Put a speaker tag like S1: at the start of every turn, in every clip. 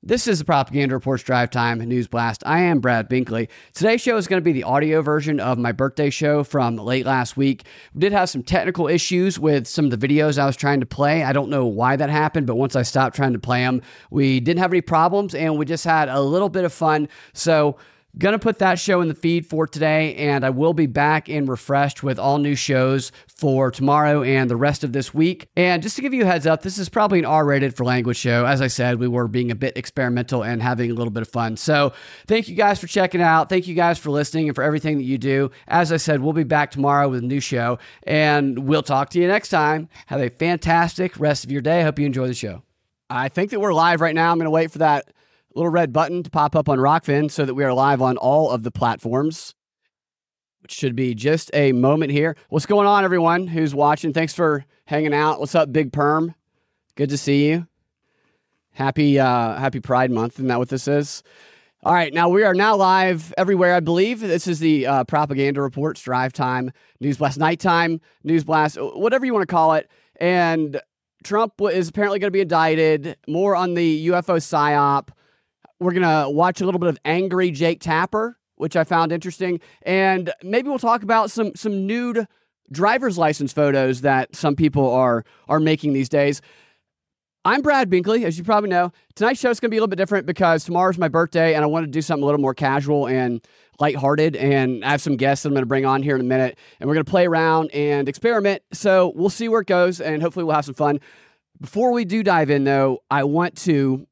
S1: This is the Propaganda Reports Drive Time News Blast. I am Brad Binkley. Today's show is going to be the audio version of my birthday show from late last week. We did have some technical issues with some of the videos I was trying to play. I don't know why that happened, but once I stopped trying to play them, we didn't have any problems and we just had a little bit of fun. So, Gonna put that show in the feed for today, and I will be back and refreshed with all new shows for tomorrow and the rest of this week. And just to give you a heads up, this is probably an R rated for language show. As I said, we were being a bit experimental and having a little bit of fun. So thank you guys for checking out. Thank you guys for listening and for everything that you do. As I said, we'll be back tomorrow with a new show, and we'll talk to you next time. Have a fantastic rest of your day. Hope you enjoy the show. I think that we're live right now. I'm gonna wait for that little red button to pop up on Rockfin so that we are live on all of the platforms, which should be just a moment here. What's going on, everyone who's watching? Thanks for hanging out. What's up, Big Perm? Good to see you. Happy uh, Happy Pride Month. Isn't that what this is? All right, now we are now live everywhere, I believe. This is the uh, Propaganda Reports, Drive Time, News Blast, Nighttime, News Blast, whatever you want to call it. And Trump is apparently going to be indicted. More on the UFO psyop we're gonna watch a little bit of angry Jake Tapper, which I found interesting, and maybe we'll talk about some some nude driver's license photos that some people are are making these days. I'm Brad Binkley, as you probably know. Tonight's show is going to be a little bit different because tomorrow's my birthday, and I want to do something a little more casual and lighthearted. And I have some guests that I'm going to bring on here in a minute, and we're going to play around and experiment. So we'll see where it goes, and hopefully we'll have some fun. Before we do dive in, though, I want to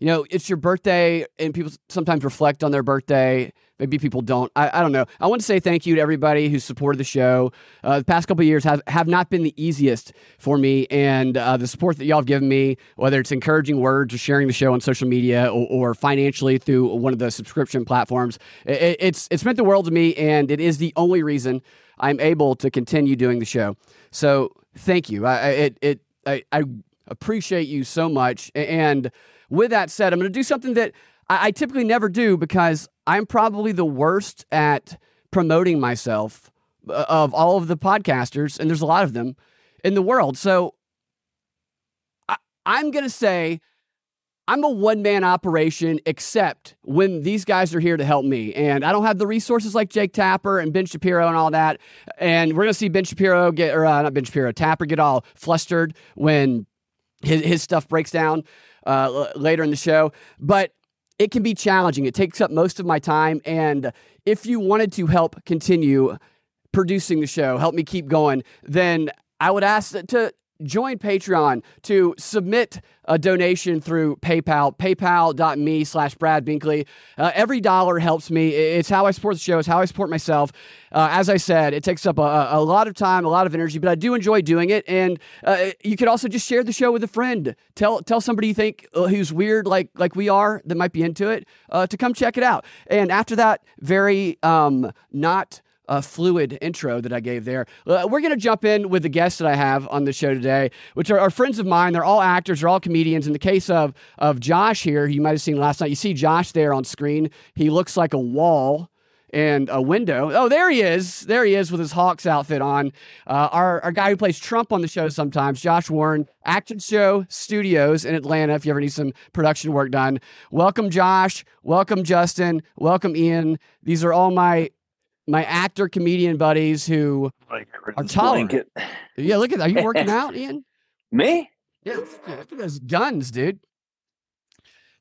S1: you know, it's your birthday, and people sometimes reflect on their birthday. Maybe people don't. I, I don't know. I want to say thank you to everybody who supported the show. Uh, the past couple of years have, have not been the easiest for me, and uh, the support that y'all have given me, whether it's encouraging words or sharing the show on social media or, or financially through one of the subscription platforms, it, it's it's meant the world to me, and it is the only reason I'm able to continue doing the show. So thank you. I it it I, I appreciate you so much, and with that said, I'm going to do something that I, I, typically never do because I'm probably the worst at promoting myself uh, of all of the podcasters, and there's a lot of them in the world. So I, I'm going to say I'm a one man operation, except when these guys are here to help me. And I don't have the resources like Jake Tapper and Ben Shapiro and all that. And we're going to see Ben Shapiro get, or uh, not Ben Shapiro, Tapper get all flustered when his, his stuff breaks down. Uh, later in the show, but it can be challenging. It takes up most of my time. And if you wanted to help continue producing the show, help me keep going, then I would ask to join Patreon, to submit a donation through PayPal, paypal.me slash Brad Binkley. Uh, every dollar helps me. It's how I support the show. It's how I support myself. Uh, as I said, it takes up a, a, lot of time, a lot of energy, but I do enjoy doing it. And uh, you could also just share the show with a friend. Tell tell somebody you think uh, who's weird like like we are that might be into it uh, to come check it out. And after that, very um, not uh, fluid intro that I gave there. Uh, we're going to jump in with the guests that I have on the show today, which are, are, friends of mine. They're all actors, they're all comedians. In the case of, of Josh here, you might have seen last night, you see Josh there on screen. He looks like a wall and a window. Oh, there he is. There he is with his Hawks outfit on. Uh, our, our guy who plays Trump on the show sometimes, Josh Warren, Action Show Studios in Atlanta, if you ever need some production work done. Welcome, Josh. Welcome, Justin. Welcome, Ian. These are all my my actor comedian buddies who like are tolerant. Blanket. Yeah, look at that. Are you working out, Ian?
S2: Me?
S1: Yeah, look at those guns, dude.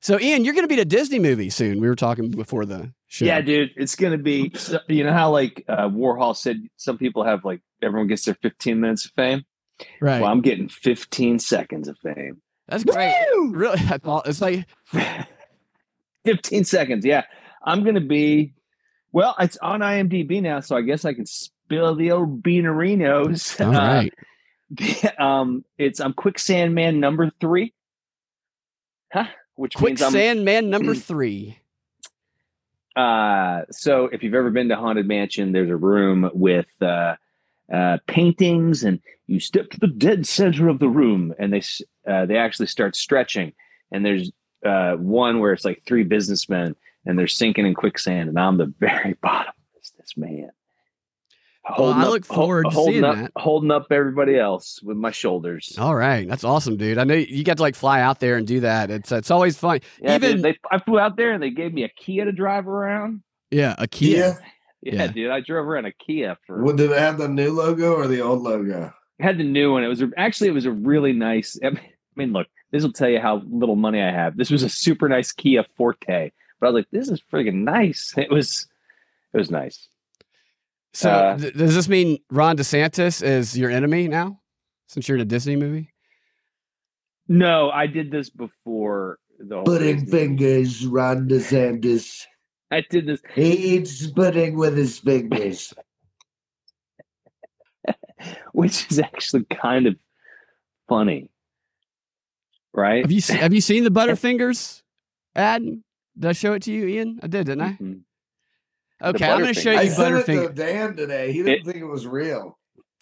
S1: So, Ian, you're going to be in a Disney movie soon. We were talking before the show.
S2: Yeah, dude, it's going to be. You know how like uh, Warhol said, some people have like everyone gets their 15 minutes of fame.
S1: Right.
S2: Well, I'm getting 15 seconds of fame.
S1: That's great. Woo! Really, it's like
S2: 15 seconds. Yeah, I'm going to be well, it's on IMDb now, so I guess I can spill the old beanerinos.
S1: All right.
S2: Uh, um, it's I'm Quicksand Man number three. Huh? Which
S1: Quicksand Man number three.
S2: Uh, so if you've ever been to Haunted Mansion, there's a room with uh, uh, paintings, and you step to the dead center of the room, and they uh, they actually start stretching. And there's uh, one where it's like three businessmen, and they're sinking in quicksand, and I'm the very bottom. It's this man.
S1: Well, Oh, I look forward
S2: hol-
S1: to
S2: holding
S1: seeing
S2: up,
S1: that. Oh,
S2: Holding up everybody else with my shoulders.
S1: All right, that's awesome, dude. I know you got to like fly out there and do that. It's it's always fun.
S2: Yeah, dude,
S1: Even
S2: they, I flew out there and they gave me a Kia to drive around.
S1: yeah, a Kia.
S2: Yeah,
S1: Yeah.
S2: dude, I drove around a Kia for
S3: What did it have the new logo or the old logo?
S2: had the new one. It was a, actually it was a really nice. I mean- I mean, look, this will tell you how little money I have. This was a super nice Kia Forte, but I was like, this is friggin' nice. It was, it was nice.
S1: So
S2: Uh,
S1: th- does this mean Ron DeSantis is your enemy now, since you're in a Disney movie?
S2: No, I did this before the whole
S3: Pudding
S2: Disney-
S3: fingers, Ron DeSantis.
S2: I did this.
S3: He eats pudding with his fingers.
S2: which is actually kind of funny, right?
S1: Have you se- have you seen the Butterfingers ad? Did I show it to you, Ian? I did, didn't I?
S2: Mhm.
S1: Okay, I'm going to show you
S3: I
S2: Hey,
S3: sent it uh, to
S1: Butterfinger.
S3: Dan today. He didn't
S2: It-
S3: think it was real.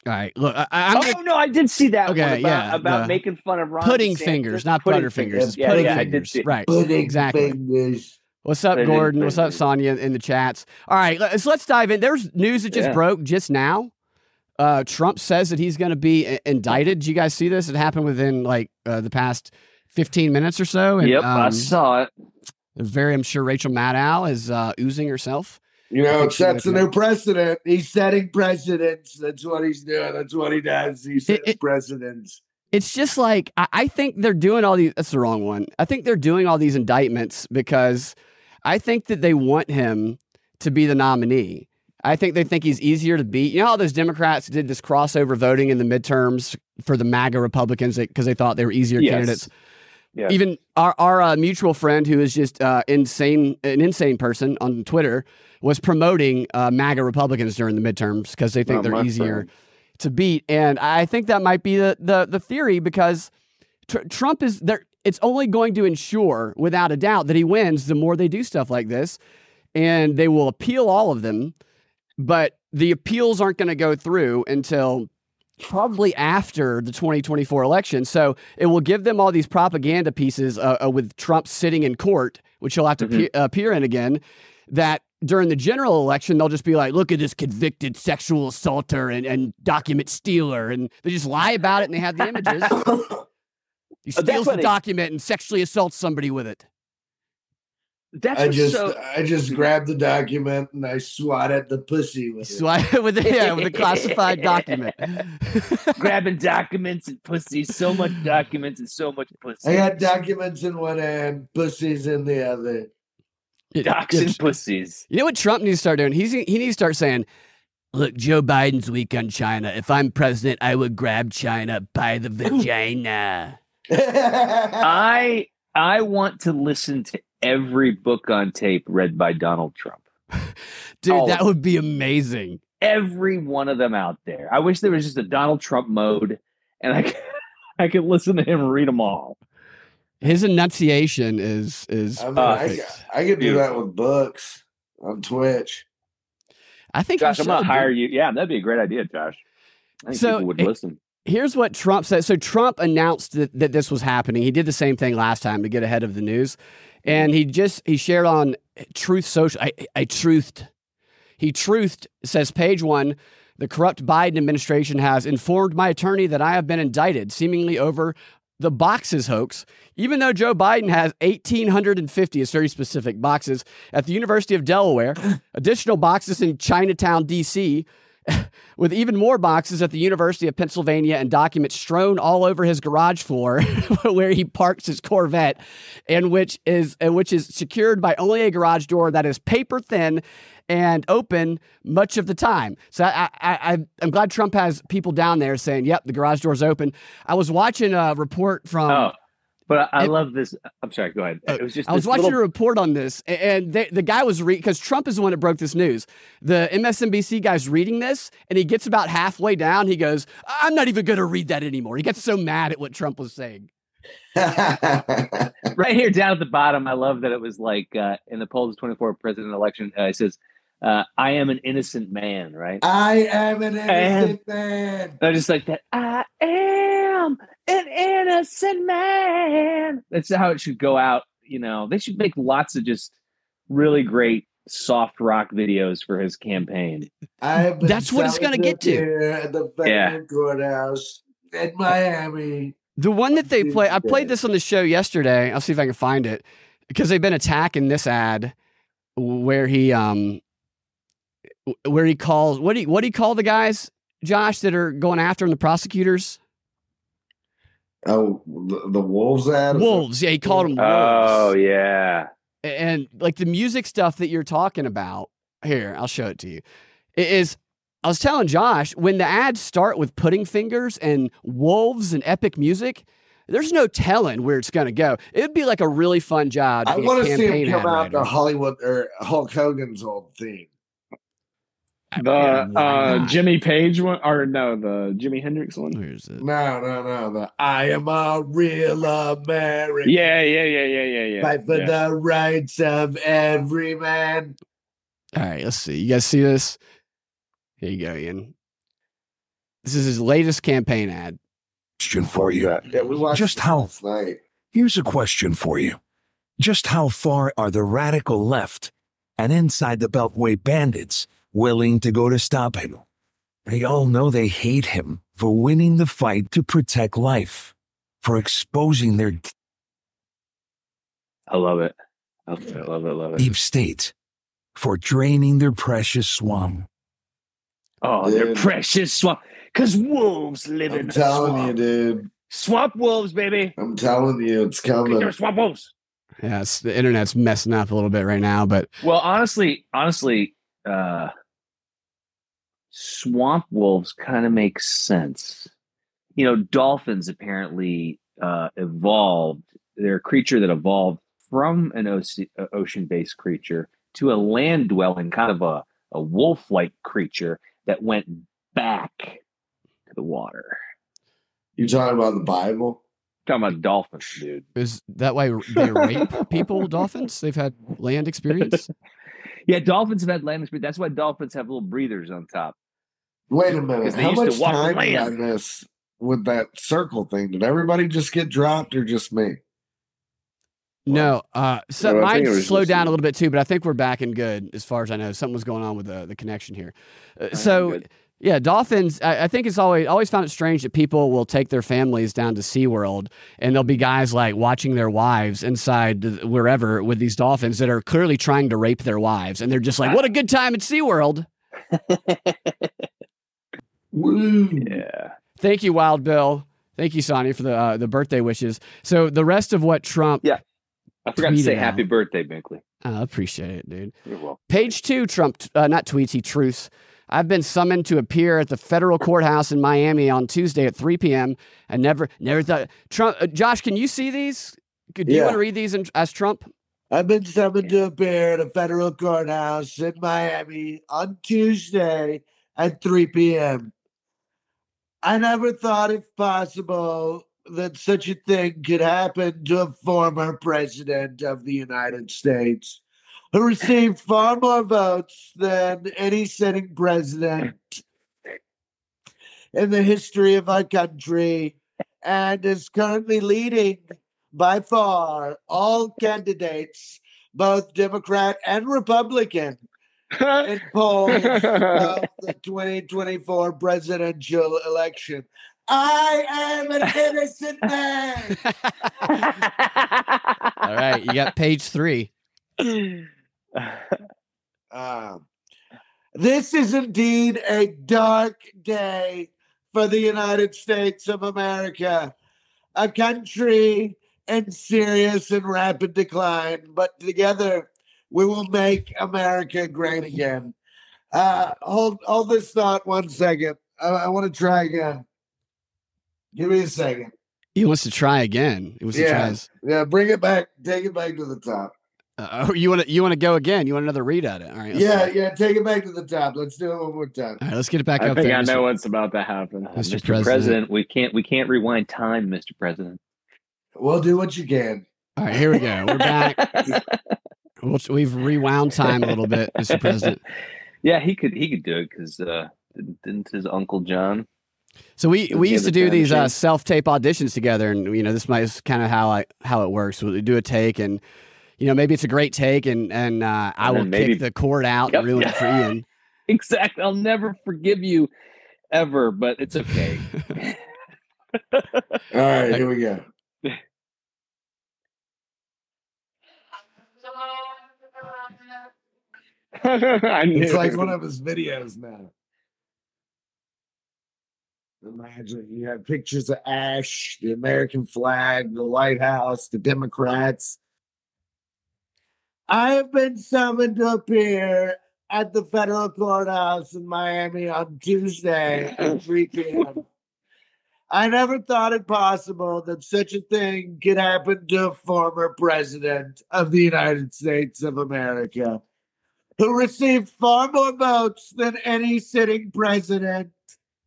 S1: All right, look, I, I'm
S2: oh
S1: gonna-
S2: no, I did see that
S1: Okay,
S2: one about,
S1: yeah,
S2: about
S1: the
S2: making fun of Ron.
S1: pudding
S2: DeSantis.
S1: fingers, not
S2: Pudding
S1: Butterfingers.
S2: fingers.
S1: It's
S2: Yeah,
S1: pudding
S2: yeah, I did
S1: fingers,
S2: see.
S1: right?
S3: Pudding
S1: Exactly.
S3: fingers.
S1: What's up,
S2: Pudding
S1: Gordon? What's up,
S2: fingers.
S1: Sonia, in the chats? All right, let's let's dive in. There's news that just
S2: Yeah.
S1: broke just now. Uh, Trump says that he's going to be i- indicted. Did you guys see this? It happened within like uh, the past 15 minutes or so. And,
S2: Yep, I
S1: um,
S2: saw it.
S1: very. I'm sure Rachel Maddow is uh, oozing herself.
S3: You
S1: I
S3: know,
S1: think
S3: it
S1: she
S3: sets a
S1: might be-
S3: new precedent. He's setting precedents. That's what he's doing. That's what he does. He sets
S1: it-
S3: precedents.
S1: It's just like I, I think they're doing all these. That's the wrong one. I think they're doing all these indictments because I think that they want him to be the nominee. I think they think he's easier to beat. You know how those Democrats did this crossover voting in the midterms for the MAGA Republicans because they thought they were easier
S2: Yes.
S1: candidates.
S2: Yeah.
S1: Even our our uh, mutual friend who is just uh, insane, an insane person on Twitter, was promoting uh, MAGA Republicans during the midterms because they think
S2: Not
S1: they're
S2: my
S1: easier
S2: friend.
S1: to beat. And I think that might be the the, the theory because tr- Trump is there. It's only going to ensure, without a doubt, that he wins. The more they do stuff like this, and they will appeal all of them, but the appeals aren't going to go through until probably after the 2024 election. So it will give them all these propaganda pieces uh, uh, with Trump sitting in court, which he'll have to
S2: Mhm.
S1: pe- appear in again. That during the general election, they'll just be like, look at this convicted sexual assaulter and, and document stealer. And they just lie about it and they have the images. He
S2: Oh, that's
S1: steals
S2: why
S1: the
S2: they-
S1: document and sexually assaults somebody with it.
S2: That's
S3: I
S2: what's
S3: just
S2: so.
S3: I just grabbed the document and I swat at the pussy with it.
S1: Swipe with the, yeah, with a classified document.
S2: Grabbing documents and pussy, so much documents and so much pussy.
S3: I got documents in one hand, pussies in the other.
S2: docs and pussies.
S1: You know what Trump needs to start doing? He's he needs to start saying, "Look, Joe Biden's weak on China. If I'm president, I will grab China by the vagina."
S2: I I want to listen to every book on tape read by Donald Trump.
S1: Dude,
S2: Oh.
S1: that would be amazing.
S2: every one of them out there. I wish there was just a Donald Trump mode, and I could, I could listen to him read them all.
S1: His enunciation is is
S3: I, mean, I,
S1: perfect.
S3: I could do that
S2: Beautiful.
S3: with books on Twitch.
S1: I think you
S2: Josh, I'm
S1: should,
S2: gonna
S1: dude.
S2: hire you. Yeah, that'd be a great idea, Josh. I think
S1: So,
S2: people would
S1: it-
S2: listen.
S1: Here's what Trump said. So Trump announced that, that this was happening. He did the same thing last time to get ahead of the news, and he just he shared on Truth Social. I, I truthed. He truthed says page one. The corrupt Biden administration has informed my attorney that I have been indicted, seemingly over the boxes hoax. Even though Joe Biden has 1,850, it's very specific, boxes at the University of Delaware, additional boxes in Chinatown, D.C., with even more boxes at the University of Pennsylvania and documents strewn all over his garage floor where he parks his Corvette and which is and which is secured by only a garage door that is paper thin and open much of the time. So I, I, I I'm glad Trump has people down there saying, "Yep, the garage door's open." I was watching a report from
S2: oh, but I, I
S1: um, it- uh,
S2: love this. I'm sorry. Go ahead. It was just.
S1: I was
S2: this
S1: watching
S2: little-
S1: a report on this, a- and they, the guy was reading because Trump is the one that broke this news. The MSNBC guy's reading this, and he gets about halfway down. He goes, "I- "I'm not even going to read that anymore." He gets so mad at what Trump was saying.
S2: right here down at the bottom. I love that it was like uh, in the polls 24 president election. Uh, it says, uh, "I am an innocent man." Right.
S3: I am an
S2: And-
S3: innocent man.
S2: I just like that. I am an innocent man. That's how it should go out. You know, they should make lots of just really great soft rock videos for his campaign.
S4: I have been
S1: That's what it's gonna
S4: selling
S1: get to.
S4: the beer At the
S2: Yeah.
S4: Federal Courthouse in Miami.
S1: The one that they play, I played
S4: Jesus.
S1: this on the show yesterday. I'll see if I can find it because they've been attacking this ad where he, um, where he calls what do you, what do you call the guys, Josh, that are going after him, the prosecutors,
S4: Oh, the, the Wolves ad?
S1: wolves. Yeah, he called them wolves.
S2: Oh yeah.
S1: and like the music stuff that you're talking about here i'll show it to you it is i was telling josh when the ads start with pudding fingers and wolves and epic music there's no telling where it's going to go it would be like a really fun job
S4: I
S1: be a
S4: want to see him
S1: campaign
S4: come
S1: ad
S4: out to
S1: writer.
S4: Hollywood or Hulk Hogan's old theme.
S1: I mean,
S2: The
S1: why
S2: uh,
S1: not? Oh,
S2: Jimmy Page one, or no, the Jimi Hendrix one.
S1: Where's it?
S4: No, no, no. The I am a real American.
S2: Yeah, yeah, yeah, yeah, yeah, yeah.
S4: Fight for
S2: yeah.
S4: the rights of every man.
S1: all right let's see you guys see this here you go ian this is his latest campaign ad
S5: question for you.
S4: Yeah, we watched
S5: Just
S4: it
S5: how-
S4: last night.
S5: Here's a question for you. Just how far are the radical left and inside the Beltway bandits willing to go to stop him? They all know they hate him for winning the fight to protect life, for exposing their
S2: I love it. I love it. Love it. Love it.
S5: deep state, for draining their precious swamp.
S2: Oh, they're
S4: Dude.
S2: precious swamp. Cause wolves live in
S4: I'm
S2: the
S4: telling you,
S2: swamp.
S4: dude.
S2: swamp wolves, baby.
S4: I'm telling you, it's
S2: Think they're
S4: coming.
S2: swamp wolves.
S1: yeah it's, the internet's messing up a little bit right now but
S2: Well, honestly, honestly, uh, swamp wolves kind of make sense. You know, dolphins apparently uh, evolved. They're a creature that evolved from an oce- uh, ocean-based creature to a land-dwelling kind of a, a wolf-like creature that went back to the water.
S4: You talking about the Bible?
S2: Talking about dolphins, dude.
S1: Is that why they rape people, dolphins? They've had land experience?
S2: Yeah, dolphins have had land experience. That's why dolphins have little breathers on top.
S4: Wait a minute.
S2: Because they
S4: How
S2: used to
S4: much
S2: walk the
S4: time did I
S2: land.
S4: miss with that circle thing? Did everybody just get dropped or just me?
S1: No. Uh, so
S4: No, I think
S1: mine
S4: it was
S1: slowed
S4: just
S1: down a
S4: you.
S1: little bit too, but I think we're back and good as far as I know. Something was going on with the, the connection here. Uh,
S2: I'm
S1: so,
S2: good.
S1: yeah, dolphins, I, I think it's always, I always found it strange that people will take their families down to SeaWorld and there'll be guys like watching their wives inside the, wherever with these dolphins that are clearly trying to rape their wives. And they're just like, what a good time at SeaWorld.
S4: Woo.
S2: yeah.
S1: Thank you, Wild Bill. Thank you, Sonia, for the uh, the birthday wishes. So the rest of what Trump
S2: I forgot to
S1: Tweet it
S2: say happy
S1: out.
S2: birthday, Binkley.
S1: I appreciate it, dude.
S2: You're welcome.
S1: Page two, Trump, uh, not tweets, he truths. I've been summoned to appear at the federal courthouse in Miami on Tuesday at 3 p.m. I never, never thought. Trump, uh, Josh, can you see these? Could- Do you
S4: Yeah.
S1: want to read these in, as Trump?
S4: I've been summoned to appear at a federal courthouse in Miami on Tuesday at 3 p.m. I never thought it possible that such a thing could happen to a former president of the United States who received far more votes than any sitting president in the history of our country and is currently leading by far all candidates, both Democrat and Republican, in polls of the 2024 presidential election. I am an innocent man.
S1: All right, you got page three.
S4: Um, this is indeed a dark day for the United States of America, a country in serious and rapid decline, but together we will make America great again. Uh, hold, hold this thought one second. I, I want to try again. Give me a second.
S1: He wants to try again. He wants to
S4: Yeah.
S1: try his,
S4: Yeah, bring it back. Take it back to the top.
S1: uh, oh, you want to you want to go again? You want another read at it? All right. let's-
S4: Yeah, yeah, take it back to the top. Let's do it one more time.
S1: All right, let's get it back
S2: I
S1: up
S2: think
S1: there.
S2: I
S1: Just-
S2: know what's about to happen.
S1: Mr.
S2: Mr.
S1: President.
S2: President. we can't we can't rewind time, Mr. President.
S4: Well, do what you can.
S1: All right, here we go. We're back. We'll- We've rewound time a little bit, Mr. President.
S2: yeah, he could he could do it because uh, didn't- didn't his uncle John?
S1: So we,
S2: Does
S1: we
S2: he
S1: used to
S2: have a
S1: do
S2: time
S1: these uh,
S2: machine?
S1: self tape auditions together, and you know this might, is kind of how I how it works. We do a take, and you know, maybe it's a great take, and and uh, I
S2: And
S1: will
S2: then maybe-
S1: kick the cord out
S2: Yep.
S1: and ruin it for Ian.
S2: Exactly. I'll never forgive you ever, but it's okay.
S4: All right, here we go.
S2: I knew.
S4: It's like one of his videos now. Imagine you have pictures of Ash, the American flag, the White House, the Democrats. I have been summoned to appear at the federal courthouse in Miami on Tuesday at 3 p.m. I never thought it possible that such a thing could happen to a former president of the United States of America who received far more votes than any sitting president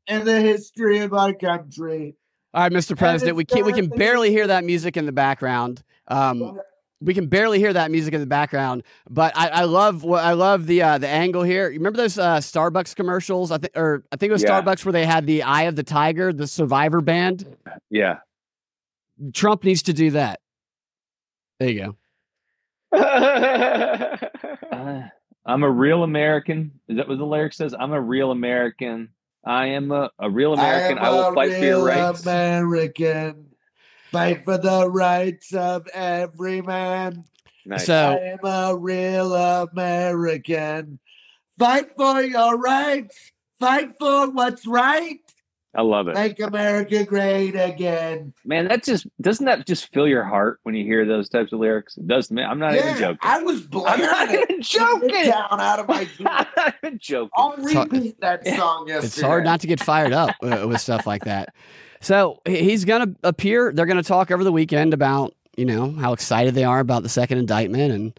S4: in the history of our country.
S1: All right, Mr. President, we can we can
S4: Jonathan-
S1: barely hear that music in the background. Um, we can barely hear that music in the background, but I, I love what I love the uh, the angle here. You remember those uh, Starbucks commercials? I think, or I think it was
S2: Yeah.
S1: Starbucks where they had the Eye of the Tiger, the Survivor band.
S2: yeah.
S1: Trump needs to do that. There you go.
S2: Uh, I'm a real American. Is that what the lyric says? I'm a real American. I am a, a real American.
S4: am
S2: I will
S4: a
S2: fight for your
S4: real
S2: rights.
S4: American. Fight for the rights of every man.
S2: Nice.
S1: So
S4: I am a real American. Fight for your rights. Fight for what's right.
S2: I love it.
S4: Make America great again.
S2: Man, that just doesn't that just fill your heart when you hear those types of lyrics? It does to me. I'm not even joking.
S4: I was
S2: I'm
S4: blowing
S2: not
S4: it
S2: even joking.
S4: down out of my
S2: I'm not even joking.
S4: I'll
S1: It's hard-
S4: repeat that song yesterday.
S1: it's hard not to get fired up uh, with stuff like that. So he- he's going to appear. They're going to talk over the weekend about you know how excited they are about the second indictment and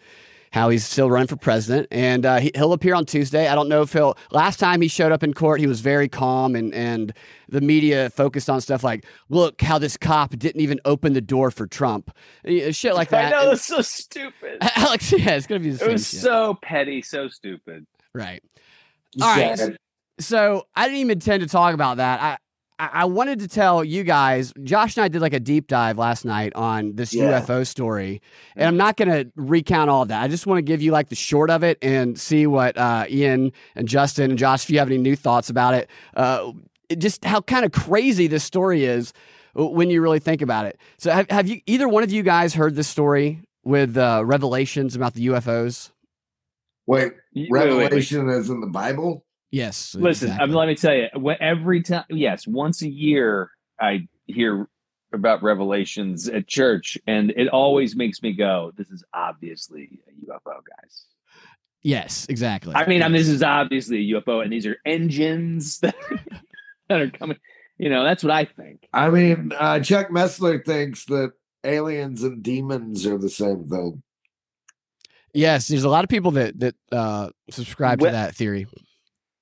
S1: how he's still running for president. And uh, he, he'll appear on Tuesday. I don't know if he'll. Last time he showed up in court, he was very calm and and the media focused on stuff like, look how this cop didn't even open the door for Trump, Uh, shit like
S2: I
S1: that.
S2: know it's so stupid.
S1: Alex, yeah, it's going to be the
S2: It
S1: same
S2: was
S1: shit.
S2: so petty, so stupid.
S1: right. All right. so I didn't even intend to talk about that. I I I wanted to tell you guys. Josh and I did like a deep dive last night on this
S4: Yeah.
S1: UFO story, and I'm not going to recount all that. I just want to give you like the short of it and see what uh, Ian and Justin and Josh, if you have any new thoughts about it, uh, it- just how kind of crazy this story is w- when you really think about it. So have have you either one of you guys heard this story with uh, revelations about the UFOs?
S4: Wait,
S2: Y- wait, wait, wait.
S4: Revelation is in the Bible?
S1: Yes.
S2: Listen, I
S1: exactly.
S2: mean, let me tell you. wh- Every time, yes, once a year, I hear about revelations at church, and it always makes me go, "This is obviously a UFO, guys."
S1: yes, exactly.
S2: I mean, I mean, this is obviously a UFO, and these are engines that that are coming. You know, that's what I think.
S4: I mean, uh, Chuck Messler thinks that aliens and demons are the same thing.
S1: Yes, there's a lot of people that that uh, subscribe to
S2: Well-
S1: that theory.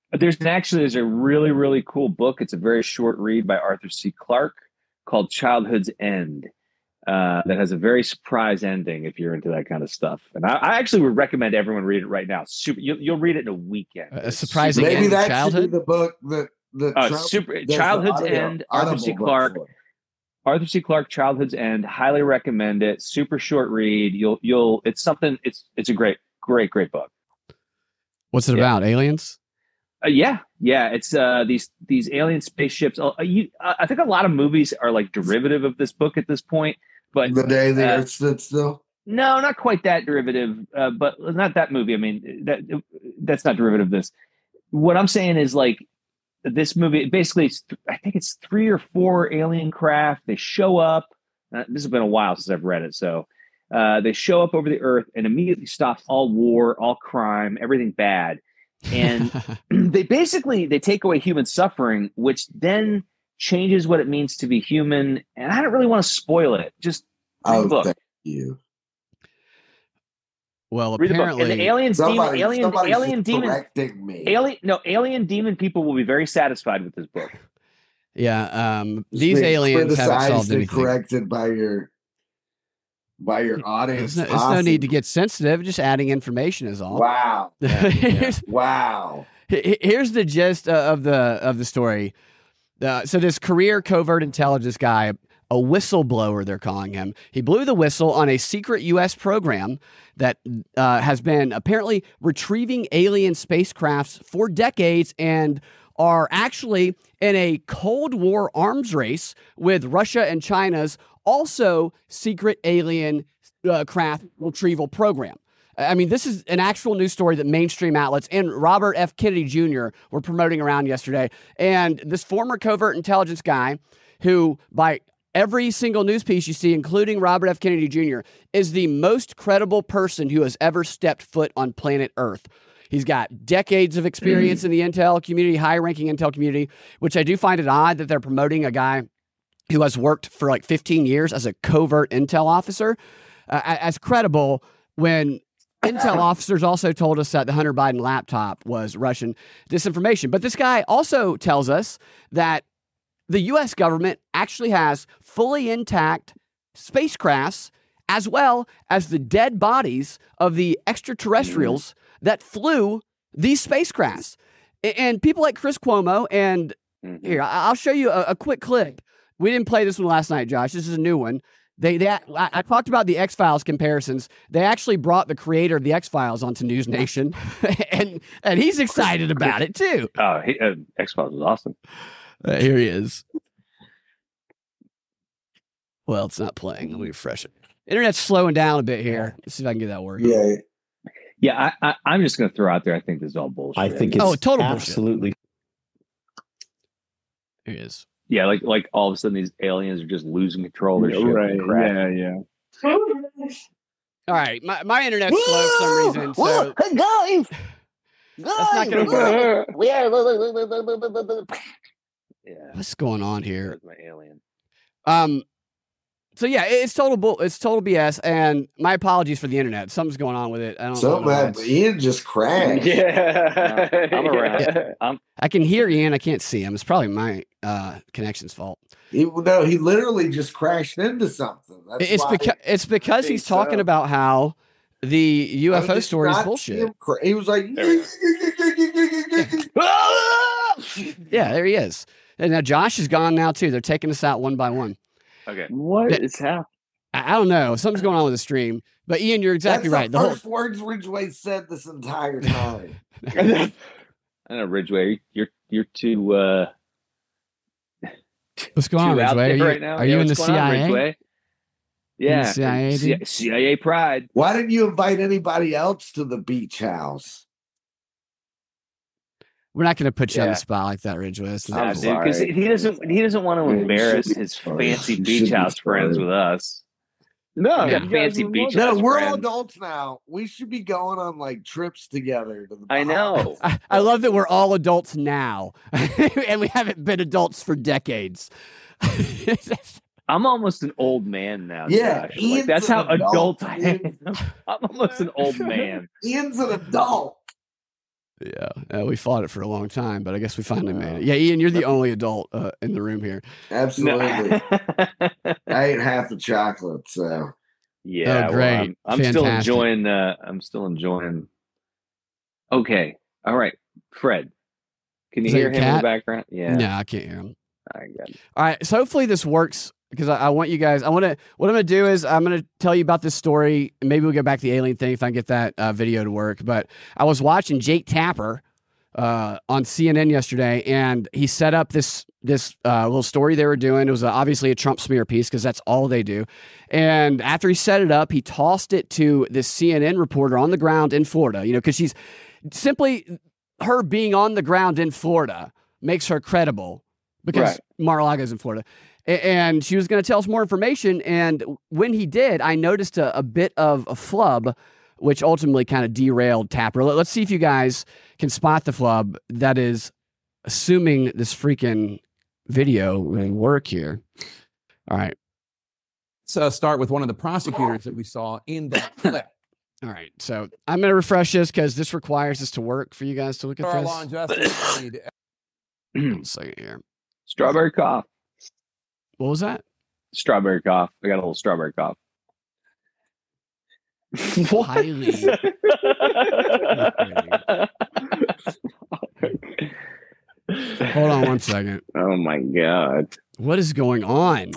S2: But There's an- actually there's a really really cool book. It's a very short read by Arthur C. Clarke called Childhood's End. Uh, that has a very surprise ending if you're into that kind of stuff. And I, I actually would recommend everyone read it right now. Super, you'll, you'll read it in a weekend.
S1: A- a
S2: It's
S1: surprising end
S2: super-
S4: Maybe
S1: in
S4: that should
S1: childhood?
S4: be the book that the
S2: Uh, super Childhood's End. Arthur C. Clarke. Arthur C. Clarke, Childhood's End. Highly recommend it. Super short read. You'll you'll. It's something. It's it's a great great great book.
S1: What's it
S2: Yeah.
S1: about? Aliens?
S2: Uh, yeah, yeah. It's uh, these these alien spaceships. Uh, you, uh, I think a lot of movies are like derivative of this book at this point, but
S4: The day the
S2: Uh,
S4: earth stood still.
S2: no, not quite that derivative. Uh, but not that movie. I mean, that that's not derivative of this. What I'm saying is like this movie. Basically, it's th- I think it's three or four alien craft. They show up. Uh, this has been a while since I've read it, so. Uh, they show up over the earth and immediately stops all war, all crime, everything bad. And they basically they take away human suffering which then changes what it means to be human and i don't really want to spoil it just read the
S4: Oh,
S2: book
S4: thank you.
S1: well,
S2: read the book
S1: apparently,
S2: and the aliens
S4: Somebody,
S2: demon, alien
S4: somebody's
S2: alien demon
S4: correcting me.
S2: alien no alien demon people will be very satisfied with this book
S1: yeah, um,
S4: It's
S1: these
S4: been
S1: aliens haven't
S4: criticized
S1: solved
S4: and
S1: anything.
S4: corrected by your by your audience.
S1: There's no, there's no
S4: posse.
S1: need to get sensitive. Just adding information is all.
S4: Wow.
S1: Here's-
S4: Wow.
S1: H- h- Here's the gist uh, of the of the story. Uh, so this career covert intelligence guy a whistleblower, they're calling him. He blew the whistle on a secret U.S. program that uh, has been apparently retrieving alien spacecrafts for decades and are actually in a Cold War arms race with Russia and China's also secret alien uh, craft retrieval program. I mean, this is an actual news story that mainstream outlets and Robert F. Kennedy Jr. were promoting around yesterday. And this former covert intelligence guy, who by every single news piece you see, including Robert F. Kennedy Jr., is the most credible person who has ever stepped foot on planet Earth. He's got decades of experience in the intel community, high ranking intel community, which I do find it odd that they're promoting a guy who has worked for like 15 years as a covert intel officer uh, as credible when intel officers also told us that the Hunter Biden laptop was Russian disinformation. But this guy also tells us that the US government actually has fully intact spacecrafts as well as the dead bodies of the extraterrestrials that flew these spacecrafts. A- And people like Chris Cuomo, and
S2: Mm-hmm.
S1: here, I- I'll show you a, a quick clip. We didn't play this one last night, Josh. This is a new one. They, they I, I talked about the X Files comparisons. They actually brought the creator of the X Files onto News Nation, and and he's excited about it too.
S2: Oh, he, uh, X Files is awesome.
S1: Uh, here he is. Well, it's not playing. Let me refresh it. Internet's slowing down a bit here. Let's see if I can get that working.
S3: Yeah.
S2: Yeah, I, I, I'm just going to throw out there. I think this is all bullshit.
S6: I think it's
S1: Oh, total bullshit.
S6: absolutely
S1: Here it is.
S2: yeah, like like all of a sudden these aliens are just losing control. They're
S3: Right.
S2: crap.
S3: Yeah. Yeah.
S1: All right, my, my internet's slow for some reason. So
S7: guys,
S1: not gonna
S7: guys,
S2: work.
S7: we are. What
S2: Yeah,
S1: what's going on here?
S2: there's my alien.
S1: Um, so yeah, it- it's total bull. It's total BS. And my apologies for the internet. Something's going on with it. I don't.
S3: So
S1: know what
S3: mad.
S1: it is.
S3: Ian just crashed.
S2: Yeah, I'm around.
S1: I can hear Ian. I can't see him. It's probably my uh, connection's fault.
S3: He, no, he literally just crashed into something. That's
S1: it's
S3: why
S1: because it's because
S3: think
S1: he's talking
S3: so.
S1: about how the
S3: I
S1: UFO
S3: did
S1: story is
S3: not see
S1: bullshit.
S3: him cra- he was like,
S2: There we
S1: Yeah, there he is. And now Josh is gone now too. They're taking us out one by one.
S2: Okay.
S6: what
S1: That-
S6: is happening.
S1: I, I don't know. Something's going on with the stream. But Ian, you're exactly
S3: That's
S1: right.
S3: The,
S1: The whole
S3: first words Ridgeway said this entire time.
S2: I know Ridgeway, you're you're too uh,
S1: what's
S2: too
S1: going on,
S2: out
S1: Ridgeway? Are
S2: there
S1: you,
S2: right now.
S1: are
S2: Yeah,
S1: you in the
S2: what's going on,
S1: CIA?
S2: Ridgeway? Yeah,
S1: CIA,
S2: C-
S1: dude?
S2: CIA pride.
S3: Why didn't you invite anybody else to the beach house?
S1: We're not going to put you on
S2: Yeah.
S1: the spot like that, Ridgeway. That's not
S3: I'm
S2: Nah,
S1: cool.
S2: Ah, dude, 'cause
S3: sorry.
S2: he doesn't he doesn't want to
S3: Yeah, you
S2: embarrass
S3: should be
S2: his
S3: sorry.
S2: fancy
S3: You
S2: beach
S3: should be
S2: house friends
S3: sorry.
S2: with us.
S6: No,
S2: We got fancy beach
S3: No,
S2: house
S3: we're all
S2: friends.
S3: adults now. We should be going on like trips together. To the
S2: I know.
S1: I, I love that we're all adults now, and we haven't been adults for decades.
S2: I'm almost an old man now.
S3: Yeah,
S2: Josh. Like,
S3: Ian's
S2: that's how
S3: an adult,
S2: adult I am. I'm almost an old man.
S3: Ian's an adult.
S1: yeah, uh, we fought it for a long time, but I guess we finally made it. Yeah, Ian, you're the only adult uh, in the room here.
S2: No.
S3: Absolutely. I ate half the chocolate, so
S2: yeah, well,
S1: Oh, great.
S2: I'm, I'm still
S1: Fantastic.
S2: enjoying. Uh, I'm still enjoying. Okay, all right, Fred. Can you
S1: Is that your
S2: hear him in the
S1: cat?
S2: background? Yeah,
S1: No, I can't hear him.
S2: I got it.
S1: All right. So hopefully this works because I, I want you guys. I want to. What I'm going to do is I'm going to tell you about this story. and Maybe we'll go back to the alien thing if I can get that uh, video to work. But I was watching Jake Tapper uh, on CNN yesterday, and he set up this this uh, little story they were doing. It was uh obviously a Trump smear piece because that's all they do. And after he set it up, he tossed it to this CNN reporter on the ground in Florida. You know, because she's simply her being on the ground in Florida makes her credible because
S2: Right.
S1: Mar-a-Lago's in Florida. A- And she was going to tell us more information. And when he did, I noticed a, a bit of a flub, which ultimately kind of derailed Tapper. Let- Let's see if you guys can spot the flub that is assuming this freaking video will work here. All right.
S8: Let's uh, start with one of the prosecutors that we saw in that clip.
S1: All right. So I'm going to refresh this because this requires us to work for you guys to look
S8: Our
S1: at
S8: law
S1: this.
S8: and justice lead
S1: One second here.
S2: Strawberry cough.
S1: What was that?
S2: Strawberry cough. I got a little strawberry cough.
S1: Highly. Hold on one second.
S2: Oh my god.
S1: What is going on?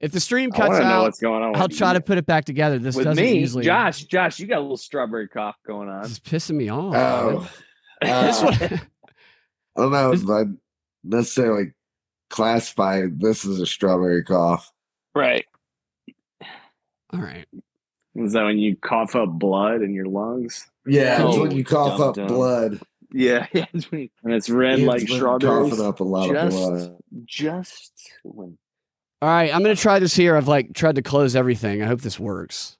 S1: If the stream
S7: I want
S1: cuts
S7: to know
S1: out,
S7: what's going on.
S1: I'll try to put it back together. This
S7: with
S1: doesn't
S7: me,
S1: usually.
S7: Josh. Josh, you got a little strawberry cough going on.
S1: this is pissing me off.
S4: Oh,
S1: this
S4: uh,
S1: one,
S7: oh.
S4: I don't know
S1: This-
S4: if I'd necessarily classify this as a strawberry cough.
S7: Right.
S1: all right.
S7: Is that when you cough up blood in your lungs?
S4: Yeah, it's
S7: Oh,
S4: when you cough
S7: dumb
S4: up
S7: dumb.
S4: blood.
S7: Yeah, yeah. it's when you- And it's red
S4: It's
S7: like
S4: when you're
S7: strawberries.
S4: Coughing up a lot
S7: Just-
S4: of blood.
S7: Just when
S1: All right, I'm gonna try this here. I've like tried to close everything. I hope this works.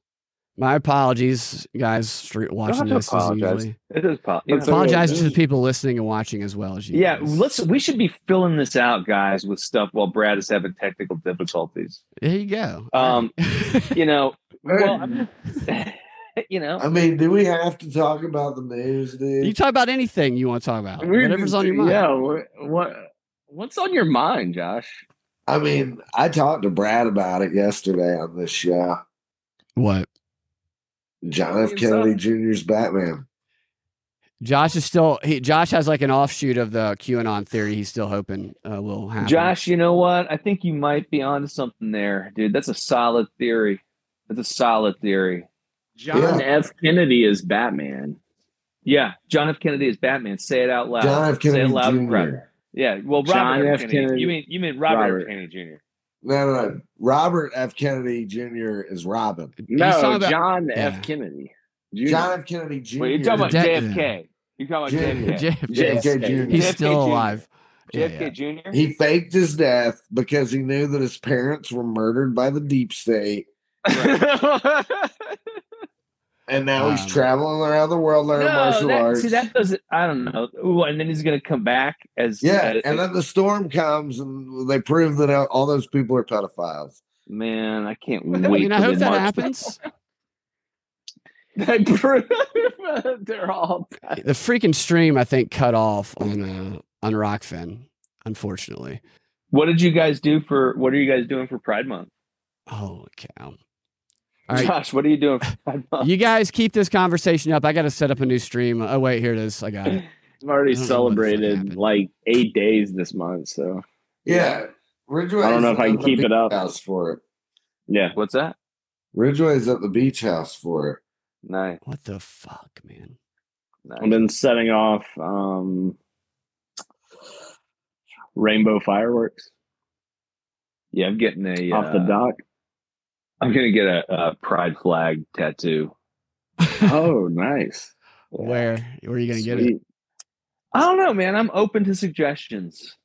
S1: My apologies, guys. Street watching
S7: have to
S1: this isn't
S7: apologize.
S1: usually.
S7: it is pop.
S4: It's all right.
S1: Apologize to the
S4: This-
S1: people listening and watching as well as you.
S7: Yeah,
S1: guys.
S7: let's. We should be filling this out, guys, with stuff while Brad is having technical difficulties.
S1: There you go.
S7: Um, You know, well, I'm- you
S4: I
S7: know,
S4: mean, do we have to talk about the news, dude?
S1: you talk about anything you want to talk about. Whatever's on your mind.
S7: Yeah, what, what what's on your mind, Josh?
S4: I mean, I talked to Brad about it yesterday on this show.
S1: What?
S4: John F.
S7: What's
S4: Kennedy
S7: up?
S4: Jr.'s Batman.
S1: Josh is still. He, Josh has like an offshoot of the QAnon theory. He's still hoping uh, will happen.
S7: Josh, you know what? I think you might be onto something there, dude. That's a solid theory. That's a solid theory. John F. Kennedy is Batman. Yeah, John F. Kennedy is Batman. Say it out loud.
S4: John F.
S7: Say
S4: Kennedy
S7: it loud
S4: Jr.
S7: and proud.
S2: Yeah, well, Robert
S7: John
S2: F.
S7: F.
S2: Kennedy.
S7: Kennedy.
S2: You mean you mean Robert, F.
S7: Robert.
S2: Kennedy Jr.
S4: No, no, no. Robert F. Kennedy Jr. is Robin.
S1: He's talking
S7: No,
S1: about-
S7: John
S1: Yeah.
S7: F. Kennedy. Jr.
S4: John F. Kennedy Jr.
S2: Well, you're talking about
S1: Yeah.
S2: JFK. You're talking about
S4: Yeah.
S2: JFK.
S1: Jeff-
S4: JFK
S7: JFK.
S4: Jr.
S1: He's
S2: JFK
S1: still
S2: Jr.
S1: alive. Yeah,
S2: JFK
S1: yeah.
S2: Jr.
S4: He faked his death because he knew that his parents were murdered by the deep state, and now
S1: Um,
S4: he's traveling around the world learning
S7: no,
S4: martial
S7: that,
S4: arts.
S7: see that doesn't. I don't know. Ooh, and then he's gonna come back as uh,
S4: yeah,
S7: as-
S4: and then the storm comes, and they prove that all those people are pedophiles.
S7: man, I can't
S1: I
S7: wait.
S1: mean, I
S7: for
S1: hope
S7: the
S1: that
S7: March-
S1: happens.
S7: They prove they're all.
S1: the freaking stream, I think, cut off on uh, on Rockfin. Unfortunately.
S7: What did you guys do for? What are you guys doing for Pride Month?
S1: Holy cow! All right,
S7: Josh, what are you doing for Pride Month?
S1: you guys keep this conversation up. I got to set up a new stream. Oh wait, here it is. I got it.
S7: I've already
S1: I don't know what the fuck
S7: celebrated
S1: happened.
S7: like eight days this month, so
S4: Yeah, Ridgeway.
S7: I don't know if I can keep it up.
S4: House for it.
S7: yeah. What's that?
S4: Ridgeway's at the beach house for it.
S7: Nice.
S1: What the fuck, man?
S7: I've been setting off um rainbow fireworks. Yeah, I'm getting a off
S2: uh,
S7: the dock. I'm gonna get a, a pride flag tattoo. oh, nice.
S1: Where where are you gonna get it?
S7: I don't know, man. I'm open to suggestions.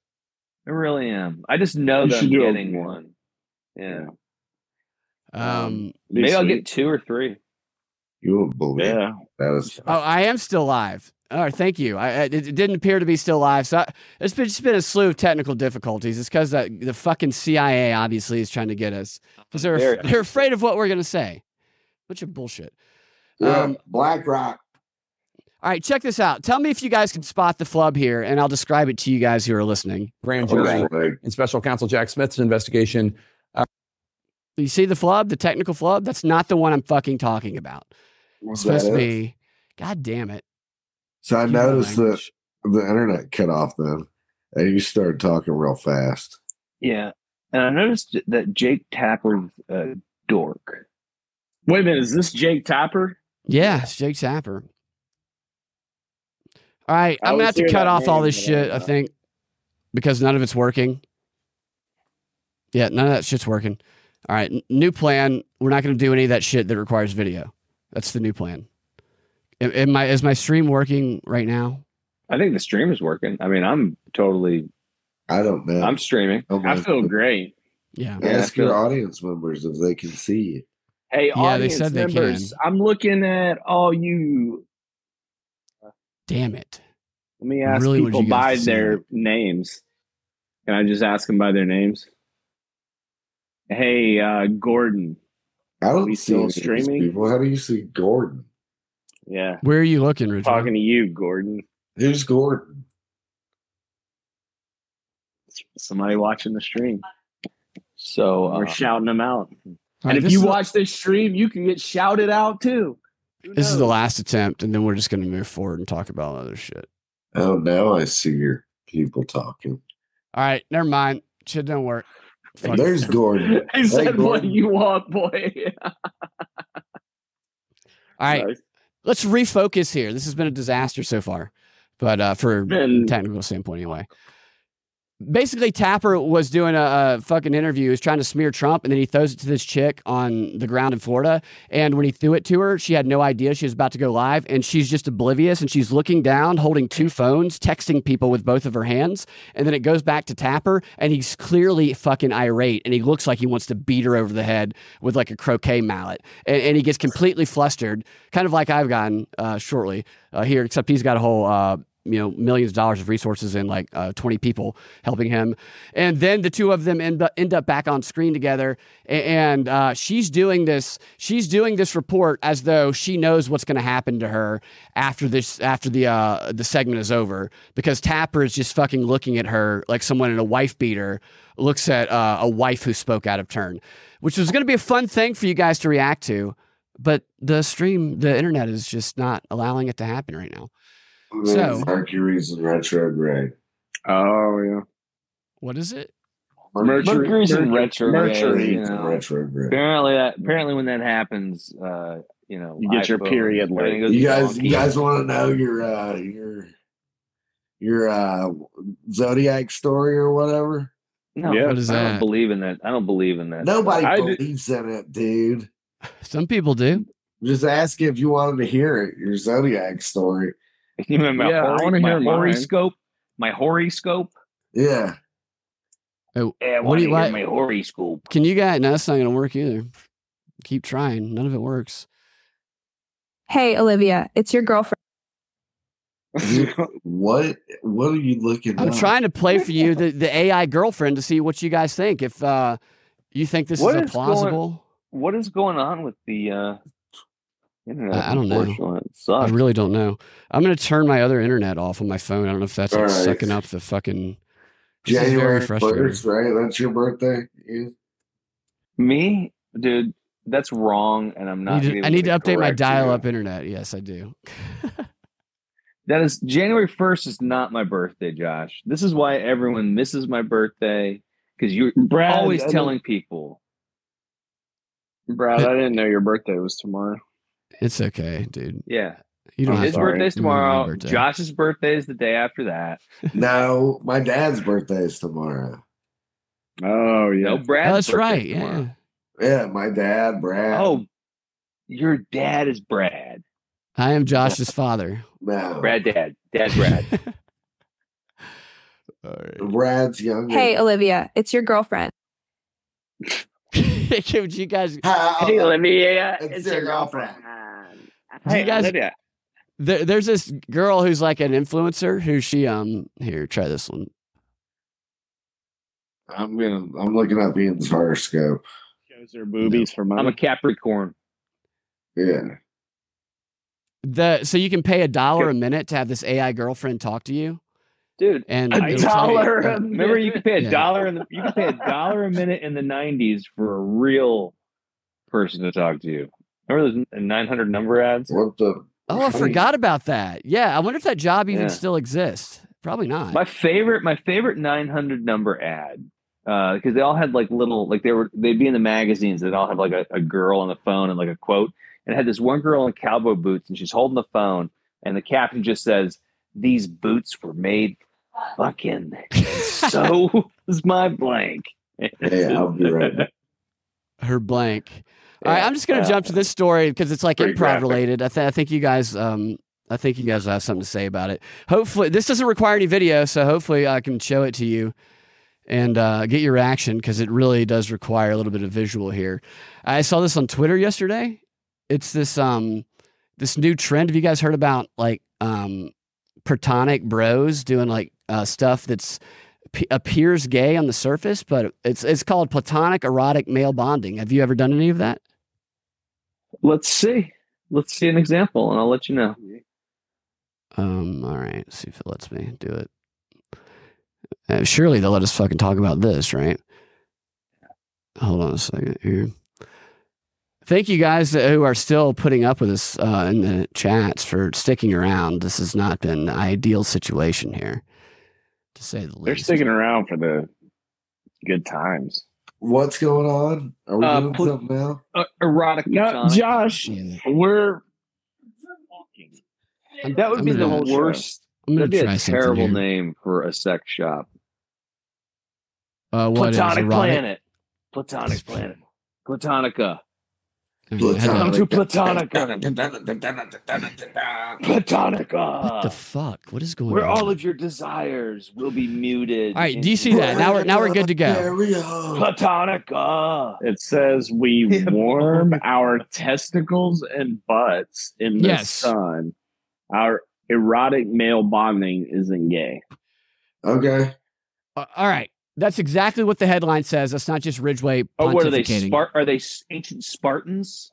S7: I really am. I just know
S2: You
S7: that
S2: should
S7: I'm
S2: do a-
S7: getting one. Yeah.
S1: Um.
S7: Maybe I'll
S2: sweet.
S7: get two or three.
S4: You won't believe it.
S7: Yeah.
S4: that is.
S1: Oh, I am still live. All right, thank you. I, I it it didn't appear to be still live, so I, it's been just been a slew of technical difficulties. It's because the the fucking CIA obviously is trying to get us
S4: Oh,
S1: because they're
S7: Very
S1: they're afraid of what we're gonna say. Bunch of bullshit.
S4: Yeah,
S1: Um,
S4: BlackRock.
S1: All right, check this out. Tell me if you guys can spot the flub here, and I'll describe it to you guys who are listening.
S9: Grand
S4: Oh,
S9: jury
S4: like,
S9: and special counsel Jack Smith's investigation.
S1: You see the flub, the technical flub? That's not the one I'm fucking talking about. It's
S4: was
S1: supposed
S4: that
S1: to
S4: it?
S1: be. God damn it.
S4: So I
S1: Excuse my
S4: noticed that
S1: language.
S4: the internet cut off then, and you started talking real fast.
S7: Yeah. And I noticed that Jake Tapper's a dork. Wait a minute, is this Jake Tapper?
S1: Yeah, it's Jake Sapper. All right,
S7: I
S1: I'm gonna
S7: always
S1: have to
S7: hear
S1: cut
S7: that
S1: off all
S7: name,
S1: this
S7: but I don't
S1: shit. I
S7: know.
S1: think because none of it's working. Yeah, none of that shit's working. All right, n- new plan. We're not gonna do any of that shit that requires video. That's the new plan. Am- am I- is my stream working right now?
S7: I think the stream is working. I mean, I'm totally
S4: I don't know.
S7: I'm streaming.
S4: Oh my
S7: I feel
S4: God.
S7: great.
S1: Yeah.
S4: Ask
S7: Yeah, I
S4: your
S7: feel-
S4: audience members if they can see you.
S7: Hey,
S1: Yeah, they
S7: audience
S1: said they
S7: members, I'm looking at all you.
S1: Damn it.
S7: Let me
S1: I
S7: ask
S1: really wanted
S7: people
S1: you guys
S7: by
S1: to see
S7: their
S1: that.
S7: names. Can I just ask them by their names? Hey, uh, Gordon.
S4: I don't
S7: We
S4: see
S7: still
S4: any of these
S7: streaming?
S4: people. How do you see Gordon?
S7: Yeah,
S1: Where are you looking, Richard?
S7: talking to you, Gordon.
S4: Who's Gordon?
S7: Somebody watching the stream. So
S2: uh,
S7: we're shouting them out.
S1: All right,
S7: and if
S1: this
S7: you
S1: is-
S7: watch this stream, you can get shouted out too. Who
S1: This is the
S7: knows?
S1: last attempt, and then we're just going to move forward and talk about other shit.
S4: Oh, now I see your people talking.
S1: All right, never mind. Shit don't work. Fuck.
S4: There's Gordon.
S2: I said, "What
S4: Gordon.
S2: you want, boy?"
S1: All right, let's refocus here. This has been a disaster so far, but uh, for
S2: Been-
S1: technical standpoint, anyway. Basically, Tapper was doing a, a fucking interview. He was trying to smear Trump, and then he throws it to this chick on the ground in Florida. And when he threw it to her, she had no idea she was about to go live, and she's just oblivious. And she's looking down, holding two phones, texting people with both of her hands. And then it goes back to Tapper, and he's clearly fucking irate, and he looks like he wants to beat her over the head with like a croquet mallet. And, and he gets completely flustered, kind of like I've gotten uh, shortly uh, here, except he's got a whole. Uh, you know, millions of dollars of resources and like uh, 20 people helping him. And then the two of them end up, end up back on screen together. A- And uh, she's doing this, she's doing this report as though she knows what's going to happen to her after this, after the, uh, the segment is over because Tapper is just fucking looking at her like someone in a wife beater looks at uh, a wife who spoke out of turn, which was going to be a fun thing for you guys to react to. But the stream, the internet is just not allowing it to happen right now. So-
S4: Mercury's in retrograde.
S2: Oh yeah,
S1: What is it?
S2: Mercury's in retrograde.
S4: Mercury's
S2: you know.
S4: in retrograde.
S2: Apparently, that apparently when that happens, uh, you know,
S7: You get your
S2: iPhone,
S7: period
S2: everything
S7: late.
S2: goes
S4: You guys,
S2: wonky.
S4: you guys want to know your uh, your your uh, zodiac story or whatever?
S2: No,
S7: Yeah.
S1: What is
S2: I
S1: that?
S2: don't believe in that. I don't believe in that.
S4: Nobody
S7: I did-
S4: believes in it, dude.
S1: Some people do.
S4: Just ask if you wanted to hear it, your zodiac story.
S2: You mean my
S7: Yeah, I
S2: hori-
S7: wanna
S2: my
S7: hear mine.
S2: horoscope. My horoscope.
S4: Yeah.
S2: Yeah, I
S1: What do
S2: want
S1: you
S2: to hear
S1: like?
S2: my horoscope.
S1: Can you guys? No, that's not going to work either. Keep trying. None of it works.
S10: Hey, Olivia, it's your girlfriend.
S4: what what are you looking
S1: I'm
S4: up?
S1: trying to play for you the, the AI girlfriend to see what you guys think. If uh, you think this
S2: What
S1: is a
S2: is going-
S1: plausible,
S2: What is going on with the uh, internet?
S1: I- I don't know.
S2: unfortunately? It
S1: I
S2: sucks.
S1: really don't know. I'm going to turn my other internet off on my phone. I don't know if that's like,
S4: All right.
S1: sucking up the fucking. This is
S4: January
S1: very frustrating.
S4: first, right? That's your birthday. You-
S2: Me, dude, that's wrong, and I'm
S1: I
S2: not.
S1: need to,
S2: even
S1: I need to
S2: gonna
S1: update my
S2: correct you.
S1: dial-up internet. Yes, I do.
S2: That is January 1st is not my birthday, Josh. This is why everyone misses my birthday because you're
S7: Brad,
S2: always
S7: I don't-
S2: telling people.
S7: Brad, I didn't know your birthday was tomorrow.
S1: It's okay, dude.
S2: Yeah.
S1: You don't
S2: Oh, His
S1: have to.
S7: sorry.
S2: birthday's
S1: You don't have my
S2: tomorrow.
S1: birthday.
S2: Josh's birthday is the day after that.
S4: no, my dad's birthday is tomorrow.
S7: Oh yeah.
S2: No, Brad.
S1: Oh, that's right. Yeah.
S4: Yeah, my dad, Brad.
S2: Oh, your dad is Brad.
S1: I am Josh's father.
S4: no,
S2: Brad, dad. Dad, Brad.
S1: All right.
S4: Brad's younger.
S10: Hey, Olivia, it's your girlfriend.
S1: Would you guys
S4: Hi,
S2: hey,
S4: I'm-
S2: Olivia.
S4: uh, It's your girlfriend.
S1: Do you guys-
S2: Olivia.
S1: there, there's this girl who's like an influencer who she um here try this one
S4: I'm gonna. I'm looking up Ian's horoscope.
S7: Shows her boobies for money.
S2: I'm a Capricorn.
S4: Yeah,
S1: the so you can pay a dollar a minute to have this AI girlfriend talk to you
S2: Dude,
S1: and
S2: A
S1: it'll tell you-
S7: dollar a
S2: Remember, you could pay a
S1: Yeah.
S2: dollar in the you could pay a dollar a minute in the '90s for a real person to talk to you. Remember those 900 number ads?
S4: what the?
S1: oh I forgot about that yeah I wonder if that job even
S2: Yeah.
S1: still exists probably not
S2: My favorite, my favorite 900 number ad because they all had like little, like they were they'd be in the magazines. They'd all have like a, a girl on the phone and like a quote, and it had this one girl in cowboy boots and she's holding the phone, and the caption just says, "These boots were made fucking." so is my blank.
S4: Yeah, I'll be right back.
S1: her blank all right I'm just gonna
S2: Yeah.
S1: jump to this story because it's like
S2: Pretty
S1: improv
S2: graphic.
S1: related I, th- I think you guys um I think you guys will have something to say about it hopefully this doesn't require any video so hopefully I can show it to you and uh, get your reaction because it really does require a little bit of visual here. I saw this on Twitter yesterday. It's this um this new trend. Have you guys heard about like um platonic bros doing like uh, stuff that's p- appears gay on the surface, but it's it's called platonic erotic male bonding. Have you ever done any of that?
S2: Let's see. Let's see an example, and I'll let you know.
S1: Um, all right, see if it lets me do it. Uh, surely they'll let us fucking talk about this, right? Hold on a second here. Thank you guys that- who are still putting up with us uh, in the chats for sticking around. This has not been the ideal situation here, to say the
S7: They're
S1: least.
S7: sticking around for the good times.
S4: What's going on? Are we
S6: Uh,
S4: doing
S6: pl-
S4: something now?
S6: Uh, erotic.
S7: No,
S6: Sonic.
S7: Josh, we're
S2: That would
S1: I'm
S2: be
S1: gonna-
S2: the whole worst.
S1: I'm gonna
S2: That'd be
S1: try
S2: a
S1: something
S2: terrible
S1: here.
S2: name for a sex shop.
S1: Uh, what is
S2: Platonic
S1: erotic?
S2: planet. Platonic planet. Platonica.
S1: All right, I had to-
S2: Come to Platonica.
S1: What
S2: Platonica.
S1: the fuck? What is going
S2: Where
S1: on?
S2: all of your desires will be muted.
S1: All right, do you see that? Now we're now we're good to go.
S4: There we go.
S2: Platonica.
S7: It says we warm our testicles and butts in the
S1: Yes.
S7: sun. Our erotic male bonding isn't gay.
S4: Okay.
S1: Uh, All right, that's exactly what the headline says. That's not just Ridgeway.
S2: Oh, what are they?
S1: pontificating.
S2: Spart? Are they s- ancient Spartans?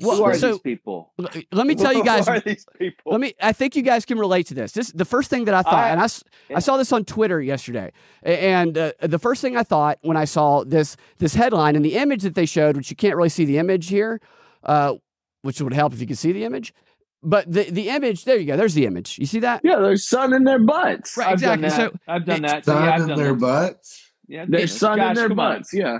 S1: Well,
S2: Who are
S1: so-
S2: these people?
S1: L- Let me tell you guys.
S2: Who are these people?
S1: Let me. I think you guys can relate to this. This the first thing that I thought,
S2: I-
S1: and I, s- I saw this on Twitter yesterday. A- And uh, the first thing I thought when I saw this this headline and the image that they showed, which you can't really see the image here, uh, which would help if you could see the image. But the the image, there you go. There's the image. You see that?
S7: Yeah, there's sun in their butts.
S1: Right, exactly.
S6: I've done that.
S1: So
S6: I've done that. So, yeah, I've
S4: Sign in
S6: done
S4: their
S6: that.
S4: butts.
S6: Yeah, I've done
S7: There's
S6: this.
S7: sun in
S6: Gosh,
S7: their
S6: come on.
S7: butts. Yeah.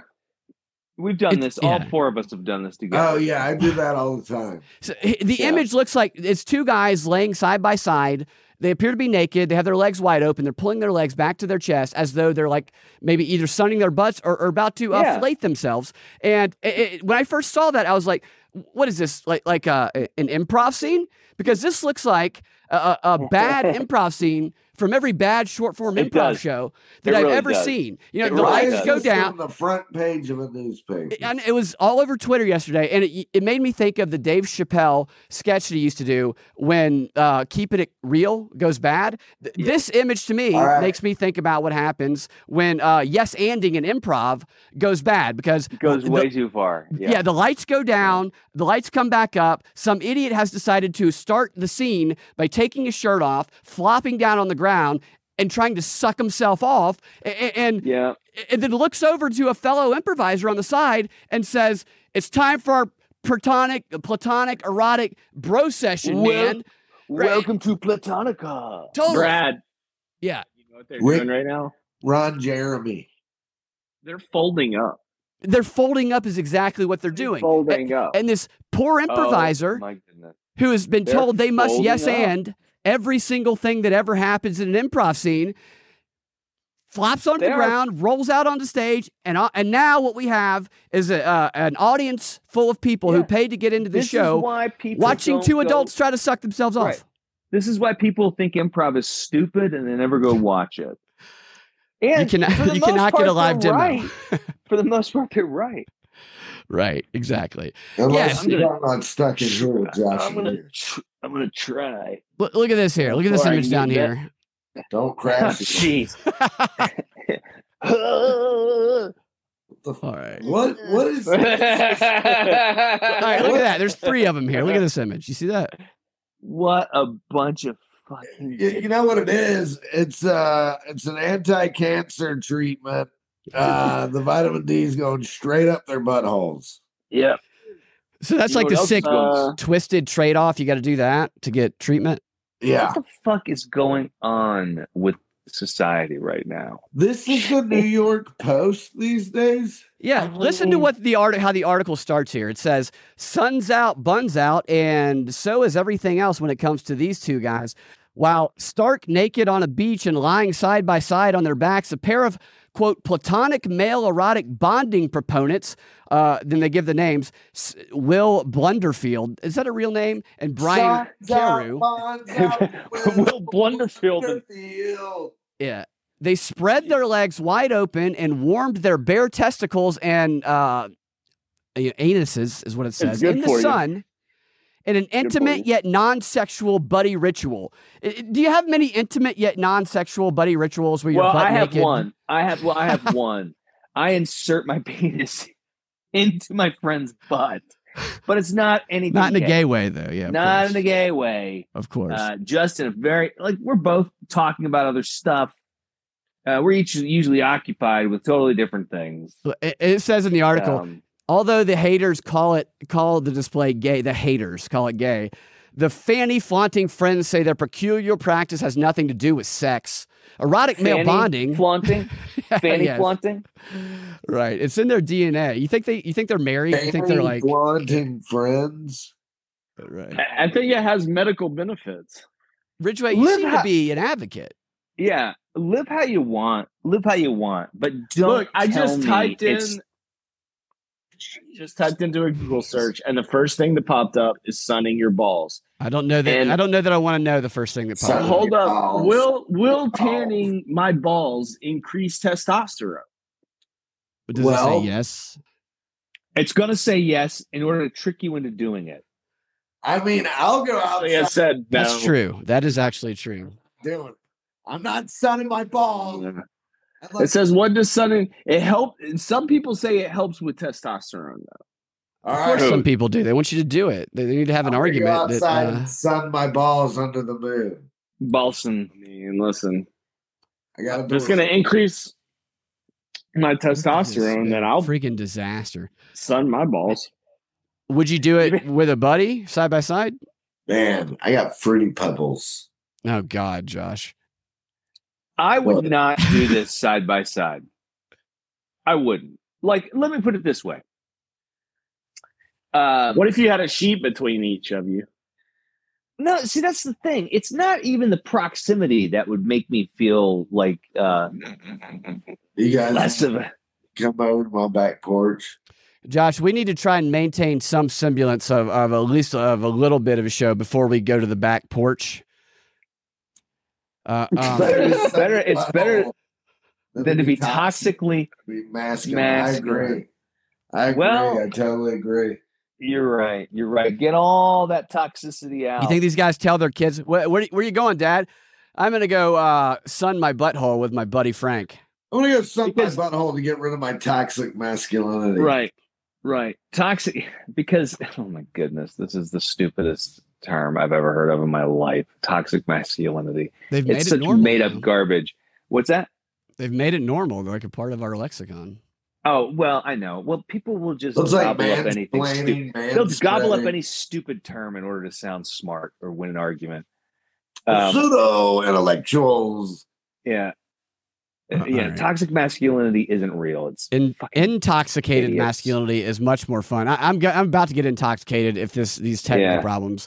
S2: We've done
S1: It's-
S2: this. All
S1: yeah.
S2: four of us have done this together.
S4: Oh yeah, I do that all the time.
S1: So, h- the image looks like it's two guys laying side by side. They appear to be naked. They have their legs wide open. They're pulling their legs back to their chest as though they're like maybe either sunning their butts or, or about to uh,
S2: Yeah.
S1: flate themselves. And it, it- when I first saw that, I was like, "What is this? Like like uh, a- an improv scene? Because this looks like a, a a bad improv scene from every bad short form
S2: It
S1: improv
S2: does.
S1: show
S2: It
S1: that I've
S2: really
S1: ever
S2: does.
S1: seen. You know,
S2: It
S1: the
S2: really
S1: lights
S2: does.
S1: go
S4: It's
S1: down.
S4: on the front page of a newspaper.
S1: And it was all over Twitter yesterday, and it, it made me think of the Dave Chappelle sketch that he used to do when uh, "Keeping It Real" goes bad. Th- This image to me
S4: All right.
S1: makes me think about what happens when uh, "Yes Anding" in improv goes bad because
S2: Goes
S1: the-
S2: way too far.
S1: yeah. the lights go down, the lights come back up. Some idiot has decided to start the scene by taking his shirt off, flopping down on the ground, and trying to suck himself off. A- a- and
S2: Yeah.
S1: and then looks over to a fellow improviser on the side and says, "It's time for our platonic, platonic, erotic bro session,
S2: Well-
S1: man." Right.
S2: Welcome to Platonica.
S1: Totally.
S7: Brad,
S1: Yeah,
S7: you know what they're
S4: Rick-
S7: doing right now?
S4: Ron Jeremy.
S7: They're folding up.
S1: they're folding up is exactly what they're doing.
S7: Folding up.
S1: And this poor improviser
S2: Oh, my goodness.
S1: who has been
S2: they're
S1: told they must
S2: folding
S1: yes
S2: up.
S1: and every single thing that ever happens in an improv scene flops onto
S2: They
S1: the
S2: are-
S1: ground, rolls out onto stage, and uh, and now what we have is a, uh, an audience full of people who
S2: Yeah.
S1: paid to get into the
S2: This is
S1: show,
S2: why people
S1: watching
S2: don't
S1: two
S2: go-
S1: adults try to suck themselves off.
S2: Right. This is why people think improv is stupid and they never go watch it.
S1: You
S2: And
S1: cannot,
S2: for the
S1: you
S2: most
S1: cannot
S2: part,
S1: get a live
S2: they're
S1: demo.
S2: Right. For the most part, they're right.
S1: Right, exactly. Yes,
S4: Unless you
S2: I'm
S4: got on stuck in here with Josh.
S2: I'm gonna,
S4: Weir.
S2: tr- I'm gonna try.
S1: Look, look at this here. Look at this
S2: Before I
S1: image
S2: can
S1: down
S2: get that-
S1: here.
S4: Don't
S2: Oh,
S4: crash. it.
S2: Jeez.
S4: What the f-
S1: All right.
S4: What? What is?
S1: All right, look at that. There's three of them here. Look at this image. You see that?
S2: what a bunch of fucking.
S4: You, you know what it is? It's uh, it's an anti-cancer treatment. Uh, the vitamin D is going straight up their buttholes.
S2: Yeah.
S1: So that's
S2: You know
S1: like the
S2: what else
S1: sick
S2: is uh, going-
S1: twisted trade off. You got to do that to get treatment.
S4: Yeah,
S2: What the fuck is going on with society right now?
S4: this is the New York Post these days.
S1: Yeah, listen to what the art how the article starts here. It says, "Sun's out, buns out, and so is everything else when it comes to these two guys." While stark naked on a beach and lying side by side on their backs, a pair of quote platonic male erotic bonding proponents. Uh, then they give the names S- Will Blunderfield. Is that a real name? And Brian
S4: Signs out,
S1: Carew.
S4: bonds out,
S2: Will Blunderfield.
S4: Blunderfield.
S1: Yeah. They spread their legs wide open and warmed their bare testicles and uh, a- anuses, is what it says,
S7: good
S1: in
S7: for
S1: the
S7: you.
S1: sun in an
S7: you.
S1: intimate yet non sexual buddy ritual. I- I- Do you have many intimate yet non sexual buddy rituals where you're
S2: Well,
S1: butt
S2: I have
S1: naked?
S2: one. I have. Well, I have one. I insert my penis into my friend's butt, but it's not anything.
S1: Not in a gay way, though. Yeah. of
S2: not
S1: course.
S2: in a gay way.
S1: Of course.
S2: Uh, just in a very like we're both talking about other stuff. Uh, we're each usually occupied with totally different things.
S1: it, it says in the article
S2: Um,
S1: Although the haters call it call the display gay, the haters call it gay. The fanny flaunting friends say their peculiar practice has nothing to do with sex. Erotic male
S2: Fanny
S1: bonding.
S2: flaunting, fanny
S1: Oh, Yes.
S2: flaunting.
S1: Right. It's in their DNA. You think they you think they're married? You think they're like
S4: flaunting friends.
S1: right.
S7: I I think it has medical benefits.
S1: Ridgeway, you
S2: Live
S1: seem to
S2: ha-
S1: be an advocate.
S2: Yeah, live how you want. Live how you want, but don't.
S7: Look, I
S2: tell
S7: just
S2: me
S7: typed in.
S2: it's-
S7: Just typed into a Google search, and the first thing that popped up is sunning your balls.
S1: I don't know that
S7: And-
S1: I don't know that I want to know the first thing that
S4: So
S1: pops
S4: Sunning
S1: up.
S7: Hold
S4: your
S7: up,
S4: balls.
S7: will will
S4: Balls.
S7: tanning my balls increase testosterone?
S1: Does it
S4: well-
S1: say yes?
S2: It's gonna say yes in order to trick you into doing it.
S4: I mean, I'll go out
S7: I
S4: and
S7: said no.
S1: That's true. That is actually true.
S4: do it. I'm not sunning my balls.
S7: It
S4: unless-
S7: says what does sunning it help? and Some people say it helps with testosterone. Though.
S4: All
S1: Of course,
S4: right.
S1: some people do. They want you to do it. They they need to have an
S4: I'll go
S1: argument. That,
S4: outside
S1: uh,
S4: and sun my balls under the moon.
S7: Balsam, man, listen,
S4: I got to.
S7: it's going to increase my testosterone. Then I'll
S1: freaking disaster.
S7: sun my balls.
S1: Would you do it with a buddy, side by side?
S4: Man, I got fruity pebbles.
S1: Oh God, Josh.
S2: I would
S4: Well-
S2: not do this side by side. I wouldn't. Like, let me put it this way. Um,
S7: What if you had a sheet between each of you?
S2: No, see, that's the thing. It's not even the proximity that would make me feel like uh,
S4: You guys
S2: less of a.
S4: come over to my back porch.
S1: Josh, we need to try and maintain some semblance of, of at least of a little bit of a show before we go to the back porch. Uh, um,
S2: It's better- it's better Than to be
S4: toxic.
S2: toxically.
S4: be masculine. I
S2: Masculine.
S4: agree. I agree.
S2: Well-
S4: I totally agree.
S2: You're right. You're right. Get all that toxicity out.
S1: you think these guys tell their kids, where, where, where you going, Dad? I'm gonna go uh, sun my butthole with my buddy Frank.
S4: I'm gonna go suck
S2: Because-
S4: my butthole to get rid of my toxic masculinity.
S2: Right. Right. Toxic because oh my goodness, this is the stupidest term I've ever heard of in my life. Toxic masculinity.
S1: They've made
S2: It's
S1: it
S2: such
S1: normal.
S2: made
S1: now.
S2: up garbage. What's that?
S1: They've made it normal, like a part of our lexicon.
S2: Oh, well, I know. Well, people will just
S4: Looks like
S2: gobble up anything stupid.
S4: mansplaining, man.
S2: They'll just gobble up any stupid term in order to sound smart or win an argument. Um,
S4: pseudo intellectuals.
S2: yeah.
S1: Uh,
S2: yeah,
S1: alright.
S2: toxic masculinity isn't real. It's
S1: In, intoxicated
S2: idiots.
S1: masculinity is much more fun. I, I'm go- I'm about to get intoxicated if this these technical
S2: Yeah.
S1: problems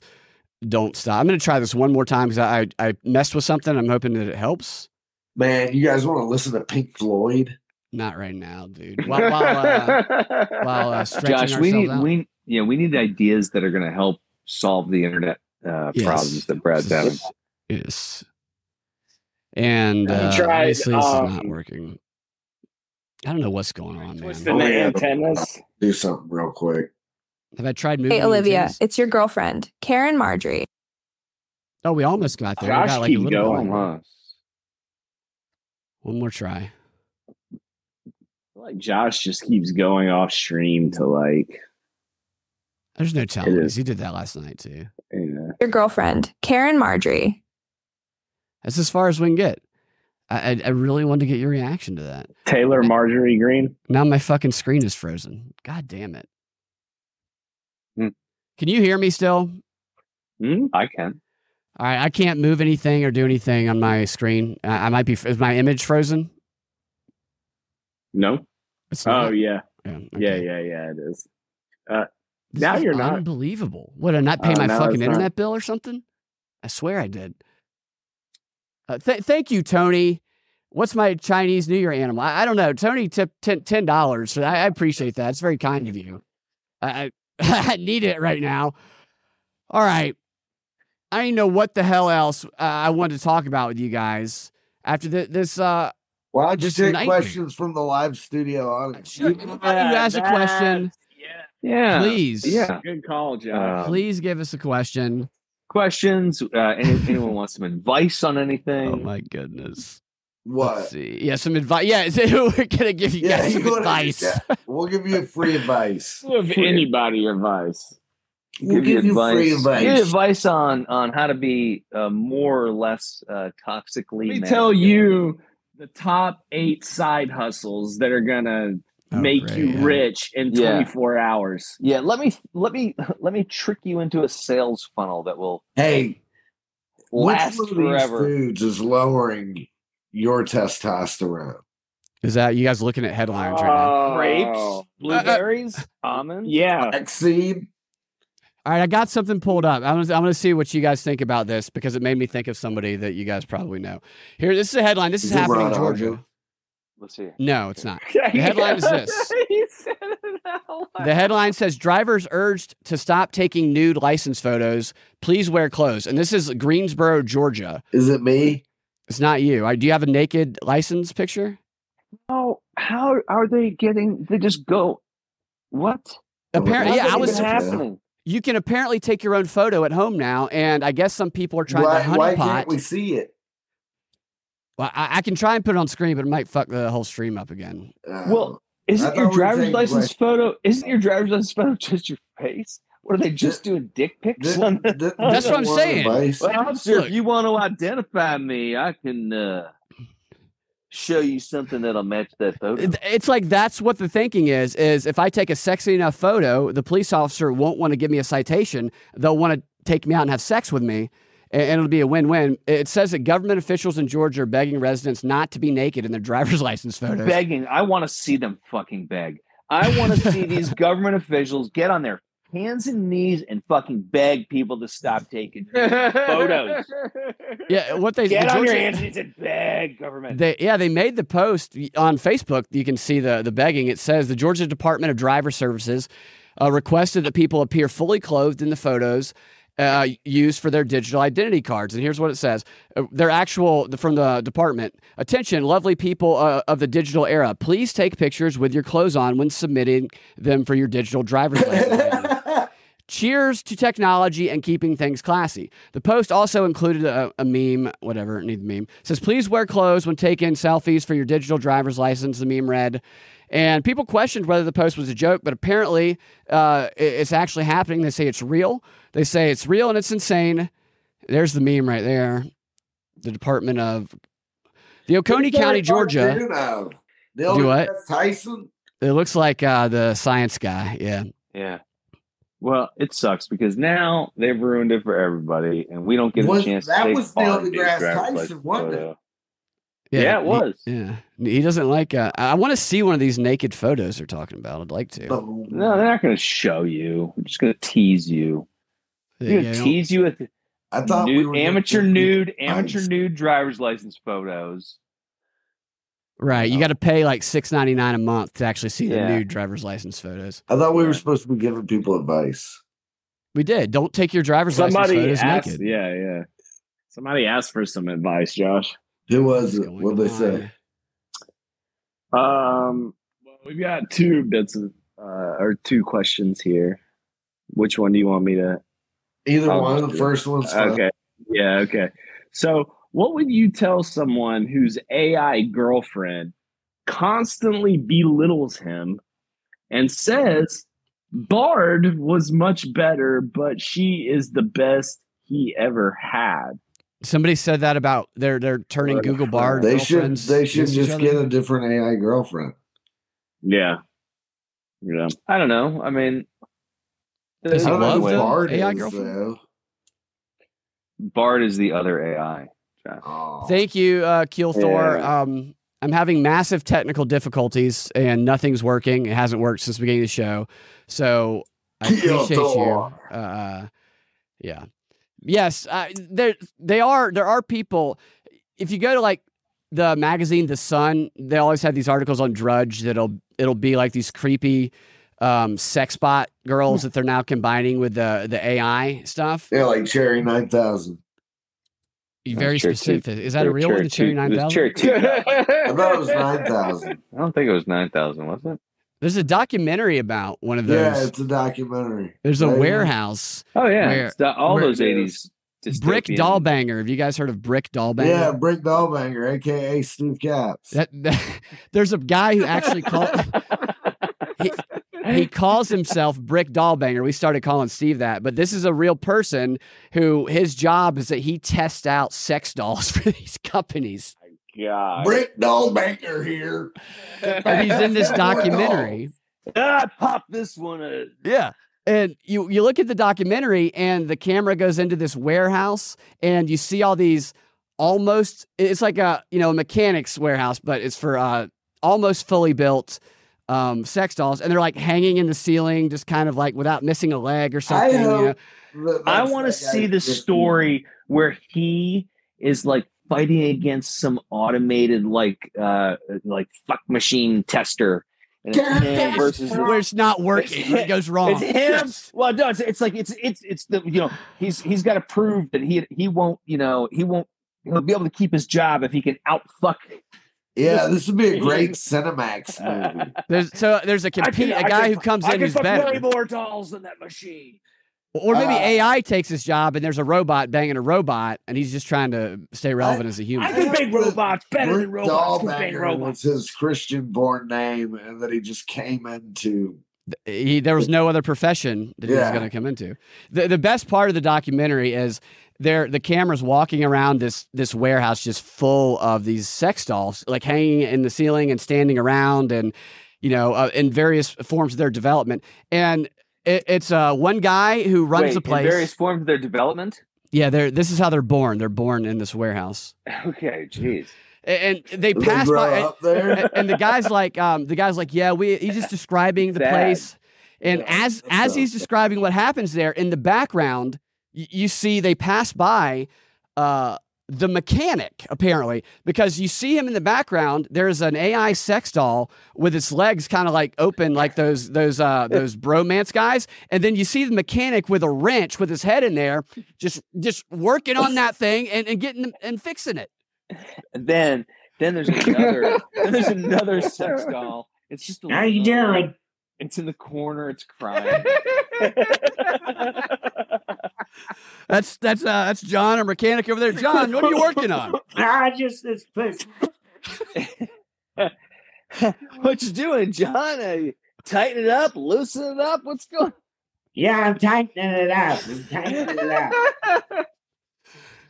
S1: don't stop. I'm going to try this one more time because I, I I messed with something. I'm hoping that it helps.
S4: Man, you guys want to listen to Pink Floyd?
S1: Not right now, dude. While, while, uh, while uh, stretching
S2: Josh, we
S1: ourselves
S2: need
S1: out.
S2: we yeah, we need ideas that are going to help solve the internet uh,
S1: Yes.
S2: problems that Brad's having.
S1: yes. yes. And
S7: I
S1: uh,
S7: tried,
S1: obviously this is not
S7: um,
S1: working. I don't know what's going on,
S7: Twisted
S1: man.
S4: Oh,
S7: the
S4: yeah.
S7: antennas.
S4: Do something real quick.
S1: Have I tried moving?
S10: Hey,
S1: the
S10: Olivia,
S1: antennas?
S10: it's your girlfriend, Karen Marjorie.
S1: Oh, we almost got there. We
S7: Josh
S1: got, like, a
S7: keep
S1: little bit
S2: Oh,
S7: going,
S1: more.
S7: huh?
S1: One more try.
S7: I feel Like Josh just keeps going off stream to like,
S1: There's no telling.
S7: It
S1: because
S7: is.
S1: He did that last night too.
S7: you know.
S10: Your girlfriend, Karen Marjorie.
S1: That's as far as we can get. I, I, I really wanted to get your reaction to that.
S7: Taylor Marjorie Green.
S1: Now my fucking screen is frozen. God damn it.
S2: Hmm.
S1: Can you hear me still?
S2: Hmm, I can.
S1: All right, I can't move anything or do anything on my screen. I, I might be. Is my image frozen?
S7: No.
S1: It's
S7: Oh
S1: not.
S7: yeah, yeah,
S1: Uh-huh. okay.
S7: yeah, yeah. It is.
S1: This
S7: Now
S1: is
S7: you're not.
S1: unbelievable. What? I not pay
S7: Uh,
S1: my
S7: no,
S1: fucking
S7: it's not.
S1: internet bill or something? I swear I did. Uh, th- thank you, Tony. What's my Chinese New Year animal? I, I don't know. Tony tipped ten ten dollars. I, I appreciate that. It's very kind of you. I, I I need it right now. All right. I didn't know what the hell else uh, I wanted to talk about with you guys after thi- this. Uh,
S4: Why don't you
S1: Just
S4: take
S1: nightmare.
S4: questions from the live studio audience?
S1: sure, you ask a question,
S2: Yeah.
S1: please.
S2: Yeah.
S7: Good call, Josh.
S2: Uh,
S1: Please give us a question.
S2: Questions? Uh, any, anyone wants some advice on anything?
S1: Oh my goodness. Let's
S4: What?
S1: see. Yeah, some advice. Yeah, so we're gonna give you
S4: Yeah,
S1: guys
S4: you
S1: some
S4: wanna-
S1: advice.
S4: yeah. We'll give you free advice.
S7: Give anybody advice.
S4: We'll give, you free advice.
S2: Give you advice on on how to be uh, more or less uh, toxically.
S7: Let me
S2: masculine.
S7: tell you the top eight side hustles that are gonna
S1: Oh,
S7: make you rich in
S2: Yeah.
S7: 24 hours.
S2: Yeah, let me let me let me trick you into a sales funnel that will
S4: Hey,
S2: last
S4: which one of these
S2: forever.
S4: foods is lowering your testosterone.
S1: Is that you guys looking at headlines right
S7: Uh,
S1: now?
S7: Oh. Grapes, blueberries, almonds.
S2: Yeah.
S4: Exceed.
S1: All right, I got something pulled up. I'm, gonna- I'm going to see what you guys think about this because it made me think of somebody that you guys probably know. Here, this is a headline. This is
S4: Is it
S1: happening in
S4: Ron
S1: Georgia.
S4: Arjun?
S2: Let's see.
S1: No, it's not. The headline is this.
S7: He said it out loud.
S1: The headline says drivers urged to stop taking nude license photos. Please wear clothes. And this is Greensboro, Georgia.
S4: Is it me?
S1: It's not you. Uh, Do you have a naked license picture?
S2: How how are they getting? They just go. What?
S4: Well,
S1: Apparently,
S4: that's
S1: yeah, I
S4: what
S1: was.
S4: it
S1: surprised.
S4: surprised.
S2: happening.
S1: You can apparently take your own photo at home now, and I guess some people are trying
S4: Why,
S1: to
S4: why
S1: honeypot.
S4: can't we see it?
S1: Well, I, I can try and put it on screen, but it might fuck the whole stream up again.
S4: Uh,
S2: Well,
S4: I
S2: Isn't
S4: thought we
S2: your
S4: were
S2: driver's
S4: taking
S2: license
S4: questions.
S2: photo? Isn't your driver's license photo just your face? What are they just doing? Dick pics
S4: th-
S2: on
S4: th-
S2: the
S4: th-
S1: That's what I'm
S4: one
S1: saying.
S4: device.
S2: Well, officer,
S1: Look.
S2: if you want to identify me, I can uh, show you something that'll match that photo.
S1: It- It's like that's what the thinking is: is if I take a sexy enough photo, the police officer won't want to give me a citation. They'll want to take me out and have sex with me, a- and it'll be a win-win. It says that government officials in Georgia are begging residents not to be naked in their driver's license photos.
S2: Begging. I want to see them fucking beg. I want to see these government officials get on their hands and knees and fucking beg people to stop taking photos.
S1: yeah, what they
S2: Get
S1: the
S2: on your
S1: Georgia-
S2: hands and knees and beg government.
S1: They, yeah, they made the post on Facebook. You can see the the begging. It says the Georgia Department of Driver Services uh, requested that people appear fully clothed in the photos uh, used for their digital identity cards. And here's what it says: Uh, their actual from the department. Attention, lovely people uh, of the digital era. Please take pictures with your clothes on when submitting them for your digital driver's license. Cheers to technology and keeping things classy. The post also included a, a meme, whatever, need the meme. It says, please wear clothes when taking selfies for your digital driver's license. The meme read. And people questioned whether the post was a joke, but apparently uh, it- it's actually happening. They say it's real. They say it's real and it's insane. There's the meme right there. The Department of the Oconee County, Georgia.
S4: Neil
S1: Do what?
S4: deGrasse Tyson.
S1: It looks like uh, the science guy. Yeah.
S2: Yeah. Well, it sucks because now they've ruined it for everybody, and we don't get
S4: Was-
S2: a chance.
S4: that
S2: to take
S4: was Neil
S2: part in these
S4: deGrasse
S2: draft
S4: Tyson,
S2: license
S4: wasn't it?
S2: photo. Yeah, it
S1: he-
S2: was.
S1: Yeah, he doesn't like. Uh, I want to see one of these naked photos they're talking about. I'd like to.
S2: No, they're not going to show you. They're just going to tease you. They're
S1: Yeah,
S2: going
S1: you
S2: to
S1: know,
S2: tease you with
S4: I thought we
S2: nude-
S4: were
S2: amateur nude, amateur
S4: Nice.
S2: nude driver's license photos.
S1: right, you
S2: Oh.
S1: got to pay like six ninety nine a month to actually see
S2: Yeah.
S1: the nude driver's license photos.
S4: I thought we were supposed to be giving people advice.
S1: We did. Don't take your driver's
S2: Somebody
S1: license photos
S2: asked.
S1: naked.
S2: Yeah, yeah. Somebody asked for some advice, Josh.
S4: Who
S1: What's
S4: was it?
S1: going
S4: What they
S1: on?
S4: say?
S2: Um, well, we've got two bits of uh, or two questions here. Which one do you want me to
S4: Either
S2: Oh,
S4: one. The
S2: dude.
S4: first one's fine.
S2: Okay. Yeah. Okay. So, what would you tell someone whose AI girlfriend constantly belittles him and says Bard was much better, but she is the best he ever had?
S1: Somebody said that about they're they're turning
S2: Right.
S1: Google Bar.
S4: They should.
S1: girlfriends
S4: They should
S1: against each
S4: just
S1: other.
S4: get a different AI girlfriend.
S2: Yeah. Yeah. I don't know. I mean,
S1: Does
S4: I
S1: he
S4: don't know
S1: love
S4: who
S1: them?
S4: Bard
S1: AI
S4: is,
S1: girlfriend?
S4: though.
S2: Bard is the other AI.
S4: Oh.
S1: Thank you, uh, Keel Thor.
S2: Yeah.
S1: Um, I'm having massive technical difficulties and nothing's working. It hasn't worked since the beginning of the show. So I
S4: Keel
S1: appreciate you.
S4: Thor.
S1: Uh, yeah. Yes, uh, there they are. There are people. If you go to like the magazine The Sun, they always have these articles on Drudge that'll it'll be like these creepy um, sex bot girls that they're now combining with the the AI stuff.
S4: Yeah, like Cherry Nine Thousand.
S1: Very
S2: Cherry two-
S1: specific. Is that a real one? The Cherry Nine Thousand.
S4: I thought it was nine thousand.
S2: I don't think it was 9,000, was it?
S1: There's a documentary about one of those.
S4: Yeah, it's a documentary.
S1: There's a
S4: Right?
S1: warehouse.
S2: Oh, yeah.
S1: Where-
S2: It's the- all
S1: where-
S2: those 80s.
S1: Brick
S2: dystopian-
S1: Dollbanger. Have you guys heard of Brick Dollbanger?
S4: Yeah, Brick Dollbanger, aka Steve Caps.
S1: That, that- there's a guy who actually called. he, he calls himself Brick Dollbanger. We started calling Steve that, but this is a real person who his job is that he tests out sex dolls for these companies.
S2: God.
S4: Brick Dollbanger here.
S1: And he's in this documentary.
S2: ah, pop this one. Up.
S1: Yeah. And you you look at the documentary and the camera goes into this warehouse and you see all these almost it's like a you know a mechanics warehouse, but it's for uh, almost fully built um, sex dolls, and they're like hanging in the ceiling, just kind of like without missing a leg or something. you know?
S4: hope that
S2: I
S4: that's
S2: want
S4: that
S2: to see
S4: guy's
S2: the
S4: just-
S2: story where he is like fighting against some automated like uh like fuck
S7: Mm,
S2: machine tester and it's him versus
S1: Where it's not working, where it goes wrong.
S2: it's him well no it's, it's like it's it's it's the you know he's he's got to prove that he he won't you know he won't he'll be able to keep his job if he can out fuck
S4: Yeah, this would be a great Cinemax movie.
S1: There's, so there's a compete, a guy who comes in who's better,
S7: more dolls than that machine.
S1: or maybe
S4: Uh,
S1: AI takes his job, and there's a robot banging a robot, and he's just trying to stay relevant as a human.
S7: I can make robots better than
S4: Rick
S7: robots. Can make
S4: Dahlbanger
S7: robots.
S4: was his Christian born name, and that he just came into.
S1: he, there was no other profession that he was
S4: Yeah.
S1: going to come into. The, the best part of the documentary is there the camera's walking around this this warehouse just full of these sex dolls like hanging in the ceiling and standing around and you know uh, in various forms of their development and it, it's uh, one guy who runs
S2: Wait,
S1: the
S2: in
S1: place.
S2: various forms of their development
S1: yeah, they're this is how they're born. They're born in this warehouse,
S2: okay jeez
S1: and, and they
S4: Did
S1: pass
S4: they grow
S1: by.
S4: up there.
S1: and, and the guy's like, um, the guy's like, yeah, we. He's just describing the
S2: Sad.
S1: place, and
S4: Yeah,
S1: as
S4: that
S1: as
S4: sounds
S1: he's
S4: sad.
S1: describing what happens there in the background, y- you see they pass by uh, the mechanic apparently because you see him in the background. There's an AI sex doll with its legs kind of like open, like those those uh, those bromance guys, and then you see the mechanic with a wrench with his head in there, just just working on that thing and, and getting and fixing it.
S2: And then then there's another then there's another sex doll. It's just a
S11: How you
S2: little-
S11: doing?
S2: It's in the corner. It's crying.
S1: That's that's uh, that's John, our mechanic over there. John, what are you working on?
S11: I just this pussy.
S2: what you doing, John? Uh, you tighten it up, loosen it up. What's going?
S11: Yeah, I'm tightening it up. I'm tightening it up.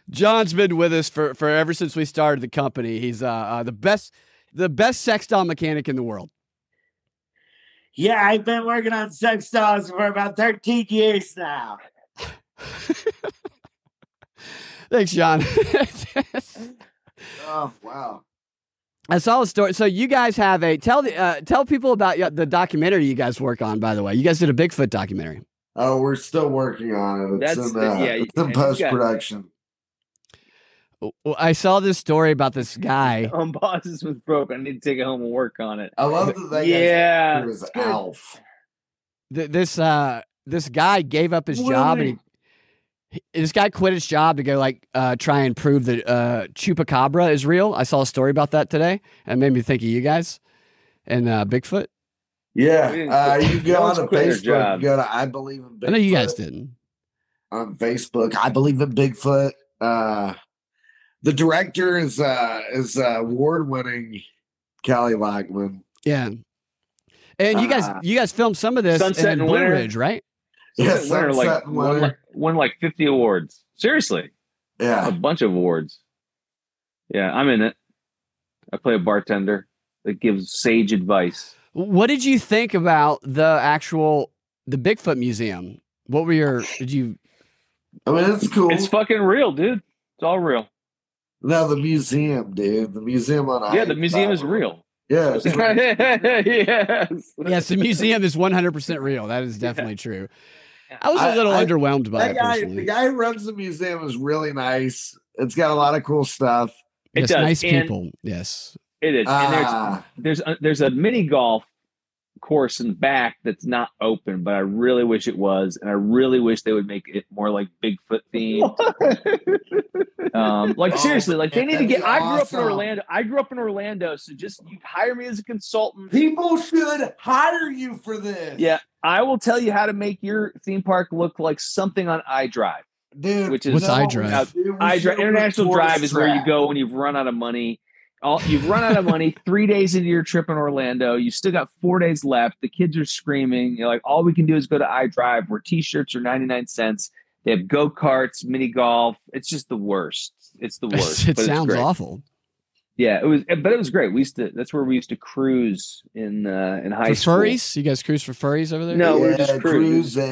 S1: John's been with us for, for ever since we started the company. He's uh, uh the best the best sex doll mechanic in the world.
S11: Yeah, I've been working on sex dolls for about 13 years now.
S1: Thanks, John.
S4: Oh wow!
S1: I saw the story. So you guys have a tell the uh, tell people about uh, the documentary you guys work on. By the way, you guys did a Bigfoot documentary.
S4: Oh, we're still working on it. It's
S2: That's
S4: in,
S2: the-
S4: uh,
S2: yeah,
S4: it's
S2: and
S4: in
S2: you got-
S4: post production.
S1: Oh, Well, I saw this story about this guy.
S2: Um, boss, this was broke. I need to take it home and work on it.
S4: I love that they
S2: yeah.
S4: got his Alf.
S1: Th- This uh this guy gave up his job and he. he- This guy quit his job to go like uh, try and prove that uh, chupacabra is real. I saw a story about that today, and it made me think of you guys and uh, Bigfoot.
S2: We didn't
S4: Yeah, uh,
S2: quit-
S4: you
S2: no
S4: go on
S2: one's
S4: to
S2: quitting their
S4: Facebook.
S2: job.
S4: You go to I believe in Bigfoot.
S1: I know you guys didn't.
S4: on Facebook. I believe in Bigfoot. Uh, the director is uh, is uh, award winning Callie Lockman.
S1: Yeah. And you guys,
S4: Uh,
S1: you guys filmed some of this
S2: Sunset
S1: in
S2: and
S1: Blue
S2: Winter.
S1: Ridge, right?
S4: Yes,
S2: Won or, like,
S4: Sunset
S2: won,
S4: and Winter.
S2: like won like fifty awards. Seriously, a
S4: Yeah,
S2: bunch of awards. Yeah, I'm in it. I play a bartender that gives sage advice.
S1: What did you think about the actual the Bigfoot Museum? What were your? Did you?
S4: I mean it's cool.
S2: It's fucking real, dude. It's all real.
S4: no, the museum, dude. The museum on
S2: Yeah, the
S4: Ice
S2: museum is
S4: Island.
S2: real.
S4: Yeah, it's real.
S2: yes.
S1: Yes, the museum is one hundred percent real. That is definitely true. I was a
S4: I-
S1: little
S4: I-
S1: underwhelmed by
S4: that
S1: it
S4: guy.
S1: personally.
S4: The guy who runs the museum is really nice. It's got a lot of cool stuff.
S2: It
S1: yes,
S2: does,
S1: nice
S2: and-
S1: people. Yes,
S2: It is. and there's
S4: Ah,
S2: there's a, there's a mini golf course in the back that's not open, but I really wish it was, and I really wish they would make it more like Bigfoot themed. um, like
S4: Oh,
S2: seriously, like they
S4: man,
S2: need
S4: that'd
S2: to
S4: be
S2: get. I grew up in
S4: awesome.
S2: Orlando. I grew up in Orlando, so just you hire me as a consultant.
S4: people should hire you for this.
S2: Yeah, I will tell you how to make your theme park look like something on iDrive.
S4: dude.
S2: Which is-
S1: What's
S4: what we
S1: iDrive?
S4: should do? We
S2: I
S4: should
S2: drive,
S4: do a
S2: international
S4: tourist
S2: drive is where you
S4: trap.
S2: go when you've run out of money. All, you've run out of money three days into your trip in Orlando. You still got four days left. The kids are screaming. You're like, all we can do is go to iDrive where t-shirts are 99 cents. They have go-karts, mini golf. It's just the worst. It's the worst.
S1: it
S2: but it's
S1: sounds
S2: great.
S1: awful.
S2: Yeah, it was, eh, but it was great. We used to. That's where we used to cruise in uh, in high
S1: for
S2: school.
S1: furries? You guys cruise for furries over there?
S2: No, we were
S4: Yeah,
S2: just cruising.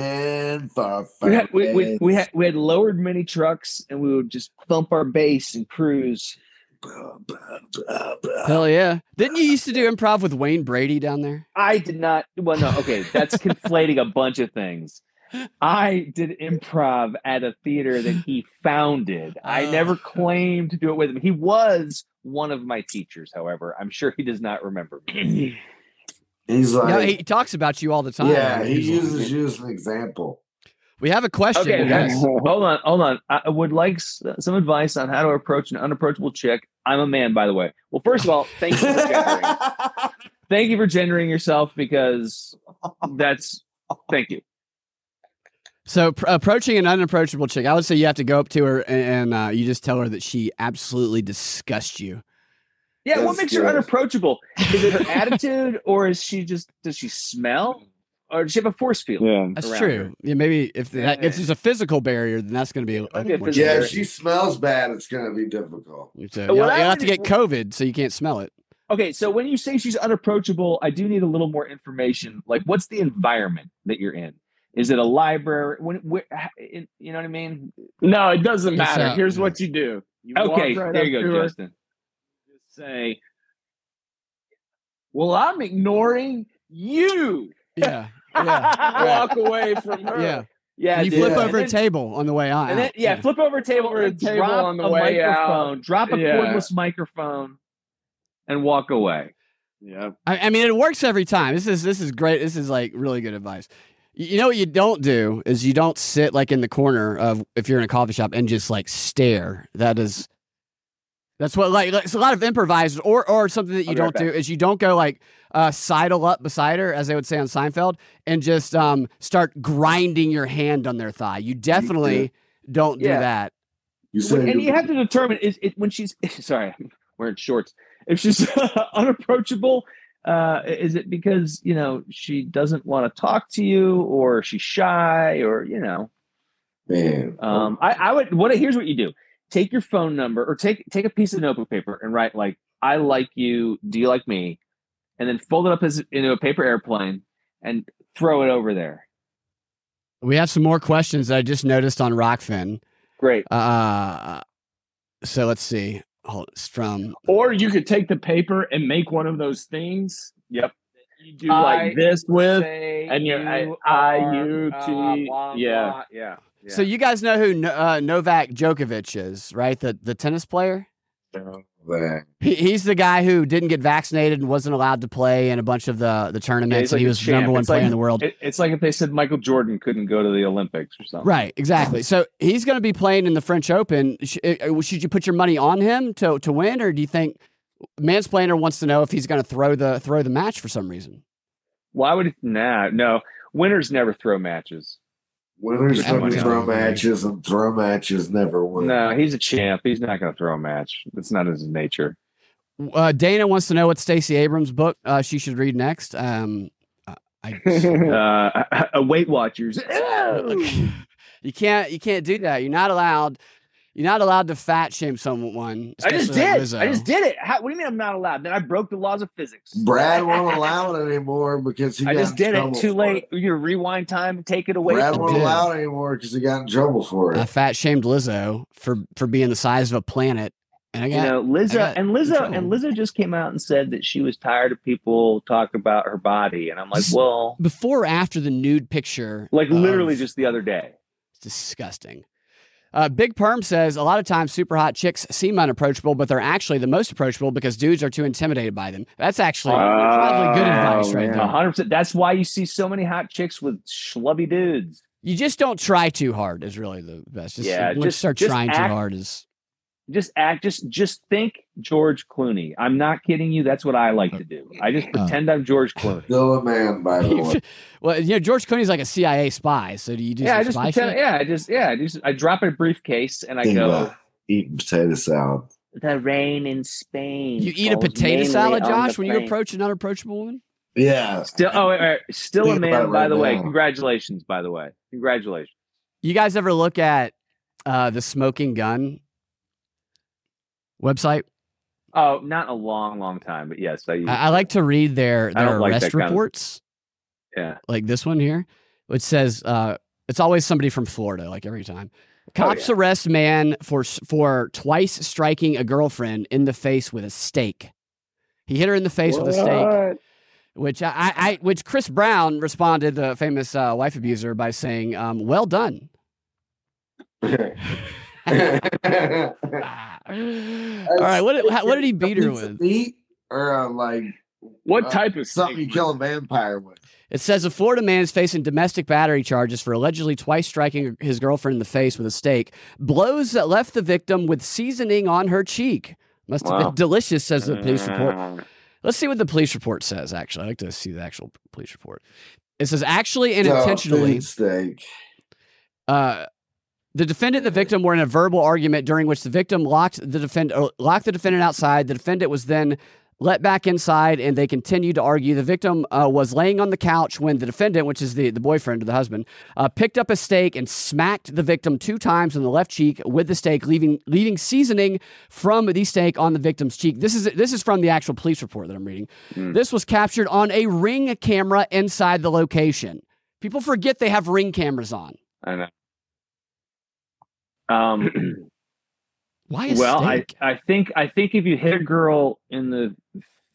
S4: cruising for
S2: We had, we, we, we
S4: friends.
S2: had we had lowered mini trucks, and we would just thump our bass and cruise.
S4: Blah, blah, blah, blah.
S1: Hell yeah! Didn't you used to do improv with Wayne Brady down there?
S2: I did not. Well, no, okay, that's conflating a bunch of things. I did improv at a theater that he founded. I
S1: Oh.
S2: never claimed to do it with him. He was one of my teachers, however. I'm sure he does not remember me.
S4: He's like,
S1: yeah, he talks about you all the time.
S4: yeah, he
S1: Usually.
S4: uses you as an example.
S1: We have a question.
S2: Okay,
S1: guys.
S2: hold on, hold on. I I would like s- uh, some advice on how to approach an unapproachable chick. I'm a man, by the way. Well, first of all, thank you for gendering. thank you for gendering yourself because that's thank you.
S1: So pr- approaching an unapproachable chick, I would say you have to go up to her and, and uh, you just tell her that she absolutely disgusts you.
S2: Yeah,
S4: That's
S2: what makes her
S4: good.
S2: unapproachable? Is it her attitude, or is she just does she smell, or does she have a force field?
S6: Yeah.
S1: That's
S2: around
S1: true.
S2: her.
S1: Yeah, maybe if that, if there's a physical barrier, then that's going to be. A,
S2: might be a
S1: more
S2: physical
S1: challenging.
S4: Yeah,
S2: barrier.
S4: if she smells bad, it's gonna be difficult.
S1: So
S2: Well,
S1: you'll, you'll
S2: I
S1: have to get
S2: already-
S1: COVID, so you can't smell it.
S2: Okay, so when you say she's unapproachable, I do need a little more information. Like, what's the environment that you're in? Is it a library? When, where, ha- in- you know what I mean?
S7: No, it doesn't
S1: It's,
S7: matter.
S1: uh,
S7: Here's what you do. You walk
S2: Okay,
S7: right
S2: there
S7: up
S2: you
S7: to
S2: go,
S7: her,
S2: Justin.
S7: just say, "Well, I'm ignoring you."
S1: Yeah, yeah,
S7: Walk away from her.
S1: yeah.
S2: Yeah,
S1: And you
S2: dude.
S1: flip
S4: yeah.
S1: over a
S2: And then-
S1: table on the way out.
S2: And then, yeah, flip over a table
S7: Over a
S2: and
S7: table
S2: drop
S7: on the
S2: a
S7: way
S2: microphone. Drop a
S7: Yeah.
S2: cordless microphone and walk away.
S7: Yeah.
S1: I, I mean, it works every time. This is this is great. This is like really good advice. You, you know what you don't do is you don't sit like in the corner of if you're in a coffee shop and just like stare. That is that's what like like, it's a lot of improvisers or or something that you
S2: I'll be right
S1: don't do is you don't go like uh, sidle up beside her as they would say on Seinfeld and just um start grinding your hand on their thigh. You definitely don't do
S2: Yeah.
S1: that.
S4: You
S2: When-
S4: say
S2: and you have to determine is it when she's sorry I'm wearing shorts if she's unapproachable uh is it because you know she doesn't want to talk to you or she's shy or you know
S4: man.
S2: um i i would what here's what you do take your phone number or take take a piece of notebook paper and write like i like you do you like me and then fold it up as into a paper airplane and throw it over there
S1: We have some more questions that I just noticed on Rockfin.
S2: great
S1: Uh, so let's see. Hold, it's from
S7: Or you could take the paper and make one of those things. Yep. You do
S6: I
S7: like this with.
S6: and
S7: and
S6: you
S7: your I-
S6: are, uh,
S7: IUT,
S2: uh,
S6: blah, blah,
S7: yeah.
S6: blah, Uh, yeah.
S1: So you guys know who No- uh, Novak Djokovic is, right? The the tennis player.
S4: That-
S1: He, he's the guy who didn't get vaccinated and wasn't allowed to play in a bunch of the the tournaments,
S2: like
S1: and he
S2: a
S1: was
S2: champ.
S1: number one
S2: It's
S1: player
S2: like-
S1: in the world.
S2: It- it's like if they said michael jordan couldn't go to the olympics or something
S1: right, exactly. So he's going to be playing in the French Open. Sh- uh, Should you put your money on him to to win, or do you think Mansplainer wants to know if he's going to throw the throw the match for some reason?
S2: Why would it? Nah, no. Winners never throw matches.
S4: Winners
S1: That
S4: never
S1: one's
S4: throw
S1: not good.
S4: matches, and throw matches never win.
S2: No, he's a champ. He's not going to throw a match. That's not his nature.
S1: Uh, Dana wants to know what Stacey Abrams book uh, she should read next. Um, uh, I.
S2: Uh, a Weight Watchers. Ew!
S1: you can't you can't do that. You're not allowed. You're not allowed to fat shame someone.
S2: I just
S4: uh,
S1: especially like
S2: did. I
S1: Lizzo.
S2: just did it. How, what do you mean I'm not allowed? Then I broke the laws of physics.
S4: Brad won't allow it anymore because he.
S2: I
S4: got
S2: just
S4: in
S2: did it.
S4: trouble
S2: Too
S4: for
S2: late. Your rewind time. Take it away.
S4: Brad
S1: I
S4: won't
S1: did.
S4: allow it anymore because he got in trouble for
S1: I
S4: it.
S1: fat shamed Lizzo for for being the size of a planet, and I
S2: You
S1: got
S2: know, Lizzo
S1: got
S2: and
S1: trouble.
S2: Lizzo and Lizzo just came out and said that she was tired of people talking about her body, and I'm like,
S1: Just-
S2: well,
S1: before or after the nude picture.
S2: like
S1: of-
S2: literally just the other day.
S1: It's disgusting. Uh, Big Perm says a lot of times super hot chicks seem unapproachable, but they're actually the most approachable because dudes are too intimidated by them. That's actually probably good advice right
S2: A
S1: there.
S2: hundred percent. That's why you see so many hot chicks with schlubby dudes.
S1: You just don't try too hard is really the best. Just,
S2: Yeah,
S1: once you
S2: just-
S1: start
S2: just
S1: trying
S2: act-
S1: too hard is
S2: Just act. Just just think George Clooney. I'm not kidding you. That's what I like to do. I
S1: Uh,
S2: just pretend I'm George Clooney.
S4: Still a man, by the way.
S1: well, you know, George Clooney's like a CIA spy. So do you do
S2: Yeah,
S1: some
S2: I just
S1: spy
S2: pretend.
S1: shit?
S2: Yeah, I just yeah, I just I drop a briefcase and I
S4: Think
S2: go.
S4: about eating potato salad.
S7: The rain in Spain.
S1: You eat a
S7: falls
S1: potato
S7: mainly
S1: salad,
S7: on the
S1: Josh, when you
S7: plane.
S1: approach an unapproachable woman?
S4: Yeah,
S2: Still, oh, wait, wait, still
S4: Think
S2: a
S4: about it
S2: man. By
S4: right
S2: the way,
S4: now.
S2: congratulations. By the way, congratulations.
S1: You guys ever look at uh, the smoking gun website?
S2: Oh, not a long, long time, but yes, I, used
S1: I, I like to read their
S2: I don't
S1: their
S2: like that
S1: arrest
S2: kind of-
S1: reports,
S2: yeah.
S1: like this one here, which says uh, it's always somebody from Florida, like every time.
S2: Oh,
S1: Cops arrest man for for twice striking a girlfriend in the face with a stake. He hit her in the face with a stake. Which I, I, I which Chris Brown responded, the famous uh, wife abuser, by saying, um, "Well done." All right, what did- how- what did he beat her
S4: It's a
S1: with?
S4: Meat or uh, like
S7: What
S4: uh,
S7: type of
S4: something you kill a vampire with?
S1: It says a Florida man is facing domestic battery charges for allegedly twice striking his girlfriend in the face with a stake. Blows that left the victim with seasoning on her cheek. Must have
S7: Wow.
S1: been delicious, says the police report. Let's see what the police report says, actually. I'd like to see the actual police report. It says, actually and
S4: No,
S1: intentionally,
S4: food steak.
S1: uh, the defendant and the victim were in a verbal argument during which the victim locked the defend- uh, locked the defendant outside. The defendant was then let back inside, and they continued to argue. The victim uh, was laying on the couch when the defendant, which is the, the boyfriend or the husband, uh, picked up a steak and smacked the victim two times on the left cheek with the steak, leaving leaving seasoning from the steak on the victim's cheek. This is this is from the actual police report that I'm reading. This was captured on a ring camera inside the location. People forget they have ring cameras on.
S2: I know. Um,
S1: Why is
S2: well,
S1: steak?
S2: I I think I think if you hit a girl in the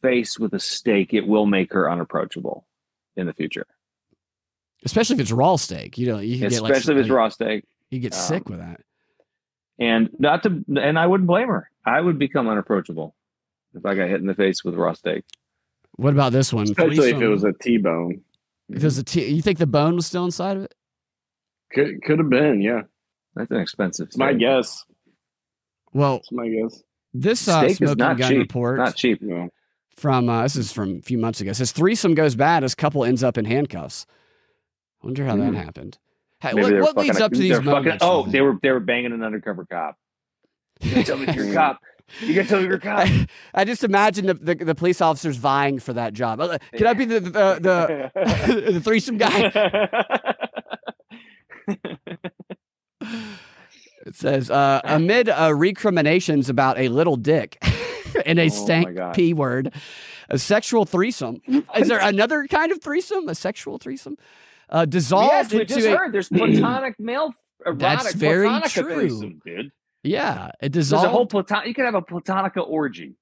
S2: face with a stake, it will make her unapproachable in the future,
S1: especially if it's raw steak. You know, you can
S2: especially
S1: get like,
S2: if it's raw steak.
S1: You get
S2: Um,
S1: sick with that.
S2: And not to, and I wouldn't blame her. I would become unapproachable if I got hit in the face with raw steak,
S1: What about this one?
S7: Especially if
S1: Threesome-
S7: it was a T-bone.
S1: if it was a t- you think the bone was still inside of it?
S7: Could could have been, yeah.
S2: That's an expensive.
S7: It's my
S2: steak.
S7: guess.
S1: Well,
S7: It's my guess.
S1: this uh,
S2: Steak is
S1: smoking
S2: not
S1: gun
S2: cheap.
S1: report
S2: Not cheap.
S7: No.
S1: from uh, this is from a few months ago says threesome goes bad as couple ends up in handcuffs. Wonder how
S2: Hmm.
S1: that happened. Hey,
S2: Maybe they were
S1: what what leads
S2: fucking-
S1: up to
S2: they
S1: these
S2: were fucking-
S1: moments?
S2: oh, they were they were banging an undercover cop. You gotta tell me you're a cop. You gotta tell me you're a cop.
S1: I, I just imagine the, the, the police officers vying for that job. Uh, Can I be the the the, the threesome guy? It says, uh, amid uh, recriminations about a little dick and a
S2: Oh my
S1: stank
S2: God.
S1: p word, a sexual threesome. Is there another kind of threesome? A sexual threesome? Uh, dissolved
S2: yes, we
S1: into
S2: just
S1: a
S2: heard there's platonic male erotic
S1: That's very
S2: platonica
S1: true.
S2: threesome, dude.
S1: yeah, it
S2: There's
S1: dissolved.
S2: a whole platonic. You could have a platonica orgy.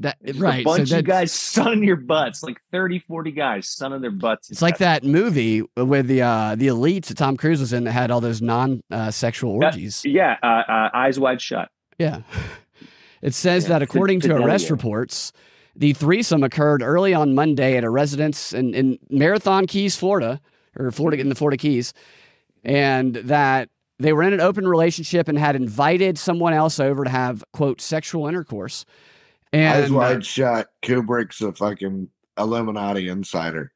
S1: that
S2: Just
S1: right,
S2: a
S1: so
S2: bunch of
S1: that's-
S2: you guys sunning your butts, like 30, 40 guys sunning their butts.
S1: It's like that movie with the uh, the elites that Tom Cruise was in that had all those non uh, sexual
S2: That-
S1: orgies.
S2: Yeah, uh, uh, eyes wide shut.
S1: Yeah. It says that
S2: Yeah, fi-
S1: according to arrest
S2: fidelio.
S1: reports, the threesome occurred early on Monday at a residence in, in Marathon Keys, Florida, or Florida in the Florida Keys, and that they were in an open relationship and had invited someone else over to have quote sexual intercourse.
S4: Eyes
S2: uh,
S1: And
S4: wide shut. Kubrick's a fucking Illuminati insider.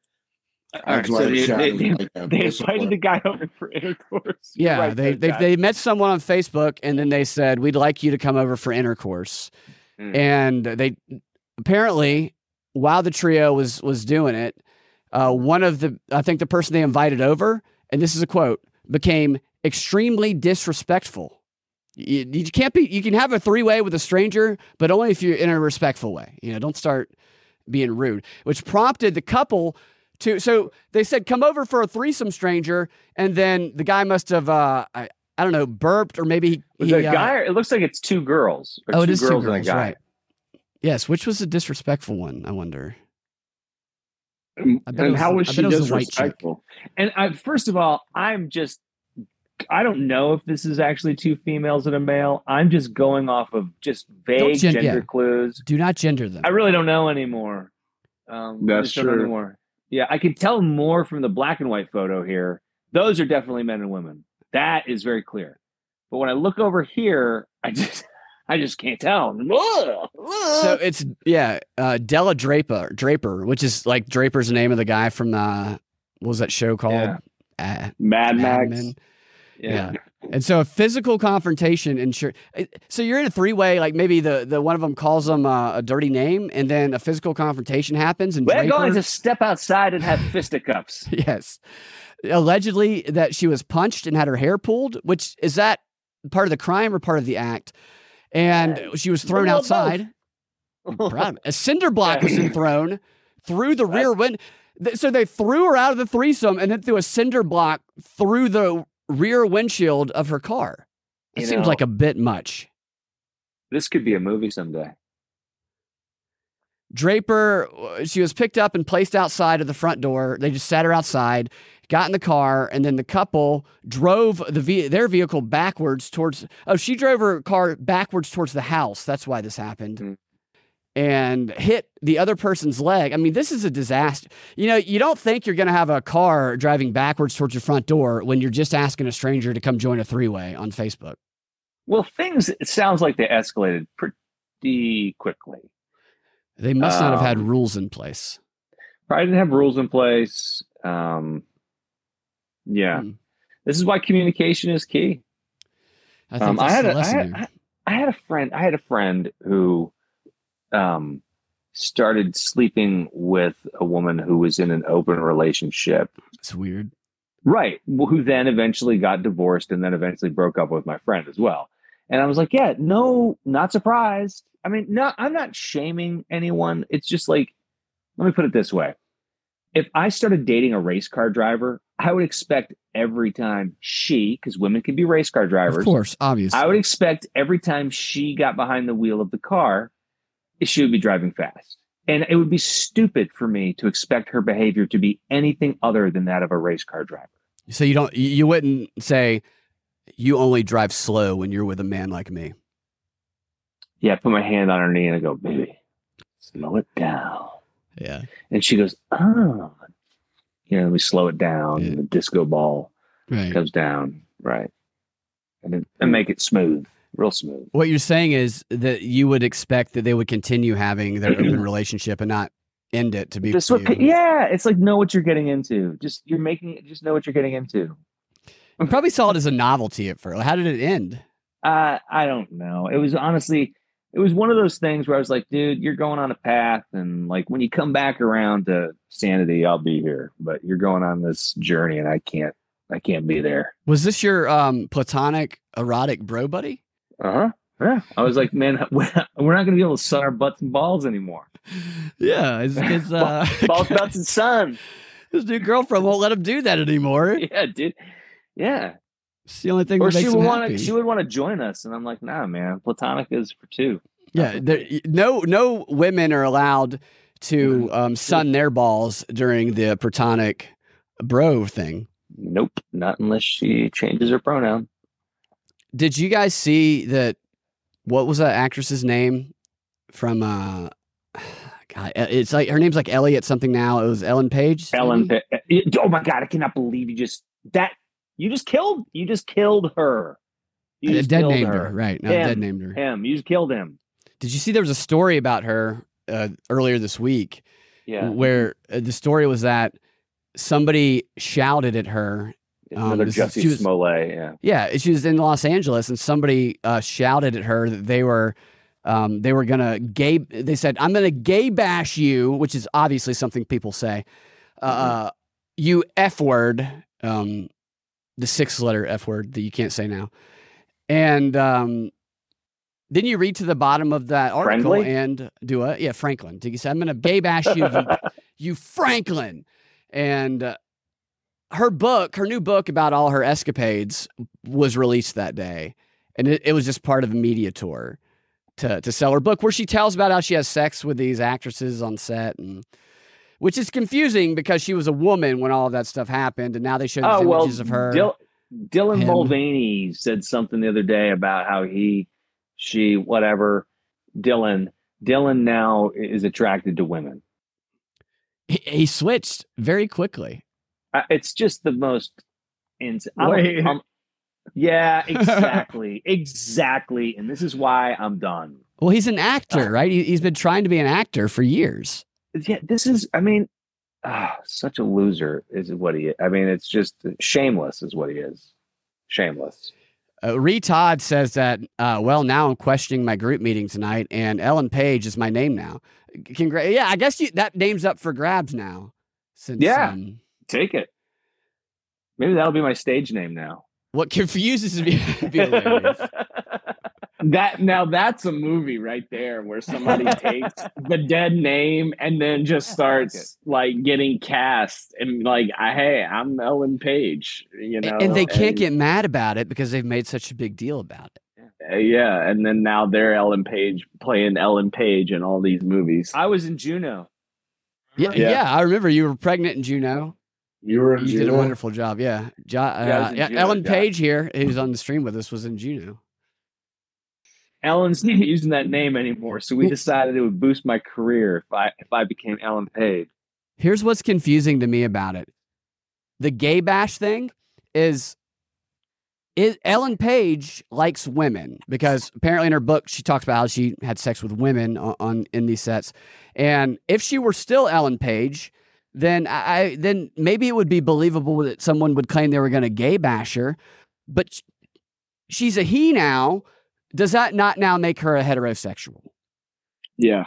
S2: All right,
S4: Eyes
S2: so
S4: wide
S2: they,
S4: shut
S2: they-
S4: is
S2: they-
S4: like a
S2: they
S4: whistleblower.
S2: invited the guy over for intercourse. You're
S1: yeah,
S2: right,
S1: they,
S2: that
S1: they
S2: guy.
S1: they met someone on Facebook and then they said, "We'd like you to come over for intercourse."
S2: Mm.
S1: And they apparently, while the trio was was doing it, uh, one of the I think the person they invited over, and this is a quote, became extremely disrespectful. You, you can't be. You can have a three way with a stranger, but only if you're in a respectful way. You know, don't start being rude, which prompted the couple to. So they said, "Come over for a threesome, stranger," and then the guy must have, uh, I, I don't know, burped or maybe he.
S2: Was it
S1: he,
S2: a
S1: uh,
S2: guy? or- it looks like it's two girls. Or
S1: Oh, it
S2: two
S1: is
S2: girls
S1: two girls,
S2: and a guy.
S1: right? Yes, which was the disrespectful one? I wonder.
S7: And,
S1: I bet it
S7: and
S1: was
S7: how
S1: the-
S7: was
S1: I
S7: she
S1: bet it was the white chick.
S7: disrespectful?
S2: And I, first of all, I'm just I don't know if this is actually two females and a male. I'm just going off of just vague
S1: gen-
S2: gender
S1: yeah.
S2: clues.
S1: Do not gender them.
S2: I really don't know anymore. Um, I
S7: That's
S2: just don't know
S7: true.
S2: Anymore. Yeah, I can tell more from the black and white photo here. Those are definitely men and women. That is very clear. But when I look over here, I just I just can't tell.
S1: so it's yeah, uh, Della Draper, Draper, which is like Draper's the name of the guy from the what was that show called?
S7: Yeah.
S1: Uh, Mad
S7: Mad Max.
S1: Men. Yeah. And so a physical confrontation ensure it- so you're in a three-way like maybe the the one of them calls them uh, a dirty name and then a physical confrontation happens and
S2: We're going
S1: Draper-
S2: to step outside and have fisticuffs.
S1: yes. Allegedly that she was punched and had her hair pulled, which is that part of the crime or part of the act? And she was thrown
S2: Uh, Well, both.
S1: outside I'm proud of it. A cinder block was enthroned through the rear window. So they threw her out of the threesome and then threw a cinder block through the rear windshield of her car. It
S2: You
S1: seems
S2: know-
S1: like a bit much.
S2: This could be a movie someday.
S1: Draper, uh, she was picked up and placed outside of the front door. They just sat her outside, got in the car, and then the couple drove the ve- their vehicle backwards towards. Oh, she drove her car backwards towards the house. That's why this happened.
S2: Hmm.
S1: And hit the other person's leg. I mean, this is a disaster. You know, you don't think you're going to have a car driving backwards towards your front door when you're just asking a stranger to come join a three way on Facebook.
S2: Well, things it sounds like they escalated pretty quickly.
S1: They must not have had
S2: Um,
S1: rules in place.
S2: Probably didn't have rules in place. Um, yeah,
S1: Hmm.
S2: this is why communication is key.
S1: I think
S2: Um,
S1: that's
S2: I had
S1: the
S2: a- I
S1: lesson
S2: had-
S1: here.
S2: I had a friend. I had a friend who um, started sleeping with a woman who was in an open relationship.
S1: It's weird.
S2: Right. Who then eventually got divorced and then eventually broke up with my friend as well. And I was like, yeah, no, not surprised. I mean, no, I'm not shaming anyone. It's just like, let me put it this way. If I started dating a race car driver, I would expect every time she, because women can be race car drivers.
S1: Of course, obviously.
S2: I would expect every time she got behind the wheel of the car, she would be driving fast. And it would be stupid for me to expect her behavior to be anything other than that of a race car driver.
S1: So you don't you- you wouldn't say you only drive slow when you're with a man like me.
S2: Yeah, I put my hand on her knee and I go, baby, slow it down.
S1: Yeah.
S2: And she goes, oh. You know, we slow it down. And the disco ball
S1: Right. Mm.
S2: comes down. Right. And, then, and make it smooth, real smooth.
S1: What you're saying is that you would expect that they would continue having their open relationship and not end it to be
S2: Just
S1: for
S2: what,
S1: you.
S2: yeah, it's like know what you're getting into. Just you're making just know what you're getting into.
S1: You probably saw it as a novelty at first. How did it end?
S2: Uh, I don't know. It was honestly, it was one of those things where I was like, dude, you're going on a path, and like when you come back around to sanity, I'll be here. But you're going on this journey, and I can't, I can't be there.
S1: Was this your um platonic erotic bro buddy?
S2: Uh
S1: Uh-huh.
S2: huh. Yeah. I was like, man, we're not going to be able to sun our butts and balls anymore.
S1: Yeah, his, his uh
S2: balls, butts, and sun.
S1: his new girlfriend won't let him do that anymore.
S2: Yeah, dude. Yeah.
S1: It's the only thing
S2: or
S1: that
S2: she
S1: makes him
S2: would want
S1: happy.
S2: to, she would want to join us, and I'm like, nah, man, platonic is for two.
S1: Yeah, there, y- no, no women are allowed to um, sun their balls during the platonic bro thing.
S2: Nope, not unless she changes her pronoun.
S1: Did you guys see that? What was that actress's name from? Uh, God, e- it's like her name's like Elliot something now. It was Ellen Page.
S2: Ellen,
S1: maybe?
S2: Pe- uh, oh my god, I cannot believe you just that you just killed you just killed her. You
S1: Uh,
S2: just
S1: dead
S2: killed
S1: named her, right, no,
S2: him,
S1: dead named her.
S2: Him, you just killed him.
S1: Did you see there was a story about her uh, earlier this week?
S2: Yeah.
S1: Where uh, the story was that somebody shouted at her. um,
S2: Another
S1: this is-
S2: Jussie
S1: she was-
S2: Smollett. Yeah.
S1: Yeah, she was in Los Angeles, and somebody uh, shouted at her that they were um, they were gonna gay. They said, "I'm gonna gay bash you," which is obviously something people say. Uh, You f word, um, the six letter f word that you can't say now. And um, then you read to the bottom of that article
S2: Friendly?
S1: and do a yeah, Franklin. Did you say I'm gonna gay bash you, you, you Franklin? And uh, her book, her new book about all her escapades, was released that day, and it, it was just part of a media tour to to sell her book, where she tells about how she has sex with these actresses on set, and which is confusing because she was a woman when all of that stuff happened, and now they show these
S2: Oh well,
S1: images of her.
S2: Dil- Dylan
S1: him.
S2: Mulvaney said something the other day about how he, she, whatever, Dylan. Dylan now is attracted to women.
S1: he, he switched very quickly.
S2: Uh, it's just the most ins- I'm-
S1: Wait.
S2: I'm- yeah, exactly. exactly. And this is why I'm done.
S1: Well, he's an
S2: Uh.
S1: actor, right? He, he's been trying to be an actor for years.
S2: Yeah, this is I mean, ah, such a loser is what he I mean, it's just shameless is what he is. Shameless.
S1: Uh, Ree Todd says that, uh, well, now I'm questioning my group meeting tonight, and Ellen Page is my name now. Congra- yeah, I guess you, that name's up for grabs now. Since,
S2: Yeah.
S1: um,
S2: Take it. Maybe that'll be my stage name now.
S1: what confuses me, be hilarious.
S7: That now that's a movie right there where somebody takes the dead name and then just starts like getting cast and like I- hey, I'm Ellen Page, you know.
S1: And, and they can't get mad about it because they've made such a big deal about it.
S7: Uh, yeah, and then now they're Ellen Page playing Ellen Page in all these movies.
S2: I was in Juno.
S1: Yeah, yeah.
S7: Yeah.
S1: I remember you were pregnant in Juno.
S4: You were in
S1: You did a
S4: Juno?
S1: wonderful job. Yeah. Jo-
S7: Yeah, I was
S1: uh,
S7: in
S1: yeah,
S7: Juno,
S1: Ellen
S7: yeah.
S1: Page here, who's on the stream with us, was in Juno.
S2: Ellen's not using that name anymore, so we decided it would boost my career if I if I became Ellen Page.
S1: Here's what's confusing to me about it. The gay bash thing is it, Ellen Page likes women because apparently in her book she talks about how she had sex with women on, on in these sets. And if she were still Ellen Page, then I I- then maybe it would be believable that someone would claim they were going to gay bash her, but sh- she's a he now. Does that not now make her a heterosexual?
S2: Yeah.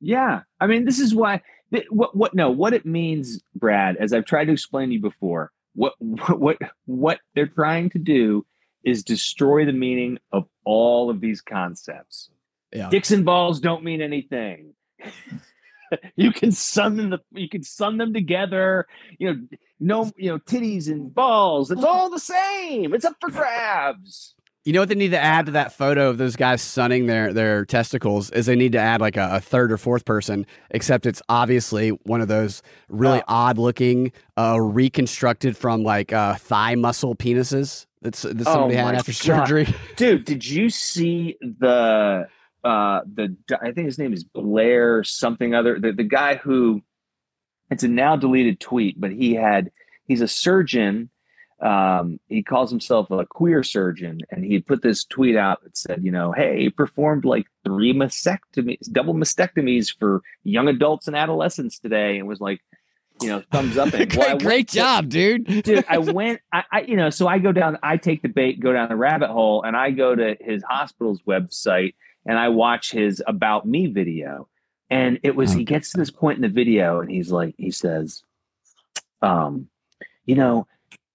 S2: Yeah. I mean, this is why th- what what no, what it means, Brad, as I've tried to explain to you before, what what what, what they're trying to do is destroy the meaning of all of these concepts.
S1: Yeah.
S2: Dicks and balls don't mean anything. you can sun them the, you can sun them together, you know, no, you know, titties and balls. It's all the same. It's up for grabs.
S1: You know what they need to add to that photo of those guys sunning their their testicles is they need to add like a, a third or fourth person, except it's obviously one of those really
S2: Oh.
S1: odd looking, uh, reconstructed from like uh, thigh muscle penises that's that somebody had
S2: Oh my
S1: after
S2: God.
S1: surgery.
S2: dude did you see the uh the i think his name is blair something other the, the guy who it's a now deleted tweet but he had he's a surgeon um he calls himself a queer surgeon and he put this tweet out that said you know hey he performed like three mastectomies double mastectomies for young adults and adolescents today and was like you know thumbs up and
S1: great,
S2: well, I-
S1: great job, dude.
S2: dude i went I, I you know so i go down i take the bait go down the rabbit hole and i go to his hospital's website and i watch his about me video and it was he gets to this point in the video and he's like he says um you know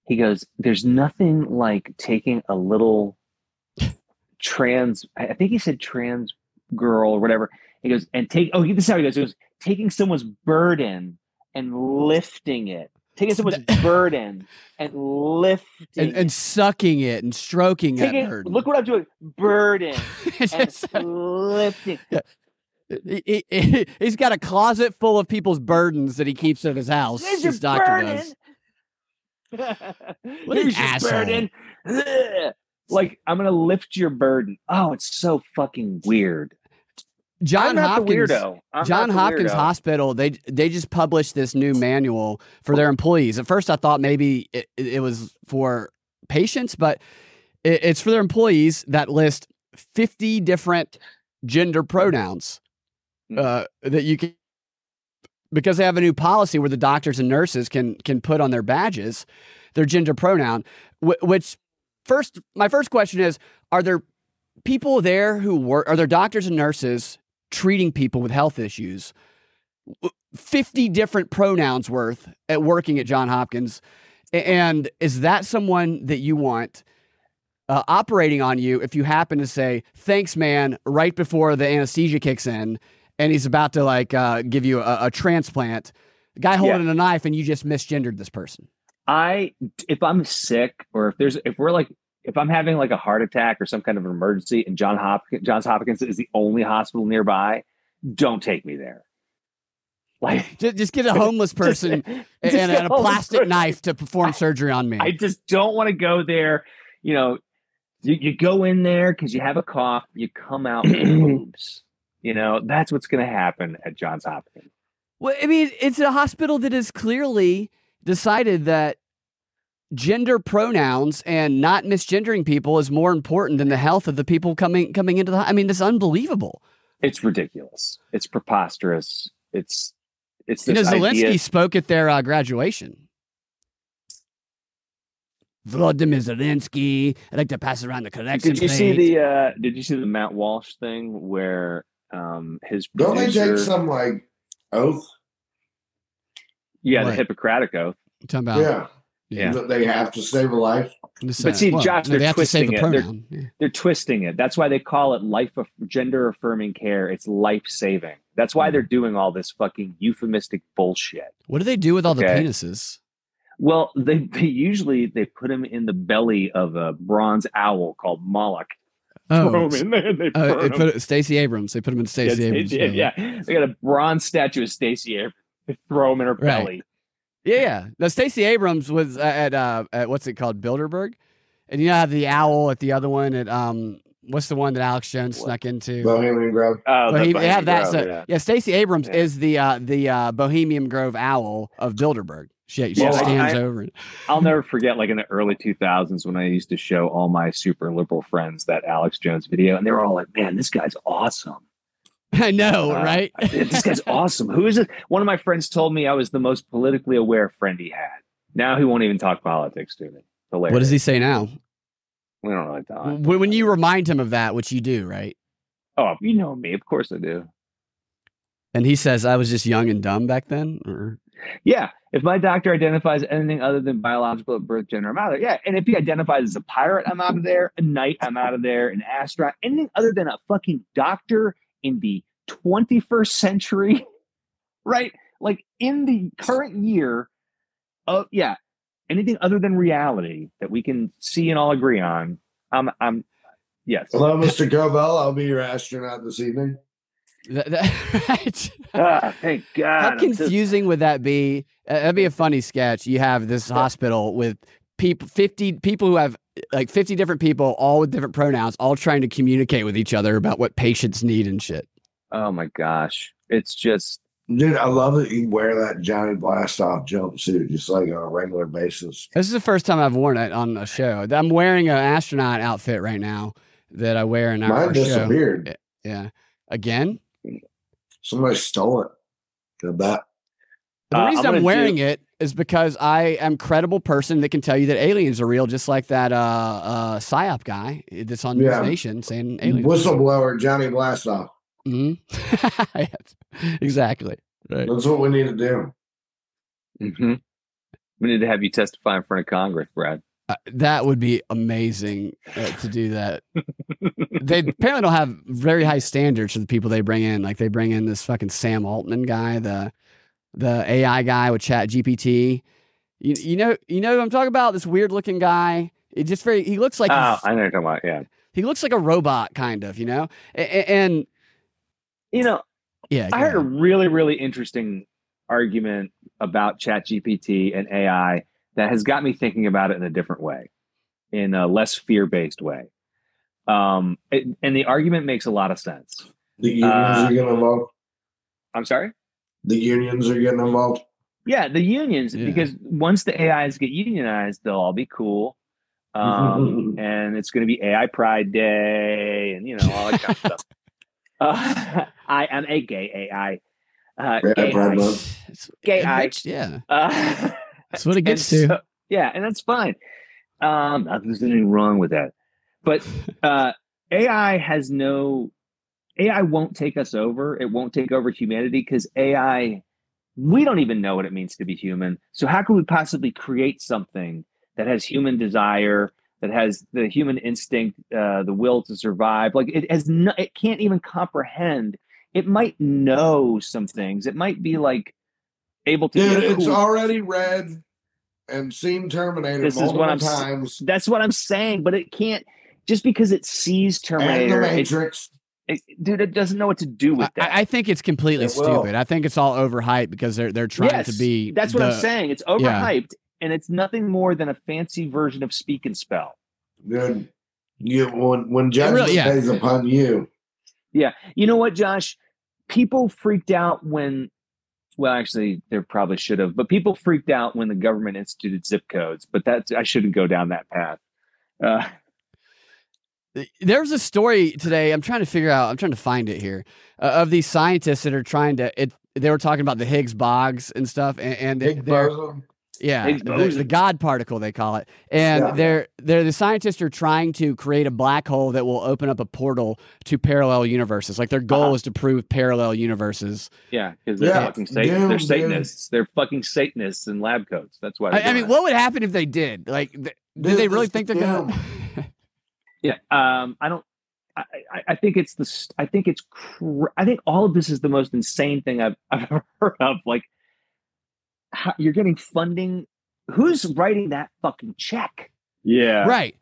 S2: he goes there's nothing like taking a little trans i I think he said trans girl or whatever he goes and take oh this is how he goes he goes taking someone's burden and lifting it taking someone's burden and lifting
S1: and, and sucking it and stroking that
S2: taking,
S1: bird.
S2: look what i'm doing burden and
S1: Just-
S2: lifting
S1: he, he, he- he's got a closet full of people's burdens that he keeps at his house.
S2: There's
S1: His
S2: your
S1: doctor
S2: burden.
S1: does. What an
S2: Here's your
S1: asshole.
S2: burden. Ugh. Like I'm gonna lift your burden. Oh, it's so fucking weird.
S1: John
S2: I'm not
S1: Hopkins.
S2: the weirdo. I'm
S1: John
S2: not the
S1: Hopkins
S2: weirdo.
S1: Hospital, they they just published this new manual for their employees. At first, I thought maybe it, it it was for patients, but it, it's for their employees that list fifty different gender pronouns
S2: Mm.
S1: uh, that you can. Because they have a new policy where the doctors and nurses can can put on their badges their gender pronoun, wh- which first my first question is: Are there people there who work? Are there doctors and nurses treating people with health issues. 50 different pronouns worth at working at John Hopkins. A- And is that someone that you want uh, operating on you if you happen to say, thanks, man, right before the anesthesia kicks in and he's about to like uh, give you a, a transplant? The guy holding a knife and you just misgendered this person.
S2: I if I'm sick or if there's if we're like if I'm having like a heart attack or some kind of emergency and John Hopkins Johns Hopkins is the only hospital nearby, don't take me there. Like
S1: Just, just get a homeless person
S2: just
S1: and, and
S2: get
S1: a
S2: homeless
S1: plastic
S2: person.
S1: knife to perform surgery on me.
S2: I just don't want to go there. You know, you, you go in there because you have a cough, you come out with boobs. You know, that's what's going to happen at Johns Hopkins.
S1: Well, I mean, it's a hospital that has clearly decided that gender pronouns and not misgendering people is more important than the health of the people coming coming into the. I mean, it's unbelievable.
S2: It's ridiculous. It's preposterous. It's it's
S1: You
S2: this
S1: know, Zelensky
S2: idea.
S1: spoke at their uh, graduation. Vladimir Zelensky. I'd like to pass around the correction.
S2: Did you see
S1: plate.
S2: the uh Did you see the Matt Walsh thing where um his
S4: Don't they
S2: producer?
S4: take some like oath?
S2: yeah,
S1: What?
S2: the Hippocratic oath.
S1: You talking about?
S4: Yeah.
S2: Yeah.
S4: that they have to save a life.
S2: But see, Josh, they're twisting it. They're,
S1: pronoun. Yeah.
S2: they're twisting it. That's why they call it life of gender affirming care. It's life saving. That's why they're doing all this fucking euphemistic bullshit.
S1: What do they do with all
S2: Okay.
S1: the penises?
S2: Well, they, they usually they put them in the belly of a bronze owl called Moloch. Throw 'em in there. and They
S1: oh,
S2: burn
S1: they
S2: 'em.
S1: put it, Stacey Abrams. They put him in
S2: Yes,
S1: Stacey
S2: they
S1: Abrams.
S2: did,
S1: film.
S2: yeah, they got a bronze statue of Stacey Abrams. They throw him in her
S1: Right.
S2: belly.
S1: yeah, yeah. Now Stacey Abrams was uh, at uh, at what's it called Bilderberg, and you know how the owl at the other one at um what's the one that Alex Jones snuck into?
S4: Bohemian Grove.
S2: Oh,
S1: Bohem-
S2: the
S1: they have that.
S2: Grove,
S1: so, yeah,
S2: yeah.
S1: Stacey Abrams
S2: Yeah.
S1: is the uh, the uh, Bohemian Grove owl of Bilderberg. She, she
S2: Yeah, I-
S1: stands
S2: I-
S1: over it.
S2: I'll never forget, like in the early 2000s, when I used to show all my super liberal friends that Alex Jones video, and they were all like, "Man, this guy's awesome!
S1: I know,
S2: Uh,
S1: right?
S2: This guy's awesome! Who is it?" One of my friends told me I was the most politically aware friend he had. Now he won't even talk politics to me. Hilarious.
S1: What does he say now?
S2: We don't really talk.
S1: When, when you remind him of that, which you do, right?
S2: Oh, you know me. Of course I do.
S1: And he says, "I was just young and dumb back then." Or,
S2: Yeah. If my doctor identifies anything other than biological at birth gender, I'm out of there. Yeah. And if he identifies as a pirate, I'm out of there. A knight, I'm out of there. An astronaut, anything other than a fucking doctor in the 21st century, right? Like in the current year of, yeah, anything other than reality that we can see and all agree on, I'm, I'm, yes.
S4: Hello, Mr. Covell. I'll be your astronaut this evening.
S1: Th- th- right?
S2: Ah, thank God.
S1: How
S2: I'm just-
S1: confusing would that be? Uh, That'd be a funny sketch. You have this hospital with people, fifty people who have like fifty different people, all with different pronouns, all trying to communicate with each other about what patients need and shit.
S2: oh my gosh. It's just,
S4: Dude, I love that you wear that Johnny Blast off jumpsuit just like on a regular basis.
S1: This is the first time I've worn it on a show. I'm wearing an astronaut outfit right now that I wear in our,
S4: Mine
S1: our show.
S4: disappeared.
S1: Yeah, again.
S4: Somebody stole it. Good bet.
S1: The
S2: Uh,
S1: reason
S2: I'm
S1: I'm,
S2: gonna
S1: wearing
S2: do-
S1: it is because I am a credible person that can tell you that aliens are real, just like that uh, uh, psyop guy uh, that's on
S4: Yeah.
S1: News Nation saying aliens.
S4: Whistleblower Johnny Blastoff.
S1: Mhm. Yes. exactly. Right.
S4: That's what we need to do.
S2: hmm we need to have you testify in front of Congress, Brad.
S1: Uh, that would be amazing uh, to do that. they apparently don't have very high standards for the people they bring in. Like they bring in this fucking Sam Altman guy, the the AI guy with Chat GPT. You, you know, you know who I'm talking about? This weird looking guy. It just very. He looks like
S2: oh,
S1: he's-
S2: I know what you're talking about. Yeah.
S1: he looks like a robot, kind of. You know, A- a- and,
S2: You know,
S1: yeah,
S2: I heard a really, really interesting argument about ChatGPT and AI that has got me thinking about it in a different way, in a less fear based way. Um, it, and the argument makes a lot of sense.
S4: The unions
S2: Uh,
S4: are getting involved.
S2: I'm sorry?
S4: The unions are getting involved.
S2: Yeah, the unions,
S1: Yeah.
S2: because once the AIs get unionized, they'll all be cool. Um, and it's going to be AI Pride Day and, you know, all that kind of stuff. Uh, I am a gay AI. Uh,
S4: Yeah,
S2: gay
S4: Pride
S2: AI.
S4: Month.
S1: It's-
S2: Gay
S1: it
S2: eye.
S1: makes- yeah,
S2: Uh,
S1: that's what it gets
S2: and
S1: to.
S2: so- yeah, and that's fine. Um, not that there's anything wrong with that, but uh, AI has no AI won't take us over. It won't take over humanity because AI we don't even know what it means to be human. So how can we possibly create something that has human desire, that has the human instinct, uh, the will to survive? Like it has, no, it can't even comprehend. It might know some things. It might be like able to. be a
S4: Dude, it's
S2: cool-
S4: already read and seen Terminator
S2: This is
S4: multiple
S2: what I'm s-
S4: times.
S2: That's what I'm saying, but it can't just because it sees
S4: And the
S2: Terminator. It,
S4: Matrix.
S2: it- dude, it doesn't know what to do
S1: I,
S2: with that.
S1: I think it's completely
S4: It will.
S1: stupid. I think it's all overhyped because they're they're trying to
S2: Yes,
S1: be.
S2: That's what I'm
S1: the-
S2: saying. It's overhyped, and it's nothing more than a fancy version of Speak and Spell.
S4: Dude, you when when judgment
S1: really- yeah.
S4: stays upon you.
S2: Yeah, you know what, Josh? People freaked out when. Well, actually, there probably should have, but people freaked out when the government instituted zip codes. But that's I shouldn't go down that path. Uh,
S1: There was a story today. I'm trying to figure out. I'm trying to find it here uh, of these scientists that are trying to. It, they were talking about the Higgs bogs and stuff, and, and they,
S4: Big
S1: they're
S4: bosom.
S1: Yeah,
S2: Higgs
S1: the,
S2: boson.
S1: the God particle they call it, and
S2: Yeah.
S1: they're they're the scientists are trying to create a black hole that will open up a portal to parallel universes. Like their
S2: Uh-huh.
S1: goal is to prove parallel universes.
S2: Yeah, because they're
S1: Yeah.
S2: fucking Satan-
S1: Damn,
S2: they're
S1: dude.
S2: Satanists. They're fucking Satanists in lab coats. That's why.
S1: I,
S2: they're
S1: I
S2: doing
S1: mean, what would happen if they did? Like, th- did they really think they're gonna?
S2: it. yeah. Um, I don't. I, I, I think it's the. s- I think it's. Cr- I think all of this is the most insane thing I've I've ever heard of. Like, how, you're getting funding. Who's writing that fucking check?
S7: Yeah.
S1: Right.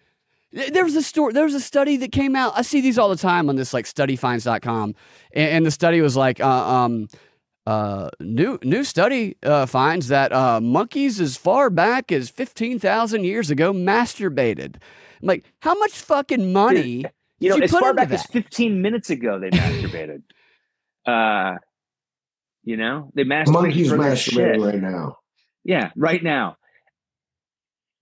S1: Th- There was a story. There was a study that came out. I see these all the time on this like studyfinds.com, and, and the study was like, uh, um, uh, new new study uh, finds that uh, monkeys as far back as fifteen thousand years ago masturbated. I'm like, how much fucking money?
S2: You know,
S1: did you
S2: as
S1: put
S2: far
S1: into
S2: back
S1: that?
S2: as 15 minutes ago, they masturbated. uh, you know, they masturbated.
S4: Monkeys
S2: for their shit.
S4: masturbating right now.
S2: Yeah, right now.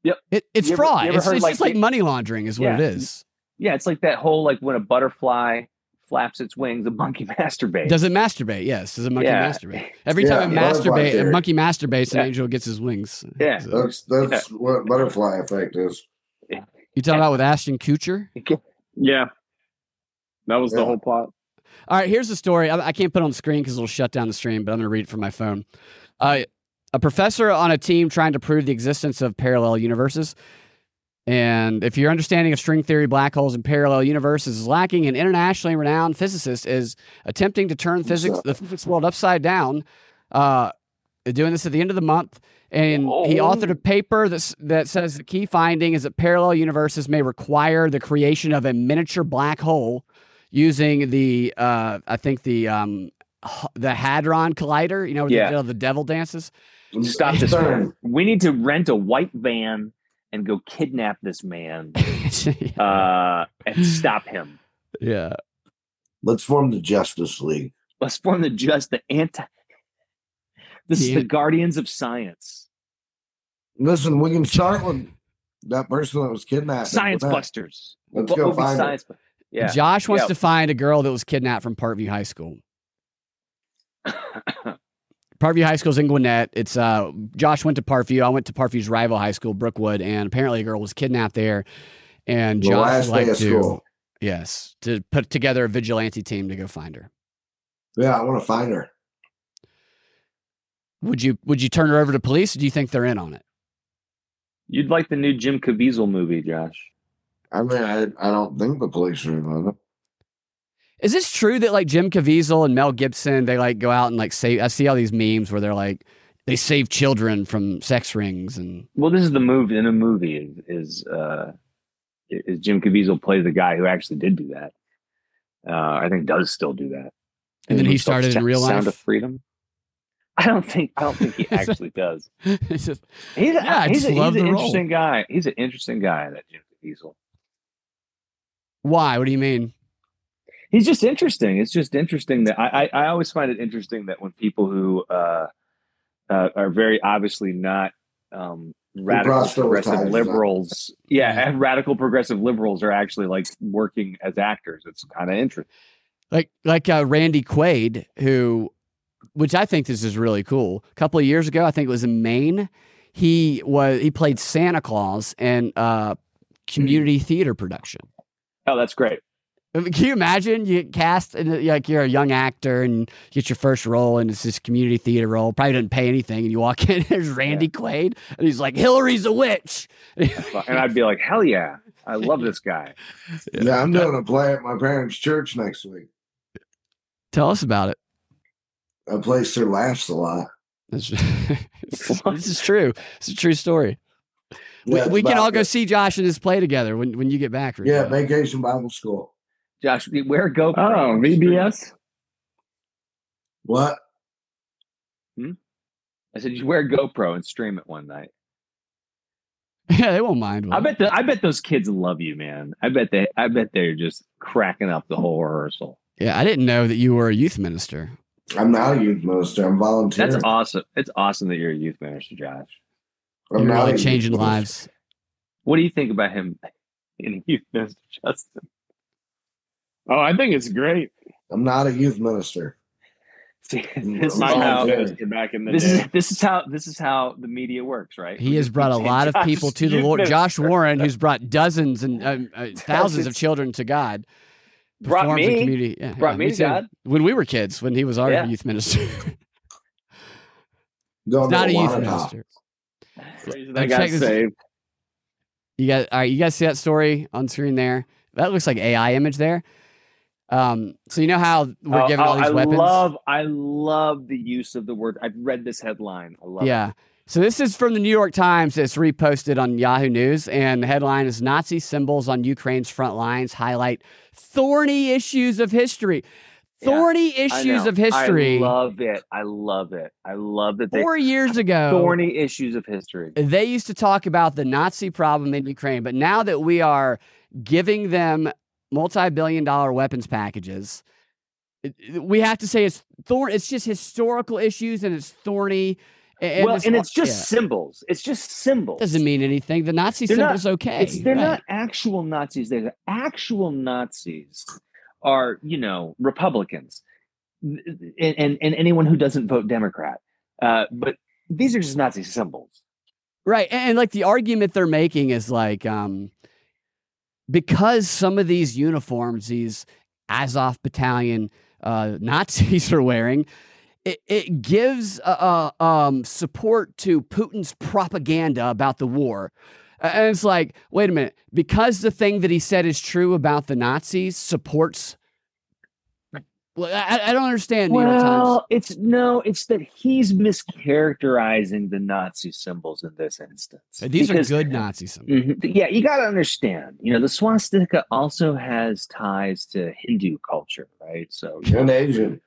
S2: Yep.
S1: It, it's
S2: You ever-
S1: fraud.
S2: you ever
S1: it's
S2: heard,
S1: it's just like
S2: the-
S1: money laundering is what it
S2: Yeah.
S1: is.
S2: Yeah, it's like that whole like when a butterfly flaps its wings, a monkey masturbates.
S1: Does it masturbate? Yes. Does a monkey
S2: Yeah.
S1: masturbate? Every
S4: Yeah,
S1: time it
S4: butterfly
S1: masturbate, a
S4: theory.
S1: monkey masturbates,
S2: Yeah.
S1: an angel gets his wings.
S2: Yeah.
S1: So-
S4: That's that's what butterfly effect is.
S1: you talking about with Ashton Kutcher?
S7: Yeah. That was
S4: Yeah.
S7: the whole plot.
S1: All right, here's the story. I, I can't put it on the screen because it'll shut down the stream, but I'm going to read it from my phone. Uh, a professor on a team trying to prove the existence of parallel universes. And if your understanding of string theory, black holes, and parallel universes is lacking, an internationally renowned physicist is attempting to turn physics, the physics world upside down. Uh, doing this at the end of the month, and he authored a paper that that says the key finding is that parallel universes may require the creation of a miniature black hole using the uh, I think the um, h- the hadron collider. You know, where
S2: Yeah.
S1: they did all the devil dances.
S2: Stop this.
S4: Burn.
S2: We need to rent a white van and go kidnap this man uh, and stop him.
S1: yeah.
S4: Let's form the Justice League.
S2: Let's form the just the anti. This is
S1: Yeah.
S2: the guardians of science.
S4: Listen, we can start with that person that was kidnapped.
S2: Science busters.
S4: Let's
S2: What
S4: go
S2: would be
S4: find
S2: science
S4: it.
S2: bu- Yeah.
S1: Josh wants
S2: Yeah.
S1: to find a girl that was kidnapped from Parkview High School. Parkview High School's in Gwinnett. It's uh, Josh went to Parkview. I went to Parkview's rival high school, Brookwood, and apparently a girl was kidnapped there. And
S4: The
S1: Josh
S4: last
S1: would
S4: day
S1: like
S4: of
S1: to,
S4: school.
S1: yes, to put together a vigilante team to go find her.
S4: Yeah, I want to find her.
S1: Would you would you turn her over to police? Or do you think they're in on it?
S2: You'd like the new Jim Caviezel movie, Josh?
S4: I mean, I, I don't think the police are in on it.
S1: Is this true that like Jim Caviezel and Mel Gibson they like go out and like save? I see all these memes where they're like they save children from sex rings and
S2: Well, this is the movie. In a movie, is is, uh, is Jim Caviezel plays the guy who actually did do that. Uh, I think does still do that.
S1: and then he
S2: Himself,
S1: started in
S2: Sa-
S1: real
S2: Sound of
S1: life.
S2: Freedom. I don't think. I don't think he actually does.
S1: It's just-
S2: He's, a,
S1: Yeah, I
S2: he's,
S1: just
S2: a, he's
S1: love
S2: an
S1: the role.
S2: interesting guy. He's an interesting guy. That Jim Caviezel.
S1: Why? What do you mean?
S2: He's just interesting. It's just interesting that I, I, I always find it interesting that when people who uh, uh, are very obviously not um, radical
S4: brush their
S2: progressive
S4: ties,
S2: liberals, yeah, and radical progressive liberals are actually like working as actors. It's kind of interesting.
S1: like like uh, Randy Quaid, who, which I think this is really cool. A couple of years ago, I think it was in Maine. He was he played Santa Claus in a
S2: Mm.
S1: community theater production.
S2: Oh, that's great.
S1: I mean, Can you imagine you get cast and uh, like you're a young actor and you get your first role and it's this community theater role, probably doesn't pay anything, and you walk in there's Randy Quaid and he's like Hillary's a witch.
S2: And I'd be like, hell yeah, I love this guy.
S4: Yeah, I'm doing a play at my parents' church next week.
S1: Tell us about it.
S4: A place that laughs a lot.
S1: That's- this is true. It's a true story. We,
S4: Yeah,
S1: we
S4: it's
S1: can all
S4: about-
S1: go see Josh and his play together when, when you get back. Rick.
S4: Yeah, vacation Bible school.
S2: Josh, where go?
S7: Oh, VBS?
S4: What?
S2: I said, you wear GoPro and stream it one night.
S1: yeah, they won't mind. will
S2: I
S1: they?
S2: bet the, I bet those kids love you, man. I bet they I bet they're just cracking up the whole rehearsal.
S1: Yeah, I didn't know that you were a youth minister.
S4: I'm not a youth minister. I'm volunteering.
S2: That's awesome. It's awesome that you're a youth minister, Josh.
S4: I'm
S1: You're
S4: not a
S1: really
S4: youth
S1: changing
S4: minister.
S1: lives.
S2: What do you think about him in a youth minister, Justin?
S7: Oh, I think it's great.
S4: I'm not a youth minister.
S2: See,
S7: This is how back in the
S2: this
S7: day.
S2: is this is how this is how the media works, right?
S1: He has brought a lot of
S2: Josh,
S1: people to the
S2: you
S1: Lord.
S2: missed
S1: Josh
S2: it.
S1: Warren, who's brought dozens and um, uh, thousands of
S2: Dozens.
S1: children to God,
S2: Brought
S1: performs in
S2: me.
S1: community. yeah,
S2: Brought
S1: yeah,
S2: me to
S1: too.
S2: God.
S1: when we were kids. When he was our
S2: Yeah.
S1: youth minister,
S4: Going
S1: not a
S4: to
S1: youth
S4: Alana.
S1: minister.
S7: Crazy
S1: Uh,
S7: They got
S1: check this-
S7: saved.
S1: You guys, all right, you guys see that story on screen there? That looks like AI image there. Um, so you know how we're
S2: Oh,
S1: given all
S2: oh,
S1: these
S2: I
S1: weapons.
S2: love I love the use of the word. I've read this headline. I love it.
S1: yeah. So this is from the New York Times. It's reposted on Yahoo News, and the headline is "Nazi symbols on Ukraine's front lines highlight thorny issues of history."
S2: Yeah,
S1: Thorny
S2: I
S1: issues
S2: know.
S1: of history.
S2: I love it. I love it. I love that they
S1: Four years ago,
S2: thorny issues of history.
S1: they used to talk about the Nazi problem in Ukraine, but now that we are giving them multi-billion-dollar weapons packages, it- it- we have to say it's thorn. It's just historical issues, and it's thorny. a- And
S2: well, and it's just
S1: yeah.
S2: symbols. It's just symbols.
S1: doesn't mean anything. The Nazi
S2: They're not-
S1: symbol's okay.
S2: It's, they're
S1: right.
S2: not actual Nazis. They're the actual Nazis are, you know, Republicans N- and, and, and anyone who doesn't vote Democrat. Uh, but these are just Nazi symbols.
S1: Right. And, and, like the argument they're making is like, um, because some of these uniforms, these Azov battalion uh, Nazis are wearing, it, it gives uh, uh, um, support to Putin's propaganda about the war. A- And it's like, wait a minute, because the thing that he said is true about the Nazis supports. Well, I, I- I don't understand. New York Times.
S2: Well, it's no, it's that he's mischaracterizing the Nazi symbols in this instance.
S1: These
S2: Because-
S1: are good Nazi symbols.
S2: Mhm. Yeah, you got to understand. You know, the swastika also has ties to Hindu culture, right? So you
S4: An
S2: know,
S4: Asian.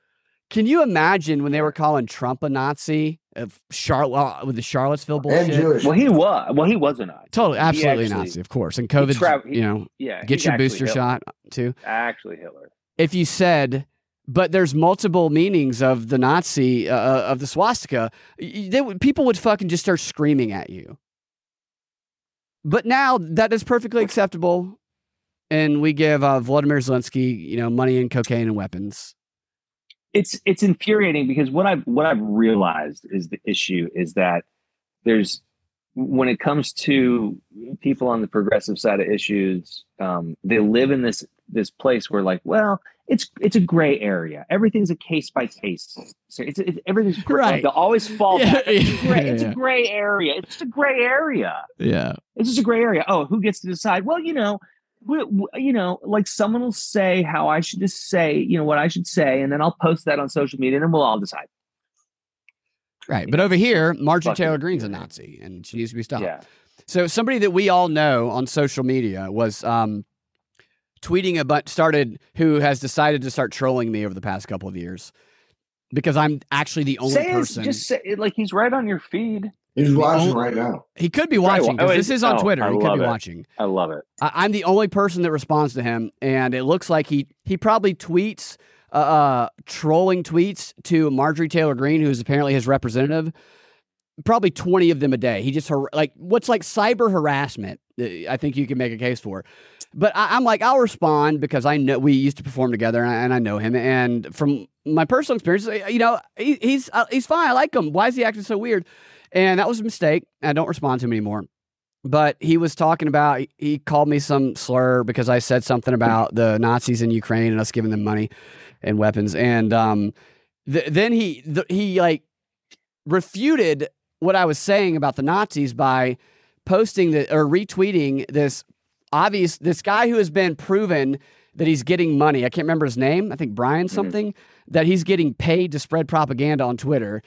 S1: Can you imagine when they were calling Trump a Nazi of Char- well, with the Charlottesville bullshit?
S4: And Jewish.
S2: well, he was. Well, he was a Nazi.
S1: Totally,
S2: He
S1: absolutely
S2: actually-
S1: Nazi, of course. And COVID,
S2: trav- he-
S1: you know,
S2: Yeah,
S1: get
S2: he's
S1: your
S2: actually
S1: booster
S2: Hitler.
S1: shot too.
S2: Actually, Hitler.
S1: If you said, but there's multiple meanings of the Nazi uh, of the swastika, y- they would, people would fucking just start screaming at you. But now that is perfectly acceptable, and we give uh, Vladimir Zelensky, you know, money and cocaine and weapons.
S2: It's it's infuriating because what I've what I've realized is the issue is that there's when it comes to people on the progressive side of issues, um, they live in this this place where like, well, it's it's a gray area. Everything's a case by case. So it's, it's everything's gray.
S1: Right.
S2: They always fall
S1: Yeah,
S2: back. It's,
S1: yeah,
S2: gray. it's
S1: yeah.
S2: a gray area. It's just a gray area.
S1: Yeah,
S2: It's just a gray area. Oh, who gets to decide? Well, you know, we, we- you know, like someone will say how I should just say, you know, what I should say, and then I'll post that on social media, and then we'll all decide.
S1: right. But over here, Marjorie
S2: Fucking
S1: Taylor Greene's a
S2: infuriating.
S1: Nazi, and she needs to be stopped.
S2: Yeah,
S1: So somebody that we all know on social media was um, tweeting a bunch started who has decided to start trolling me over the past couple of years because I'm actually the only
S2: say his,
S1: person.
S2: just say like he's right on your feed.
S4: He's watching
S1: Oh.
S4: right now.
S1: he could be
S2: Right,
S1: watching
S2: well,
S1: because
S2: oh,
S1: this
S2: is-
S1: is on
S2: oh,
S1: Twitter.
S2: I
S1: he could
S2: love
S1: be
S2: it.
S1: watching.
S2: I love it.
S1: I, I'm the only person that responds to him, and it looks like he he probably tweets uh, uh, trolling tweets to Marjorie Taylor Greene, who's apparently his representative. Probably twenty of them a day. He just har- like what's like cyber harassment. uh, I think you can make a case for, but I, I'm like I'll respond because I know we used to perform together and I, and I know him. And from my personal experience, uh, you know he, he's uh, he's fine. I like him. Why is he acting so weird? And that was a mistake. I don't respond to him anymore but he was talking about he called me some slur because I said something about the Nazis in Ukraine and us giving them money and weapons, and um, th- then he th- he like refuted what I was saying about the Nazis by posting the, or retweeting this obvious this guy who has been proven that he's getting money. I can't remember his name. I think Brian something that he's getting paid to spread propaganda on Twitter,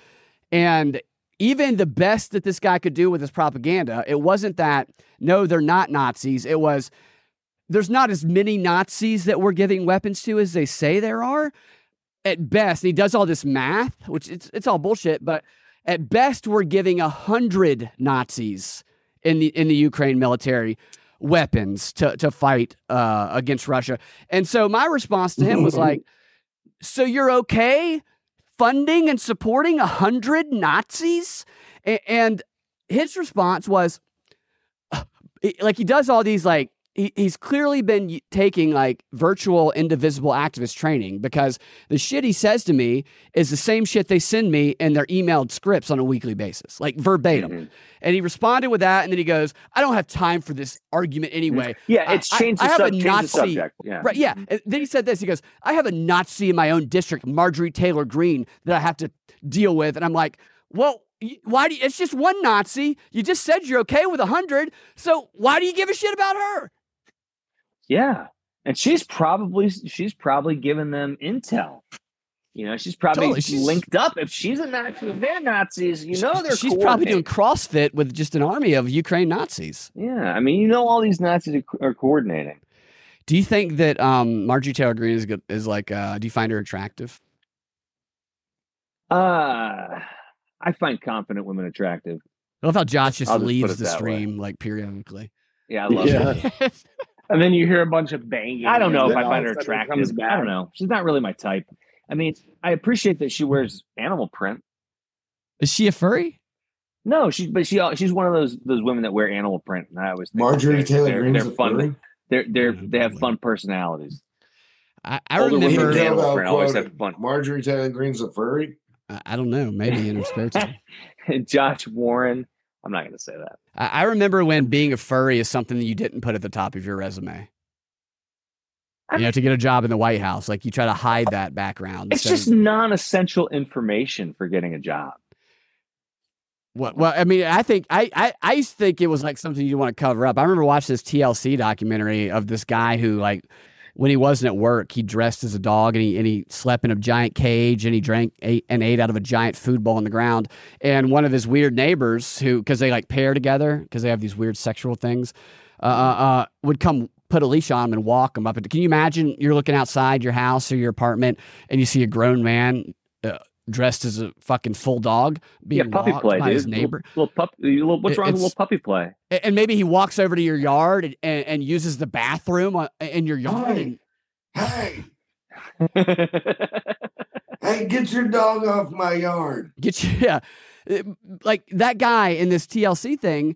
S1: and even the best that this guy could do with his propaganda, it wasn't that, no, they're not Nazis. It was, there's not as many Nazis that we're giving weapons to as they say there are. At best, and he does all this math, which it's, it's all bullshit, but at best, we're giving a hundred Nazis in the in the Ukraine military weapons to to fight uh, against Russia. And so my response to him was like, "So you're okay funding and supporting a hundred Nazis?" A- and his response was, uh, like he does all these like he, he's clearly been y- taking like virtual indivisible activist training because the shit he says to me is the same shit they send me in their emailed scripts on a weekly basis, like verbatim.
S2: Mm-hmm.
S1: And he responded with that, and then he goes, "I don't have time for this argument anyway."
S2: Yeah, it's
S1: I- I-
S2: changed the
S1: I have
S2: sub-
S1: a
S2: changed the
S1: Nazi,
S2: subject. Yeah.
S1: right? Yeah. And then he said this. He goes, "I have a Nazi in my own district, Marjorie Taylor Greene, that I have to deal with," and I'm like, "Well." y- Why do you, it's just one Nazi? You just said you're okay with a hundred, so why do you give a shit about her?
S2: Yeah, and she's probably she's probably given them intel. You know, she's probably
S1: Totally, she's-
S2: linked up. If she's a Nazi, if they're Nazis, you know they're.
S1: she's probably doing
S2: coordinated.
S1: CrossFit with just an army of Ukraine Nazis.
S2: Yeah, I mean, you know, all these Nazis are, co- are coordinating.
S1: Do you think that um, Marjorie Taylor Greene is good, is like? Uh, do you find her attractive?
S2: Uh I find confident women attractive.
S1: I love how Josh just
S2: I'll just put
S1: leaves
S2: it
S1: the
S2: that way.
S1: stream like periodically.
S2: Yeah, I love
S6: Yeah.
S2: her.
S7: And then you hear a bunch of banging.
S2: I don't know
S7: and
S2: if I
S7: then all
S2: find
S7: of
S2: her
S7: a sudden it
S2: attractive.
S7: comes
S2: I
S7: back.
S2: don't know. She's not really my type. I mean, I appreciate that she wears animal print.
S1: Is she a furry?
S2: No, she but she uh, she's one of those those women that wear animal print. And I always think
S4: Marjorie
S2: they're-
S4: Taylor
S2: they're-
S4: Greene's
S2: They're
S4: a
S2: fun.
S4: furry?
S2: They're they're they have fun personalities.
S1: I, I
S2: Older women
S1: remember.
S2: with
S4: Even
S2: animal
S4: though
S2: print always
S4: quoted,
S2: have fun.
S4: Marjorie Taylor Greene's a furry.
S1: I, I don't know. Maybe in her spare time.
S2: Josh Warren. I'm not going to say that.
S1: I, I remember when being a furry is something that you didn't put at the top of your resume. You know, to get a job in the White House, like you try to hide that background.
S2: It's
S1: instead
S2: just
S1: of-
S2: non-essential information for getting a job.
S1: Well, well, I mean, I think I, I I used to think it was like something you want to cover up. I remember watching this TLC documentary of this guy who like when he wasn't at work, he dressed as a dog and he and he slept in a giant cage and he drank ate, and ate out of a giant food bowl on the ground. And one of his weird neighbors who because they like pair together because they have these weird sexual things, uh, uh, would come put a leash on him and walk him up. And can you imagine you're looking outside your house or your apartment and you see a grown man uh, dressed as a fucking full dog being
S2: yeah, puppy
S1: walked
S2: play,
S1: by
S2: dude.
S1: his neighbor?
S2: Little, little pup. Little, what's
S1: It-
S2: wrong with
S1: it's-
S2: little puppy play?
S1: A- and maybe he walks over to your yard and, and, and uses the bathroom on- in your yard.
S4: Hey,
S1: and-
S4: hey,
S2: yeah,
S4: hey, get your dog off my yard.
S1: Get you, yeah, It- like that guy in this TLC thing.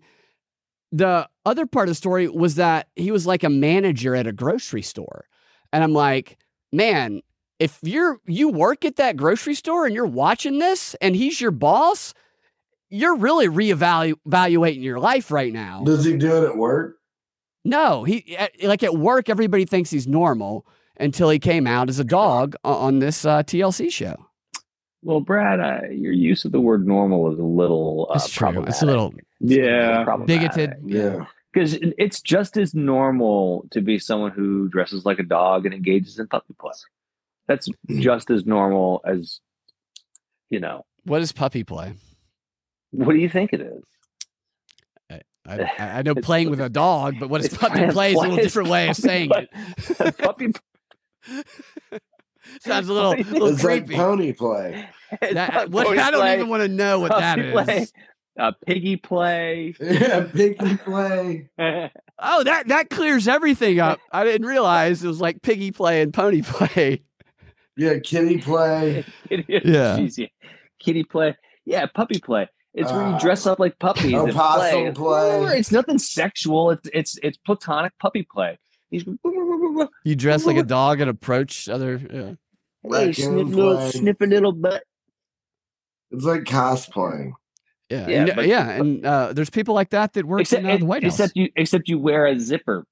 S1: The other part of the story was that he was like a manager at a grocery store, and I'm like, man, if you're you work at that grocery store and you're watching this, and he's your boss, you're really reevaluating your life right now.
S4: Does he do it at work?
S1: No, he at- like at work everybody thinks he's normal until he came out as a dog o- on this uh, TLC show.
S2: Well, Brad, uh, your use of the word "normal" is a little. Uh,
S1: That's true. It's a little
S7: Yeah.
S1: bigoted.
S4: Yeah.
S2: because it's just as normal to be someone who dresses like a dog and engages in puppy play. That's
S4: Mm.
S2: just as normal as you know.
S1: What is puppy play?
S2: What do you think it is?
S1: I, I- I know playing with a dog, but what is
S2: It's
S1: puppy
S2: playing-
S1: play is a little
S2: playing-
S1: different way of saying it.
S2: puppy
S1: Sounds a little,
S2: It's
S1: little
S4: it's like
S1: creepy.
S4: pony play.
S1: That- what- I don't even want to know what that is.
S2: Play, uh, piggy play.
S4: Yeah, piggy play.
S1: Oh, that that clears everything up. I didn't realize it was like piggy play and pony play.
S4: Yeah, kitty play.
S1: Yeah.
S2: Jeez, yeah. Kitty play. Yeah, puppy play. It's where
S4: Uh,
S2: you dress up like puppies. and
S4: opossum play.
S2: It's- It's nothing sexual. It's it's it's platonic puppy play. He's
S1: You dress like a dog and approach other. Yeah.
S2: Hey,
S4: Raccoon
S2: sniff little,
S4: play.
S2: sniff a little butt.
S4: It's like cosplaying.
S1: Yeah,
S2: Yeah,
S1: and, uh,
S2: but-
S1: yeah, and uh, there's people like that that work
S2: Except,
S1: in uh, the White House.
S2: except you except you wear a zipper.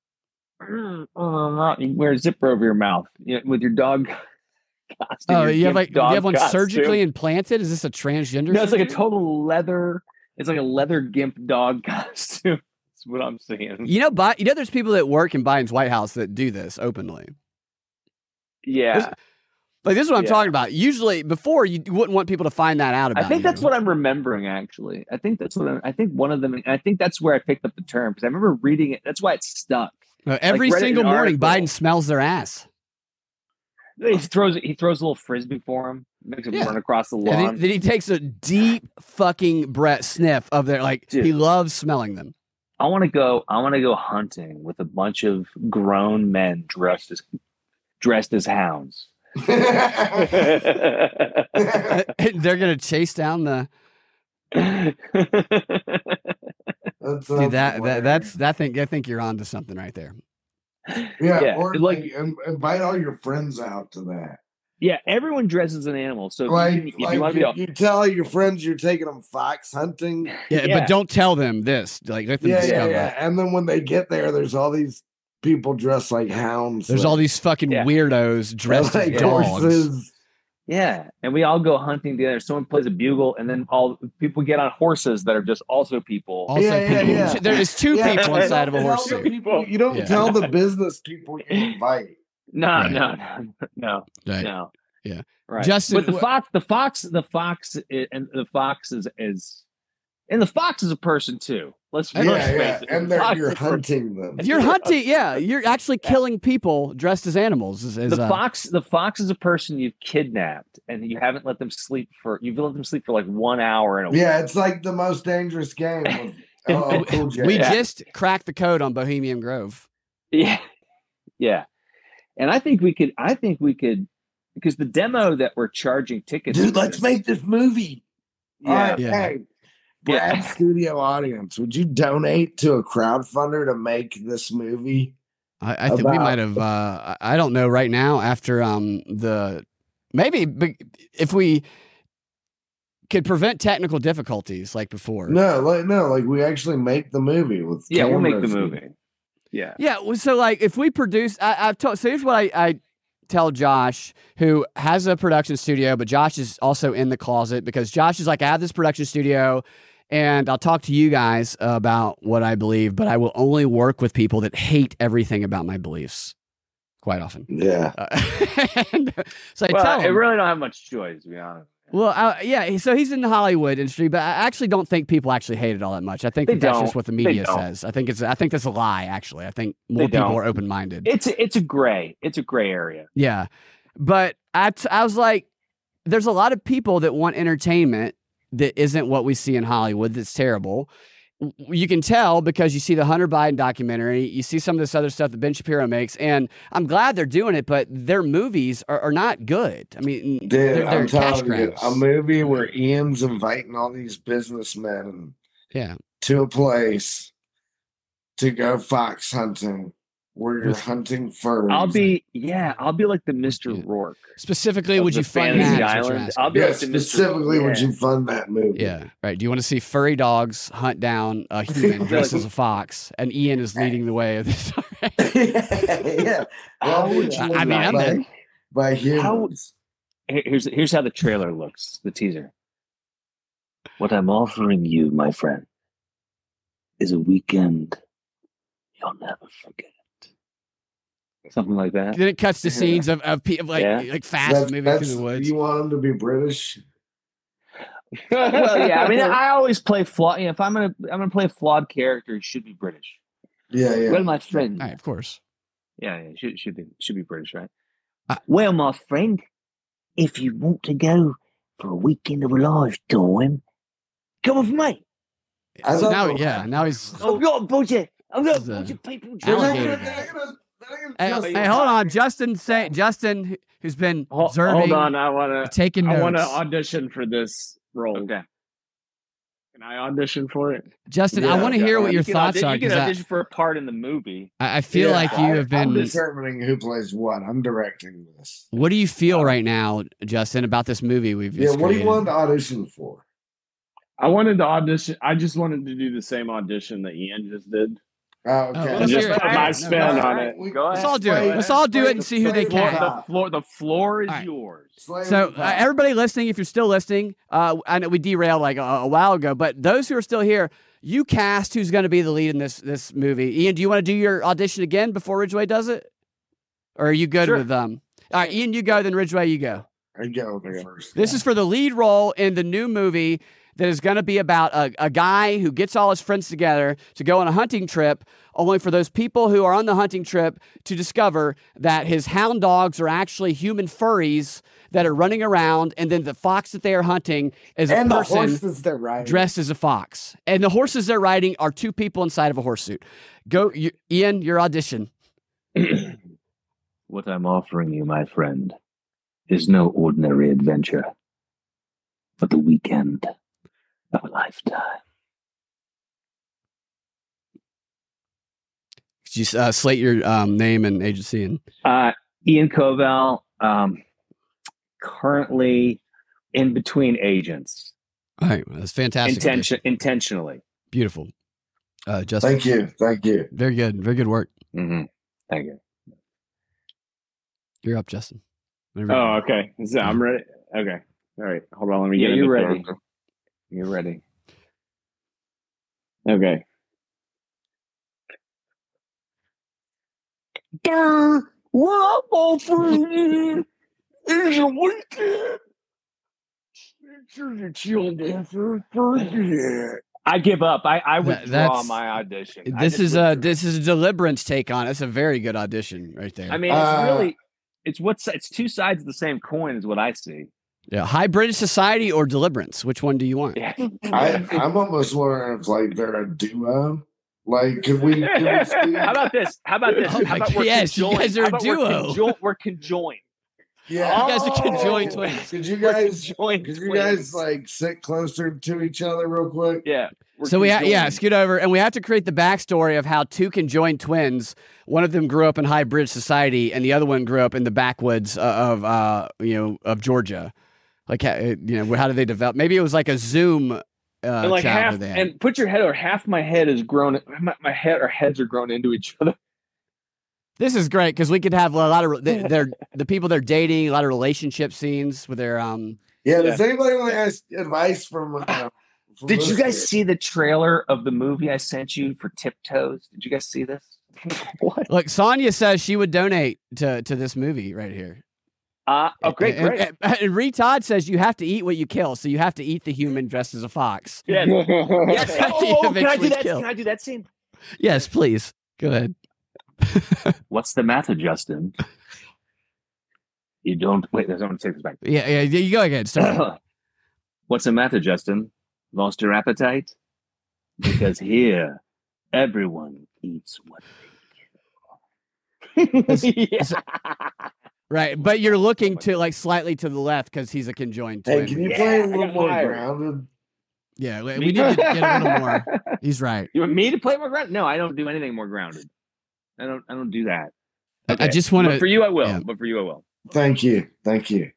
S2: Mm, oh, You wear a zipper over your mouth you know, with your dog costume.
S1: Oh,
S2: your
S1: you have like
S2: gimp
S1: you have
S2: dog
S1: one
S2: costume.
S1: surgically implanted. Is this a transgender?
S2: No, it's like a
S1: surgery?
S2: total leather. It's like a leather gimp dog costume. That's what I'm saying.
S1: You know, Bi- you know, there's people that work in Biden's White House that do this openly.
S2: Yeah,
S1: Like this is what I'm
S2: Yeah.
S1: talking about. Usually, before you wouldn't want people to find that out
S2: I
S1: about.
S2: think that's
S1: you.
S2: what I'm remembering. Actually, I think that's what I'm, I think one of them. I think that's where I picked up the term because I remember reading it. That's why it stuck.
S1: No, Uh, every
S2: read it in
S1: single
S2: an
S1: morning.
S2: article.
S1: Biden smells their ass.
S2: He throws he throws a little frisbee for him, makes him
S1: Yeah.
S2: run across the
S1: And
S2: lawn.
S1: then, then he takes a deep fucking breath sniff of their like. He
S2: Dude.
S1: loves smelling them.
S2: I want to go. I want to go hunting with a bunch of grown men dressed as dressed as hounds.
S1: And They're gonna chase down the
S2: That's
S1: dude, that, that that's that thing. I think you're onto something right there.
S4: Yeah,
S2: Yeah,
S4: or
S2: like-
S4: like in- invite all your friends out to that.
S2: Yeah, everyone dresses an animal. So if you-
S4: Like,
S2: if you,
S4: like
S2: want to
S4: you,
S2: be all,
S4: you tell your friends you're taking them fox hunting.
S1: Yeah,
S2: Yeah.
S1: but don't tell them this. Like let them
S4: Yeah, yeah,
S1: discover.
S4: yeah. And then when they get there, there's all these people dressed like hounds.
S1: There's all these fucking
S2: Yeah.
S1: weirdos dressed
S4: like
S1: as dogs.
S4: horses.
S2: yeah, and we all go hunting together. Someone plays a bugle, and then all people get on horses that are just also people.
S1: Also,
S4: Yeah, yeah,
S1: people,
S4: yeah.
S1: there is two
S4: Yeah,
S1: people
S4: and
S1: inside of a
S4: all- and all
S1: horse
S4: the
S1: suit.
S4: people- You don't
S1: Yeah.
S4: tell the business people you invite.
S2: No,
S1: Right.
S2: no, no, no,
S1: Right.
S2: no.
S1: Yeah.
S2: right.
S1: Justin,
S2: but the
S1: wh-
S2: fox, the fox, the fox, i- and the fox is is, and the fox is a person too. Let's
S4: Yeah,
S2: let's face
S4: yeah.
S2: it.
S4: And
S2: The
S4: they're,
S2: fox
S4: you're
S2: is a person.
S4: hunting them.
S1: You're hunting. Yeah, you're actually killing people dressed as animals. Is, is,
S2: the
S1: uh,
S2: fox the fox is a person you've kidnapped and you haven't let them sleep for you've let them sleep for like one hour and a
S4: Yeah, it's like the most dangerous game. With, LL Cool J.
S1: we just cracked the code on Bohemian Grove.
S2: yeah yeah and i think we could i think we could because the demo that we're charging tickets
S4: dude,
S2: for
S4: let's
S2: is-
S4: make this movie. All right,
S1: Yeah.
S4: hey, Brad
S2: Yeah.
S4: Studio audience, would you donate to a crowdfunder to make this movie?
S1: I, I think we
S4: About-
S1: might have. Uh, I- I don't know right now. After um the maybe be- if we could prevent technical difficulties like before.
S4: No, like no, like we actually make the movie with
S2: yeah we'll make the
S4: cameras.
S2: movie yeah
S1: Yeah. well, So like if we produce, I, I've told. So here's what I, I tell Josh, who has a production studio, but Josh is also in the closet because Josh is like, I have this production studio. And I'll talk to you guys about what I believe, but I will only work with people that hate everything about my beliefs quite often.
S4: Yeah.
S1: Uh, and so I
S2: well,
S1: tell
S2: i
S1: him,
S2: really don't have much choice to be honest
S1: well, I, yeah, so he's in the Hollywood industry, but I actually don't think people actually hate it all that much. I think
S2: They
S1: that that's
S2: don't.
S1: just what the
S2: They
S1: media
S2: don't.
S1: says. I think it's I think that's a lie actually. I think more people
S2: don't.
S1: are open-minded.
S2: it's a, it's a gray it's a gray area
S1: Yeah. But I, t- I was like, there's a lot of people that want entertainment that isn't what we see in Hollywood that's terrible. W- You can tell because you see the Hunter Biden documentary, you see some of this other stuff that Ben Shapiro makes, and I'm glad they're doing it, but their movies are, are not good. I mean,
S4: Dude,
S1: they're, they're
S4: I'm
S1: cash
S4: telling you,
S1: grabs.
S4: a movie where Ian's inviting all these businessmen
S1: yeah.
S4: to a place to go fox hunting, where you're
S1: With-
S4: hunting furs.
S2: i'll be yeah i'll be like the mr
S1: Yeah.
S2: rourke
S1: Specifically,
S2: of
S1: would
S2: the
S1: you fund that?
S2: fantasy
S1: is what you're
S2: island
S1: asking.
S2: i'll be
S4: yeah,
S2: like the Mr.
S4: specifically, would
S2: Yeah.
S4: you fund that movie?
S1: Yeah, right. Do you want to see furry dogs hunt down a human dressed as a fox, and Ian is leading the way? Of this.
S4: yeah. Well, would you
S1: I- I mean, I'm
S4: by,
S1: in.
S4: by
S2: How-
S4: humans.
S2: Here- here's here's how the trailer looks the teaser what i'm offering you my friend is a weekend you'll never forget something like that
S1: then it cuts to scenes of of people like
S2: Yeah.
S1: like fast
S4: That's-
S1: moving through
S4: that's-
S1: the woods.
S4: You want them to be British?
S2: well yeah i mean i always play flawed you know, if i'm gonna i'm gonna play a flawed character it should be british
S4: Yeah, yeah.
S2: well my friend
S1: All right, of course.
S2: yeah, yeah it should, should be should be british right
S1: Uh,
S2: well my friend if you want to go for a weekend of a lifetime come with me
S4: I
S1: So
S4: thought
S1: now,
S4: the-
S1: yeah, now he's.
S2: i've got a budget i've got Oh.
S1: This
S2: a
S1: is a-
S2: budget of people
S4: They're not
S1: Alligator.
S4: gonna- they're gonna- they're
S1: Hey,
S4: gonna-
S1: hey, hold on, Justin. Say Justin, who's been
S7: Ho-
S1: observing,
S7: Hold on, I
S2: uh,
S7: want
S1: taking
S7: to. I want to
S1: notes.
S7: audition for this role.
S2: okay
S7: Can I audition for it?
S1: Justin, I
S4: Yeah,
S1: want to hear what
S2: You
S1: your
S2: can
S1: thoughts
S2: audi-
S1: are
S2: You can
S1: because
S2: audition for a part in the movie.
S1: I, I feel
S4: Yeah,
S1: like you
S4: I-
S1: have been.
S4: I'm determining who plays what. I'm directing this.
S1: what do you feel right now, Justin, about this movie we've?
S4: Yeah,
S1: just
S4: what do you
S1: created?
S4: want to audition for?
S7: I wanted to audition. I just wanted to do the same audition that Ian just did.
S4: Oh,
S1: Oh,
S4: okay.
S1: let's
S7: Just hear it. put my
S4: No,
S7: spin
S4: all
S7: on
S4: right,
S7: it.
S4: we-
S2: Go
S1: Let's all do it. Let's all do it and see who they
S4: Slay
S1: can.
S4: the
S2: The
S4: cop.
S2: floor, the floor is
S1: All right.
S2: yours.
S4: Slay the
S1: So, uh,
S4: cop.
S1: everybody listening, if you're still listening, uh, I know we derailed like a, a while ago, but those who are still here, you cast who's going to be the lead in this this movie. Ian, do you want to do your audition again before Ridgeway does it, or are you good
S2: Sure.
S1: with um? All right, Ian, you go, then Ridgeway, you go.
S4: I go there first.
S1: This is for the lead role in the new movie that is going to be about a, a guy who gets all his friends together to go on a hunting trip, only for those people who are on the hunting trip to discover that his hound dogs are actually human furries that are running around, and then the fox that they are hunting is a
S4: and the
S1: person
S4: horses that ride.
S1: dressed as a fox. And the horses they're riding are two people inside of a horse suit. Go, you, Ian, your audition.
S2: What I'm offering you, my friend, is no ordinary adventure, but the weekend of a lifetime.
S1: Just uh, slate your um, name and agency and
S2: Uh, Ian Covell, um, currently in between agents,
S1: all right, well, that's fantastic.
S2: intention intentionally.
S1: Beautiful. Uh, Justin,
S4: Thank you. Thank you.
S1: Very good. Very good work.
S2: Mm-hmm. Thank you.
S1: You're up, Justin. Whenever you're
S7: Oh,
S1: ready.
S7: okay. So I'm ready. Okay. All right. Hold on. Let me
S2: Yeah,
S7: get in
S2: you're
S7: the
S2: ready.
S7: door.
S2: You're ready.
S7: Okay.
S3: Girl, what I'm offering is a weekend. Make sure your children for forget.
S6: I give up. I, I
S1: That-
S6: withdraw
S1: that's-
S6: my audition. I
S1: This
S6: just
S1: is a
S6: withdrew.
S1: this is a deliverance take on. it. It's a very good audition right there.
S2: I mean, it's
S4: Uh,
S2: really it's what's it's two sides of the same coin is what I see.
S1: yeah, High British Society or Deliverance? Which one do you want?
S2: Yeah.
S4: I, I'm almost wondering if like they're a duo. Like, could we? Could we see?
S2: How about this? How about this?
S1: Oh my
S2: How about
S1: God, yes, you guys are
S2: How
S1: a
S2: about
S1: duo.
S2: We're conjoined. We're conjoined.
S4: Yeah.
S1: You guys are conjoined twins.
S4: Could you
S2: We're
S4: guys?
S2: conjoined
S4: Could you
S2: twins.
S4: guys like sit closer to each other real quick?
S2: yeah. we're
S1: so we ha- yeah,
S2: conjoined.
S1: scoot over, and we have to create the backstory of how two conjoined twins. One of them grew up in High British society, and the other one grew up in the backwoods uh, of uh, you know of Georgia. Like ha- uh, you know, how did they develop? Maybe it was like a Zoom. Uh,
S2: and like
S1: chat
S2: half
S1: that they had.
S2: and put your head over half my head is grown my, my head or heads are grown into each other
S1: This is great because we could have a lot of the, their the people they're dating, a lot of relationship scenes with their um.
S4: Yeah. Does anybody want to ask advice from? Uh, from
S2: did you guys
S4: listeners?
S2: see the trailer of the movie i sent you for tiptoes did you guys see this what
S1: Look, Sonia says she would donate to to this movie right here.
S2: uh, oh great
S1: And-
S2: great
S1: And, and, Ree Todd says you have to eat what you kill, so you have to eat the human dressed as a fox.
S2: yes, yes.
S1: That you
S2: Oh, can i
S1: eventually
S2: do that
S1: kill.
S2: can i do that scene
S1: Yes, please. Go ahead.
S2: what's the matter justin you don't wait there's only take this back
S1: Yeah, yeah. You go again. Start.
S2: What's the matter, Justin? Lost your appetite? Because here, everyone eats what they
S1: That's-
S2: kill. Yeah.
S1: right, but you're looking to like slightly to the left because he's a conjoined twin.
S4: Hey, can you
S2: Yeah,
S4: play a
S2: I
S4: little
S2: got
S4: more
S2: hired.
S4: grounded?
S1: yeah, we we need to get a little more. He's right.
S2: You want me to play more grounded? No, I don't do anything more grounded. I don't. I don't do that.
S1: I- I
S2: Okay.
S1: just want
S2: But for
S1: to.
S2: you, I will.
S1: yeah.
S2: But for you, I will.
S4: Thank you. Thank you.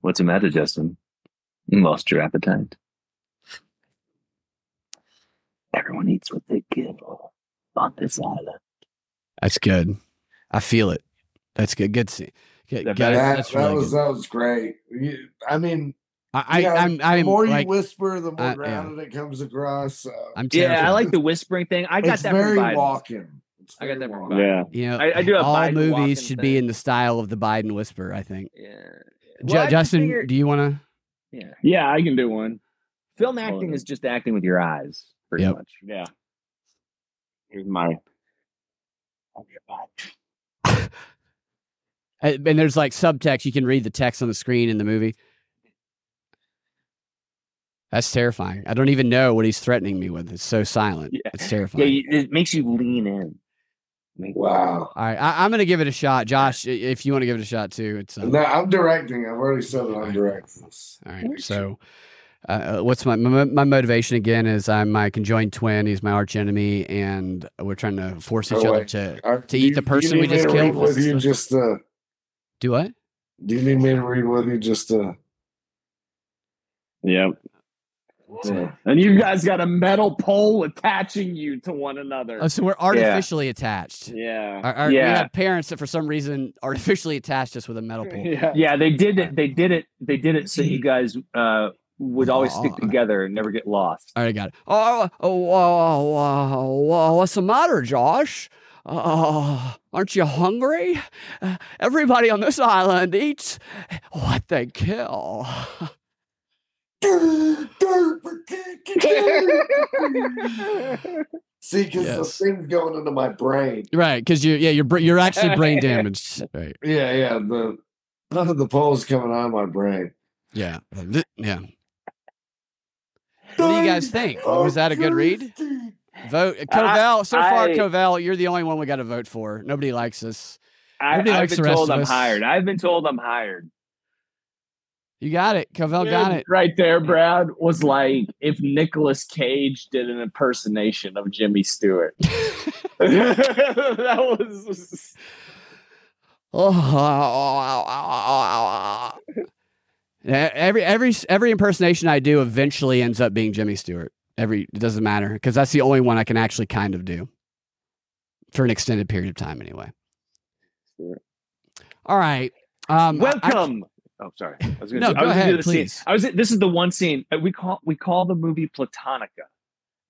S2: What's the matter, Justin? You lost your appetite. Everyone eats what they kill on this island.
S1: That's good. I feel it. That's good. Good. See. Good,
S2: That-
S1: got it.
S4: That,
S1: That's
S4: that
S1: really
S4: was
S1: good.
S4: that was great. You, I mean,
S1: I,
S4: yeah,
S1: I, I'm, I'm
S4: the more
S1: like,
S4: you whisper, the more
S1: I- yeah.
S4: grounded it comes across. So.
S1: I'm terrified.
S2: Yeah, I like the whispering thing. I got
S4: it's
S2: that
S4: very
S2: from Biden.
S4: walking. It's
S2: I got
S4: very
S2: that from
S4: walking.
S2: Biden.
S1: You
S7: Yeah.
S1: know,
S2: I, I do have
S1: all
S2: Biden
S1: movies
S2: walking
S1: should
S2: thing.
S1: be in the style of the Biden whisper. I think.
S2: Yeah.
S1: Ju- Justin, do you want to?
S2: yeah.
S7: Yeah, I can do one.
S2: Film
S7: Well,
S2: acting
S7: yeah.
S2: is just acting with your eyes, pretty
S1: Yep.
S2: much.
S7: Yeah. Here's my.
S1: And Uh, and there's like subtext. You can read the text on the screen in the movie. That's terrifying. I don't even know what he's threatening me with. It's so silent.
S2: Yeah.
S1: It's
S2: Yeah,
S1: terrifying.
S2: you- it makes you lean in. Make-
S4: Wow.
S1: All right, I, I'm gonna give it a shot, Josh. i- If you want to give it a shot too, it's um,
S4: No, I'm directing. I've already said that I'm directing. this.
S1: All right. So, uh, uh, what's my, my my motivation again? Is I'm my conjoined twin. He's my arch enemy, and we're trying to force each
S4: Oh,
S1: other
S4: wait.
S1: to
S4: Are-
S1: to eat
S4: you-
S1: the
S4: you
S1: person we
S4: need me
S1: just
S4: to
S1: killed?
S4: read With
S1: What's
S4: you
S1: the-
S4: just uh,
S1: do what?
S4: do you need me to read with you just to?
S7: Yep.
S4: to-
S7: And you guys got a metal pole attaching you to one another.
S1: Oh, so we're artificially attached.
S7: Yeah.
S1: Our, our, We
S2: Yeah.
S1: have parents that for some reason artificially attached us with a metal pole.
S7: Yeah.
S2: Yeah, they did it. They did it. They did it so you guys uh, would always stick
S1: Aw.
S2: together and never get lost.
S1: All right, I got it. Oh, oh, oh, oh, oh, what's the matter, Josh? Oh, aren't you hungry? Uh, everybody on this island eats what they kill.
S4: See, because
S1: Yes.
S4: the thing's going into my brain.
S1: Right, because you, yeah, you're br- you're actually brain damaged. Right.
S4: Yeah, yeah. The none of the pole's coming out of my brain.
S1: Yeah. Th- Yeah. What do you guys think? Was that a good read? Vote Covell. So far,
S2: I-
S1: Covell, you're the only one we got to vote for. Nobody likes us.
S2: I,
S1: Nobody
S2: I've
S1: likes
S2: been
S1: the rest
S2: told
S1: of
S2: I'm
S1: us.
S2: hired. I've been told I'm hired.
S1: You got it. Covell Oh, got it.
S7: right there, Brad, was like if Nicolas Cage did an impersonation of Jimmy Stewart. that was
S1: E-, Oh, every every every impersonation I do eventually ends up being Jimmy Stewart. Every it doesn't matter because that's the only one I can actually kind of do for an extended period of time, anyway. All right. Um, I- I-
S2: Welcome. oh, sorry. I was going
S1: No,
S2: to.
S1: go
S2: I was
S1: ahead,
S2: going to scene.
S1: please.
S2: I was. This is the one scene uh, we call we call the movie Platonica,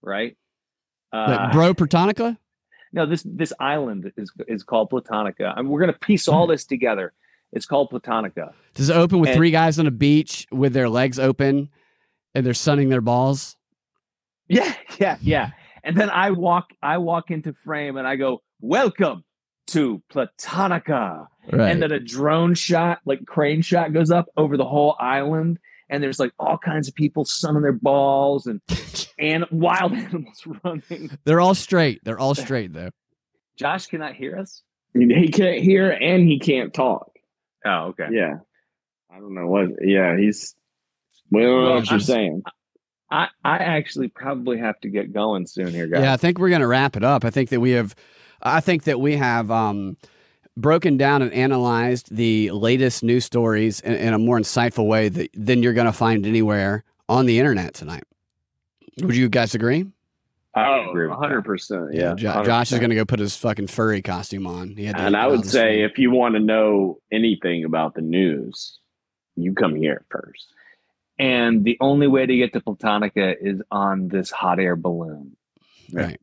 S2: right? Uh,
S1: Wait, bro, Protonica.
S2: No, this this island is is called Platonica. I mean, we're going to piece all this together. It's called Platonica.
S1: Does it open with
S2: And-
S1: three guys on a beach with their legs open and they're sunning their balls?
S2: Yeah, yeah, yeah. And then I walk I walk into frame and I go, "Welcome to Platonica."
S1: Right.
S2: And then a drone shot, like crane shot goes up over the whole island and there's like all kinds of people sunning their balls and and wild animals running.
S1: They're all straight. They're all straight though.
S2: Josh cannot hear us?
S7: he can't hear and he can't talk.
S2: Oh, okay.
S7: Yeah. I don't know what yeah, he's we don't know
S2: Well,
S7: what you're
S2: I'm-
S7: saying.
S2: I I actually probably have to get going soon here, guys.
S1: Yeah, I think we're going to wrap it up. I think that we have, I think that we have um, broken down and analyzed the latest news stories in, in a more insightful way that, than you're going to find anywhere on the internet tonight. Would you guys agree?
S2: I agree with that.
S7: 100%. Yeah.
S1: Jo- Josh is going to go put his fucking furry costume on. He had to
S7: And I would
S1: uh,
S7: say if you want to know anything about the news, you come here first.
S2: And the only way to get to Platonica is on this hot air balloon.
S1: right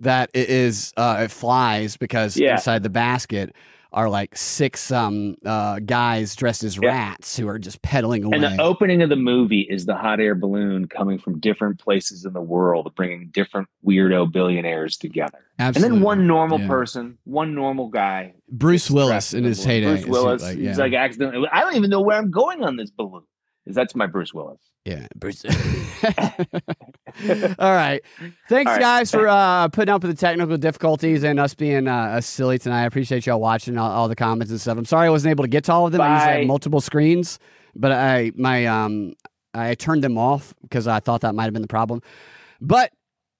S1: that it is uh it flies because
S2: Yeah.
S1: inside the basket are like six um uh guys dressed as
S2: Yeah.
S1: rats who are just pedaling away
S7: uh,
S2: And the opening of the movie is the hot air balloon coming from different places in the world, bringing different weirdo billionaires together. And
S1: Absolutely.
S2: then one normal
S1: Yeah.
S2: person, one normal guy,
S1: bruce willis in his heyday
S2: Bruce
S1: is
S2: Willis,
S1: like,
S2: he's
S1: yeah.
S2: like accidentally. I don't even know where I'm going on this balloon. Is that's my Bruce Willis?
S1: Yeah, Bruce. All right. Thanks,
S2: All right.
S1: guys, for uh, putting up with the technical difficulties and us being uh, us silly tonight. I appreciate y'all watching all, all the comments and stuff. I'm sorry I wasn't able to get to all of them. I usually
S7: Bye.
S1: have multiple screens, but I my um I turned them off because I thought that might have been the problem. But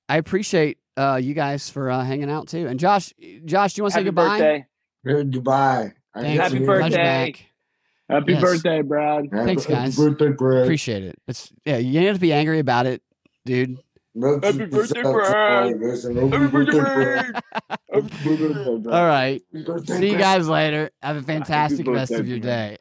S1: I appreciate uh, you guys for uh, hanging out too. And Josh, Josh, do you want to say
S2: Happy
S1: goodbye?
S2: birthday!
S4: Goodbye. I
S1: Thanks.
S4: guess
S7: Happy
S4: we-
S1: Pleasure
S7: birthday.
S1: back.
S7: Happy
S1: Yes.
S7: birthday, Brad.
S4: Happy-
S1: Thanks,
S4: happy
S1: guys.
S4: Birthday, Brad.
S1: Appreciate it. It's yeah. You don't have to be angry about it, dude.
S4: That's-
S7: Happy
S4: that's-
S7: birthday,
S4: that's all
S7: Brad.
S4: it is. Happy birthday, Brad. Happy birthday, Brad.
S1: All right.
S4: Happy birthday,
S1: See you
S4: Brad.
S1: guys later. Have a fantastic rest
S7: birthday,
S1: of your
S7: Peter.
S1: day.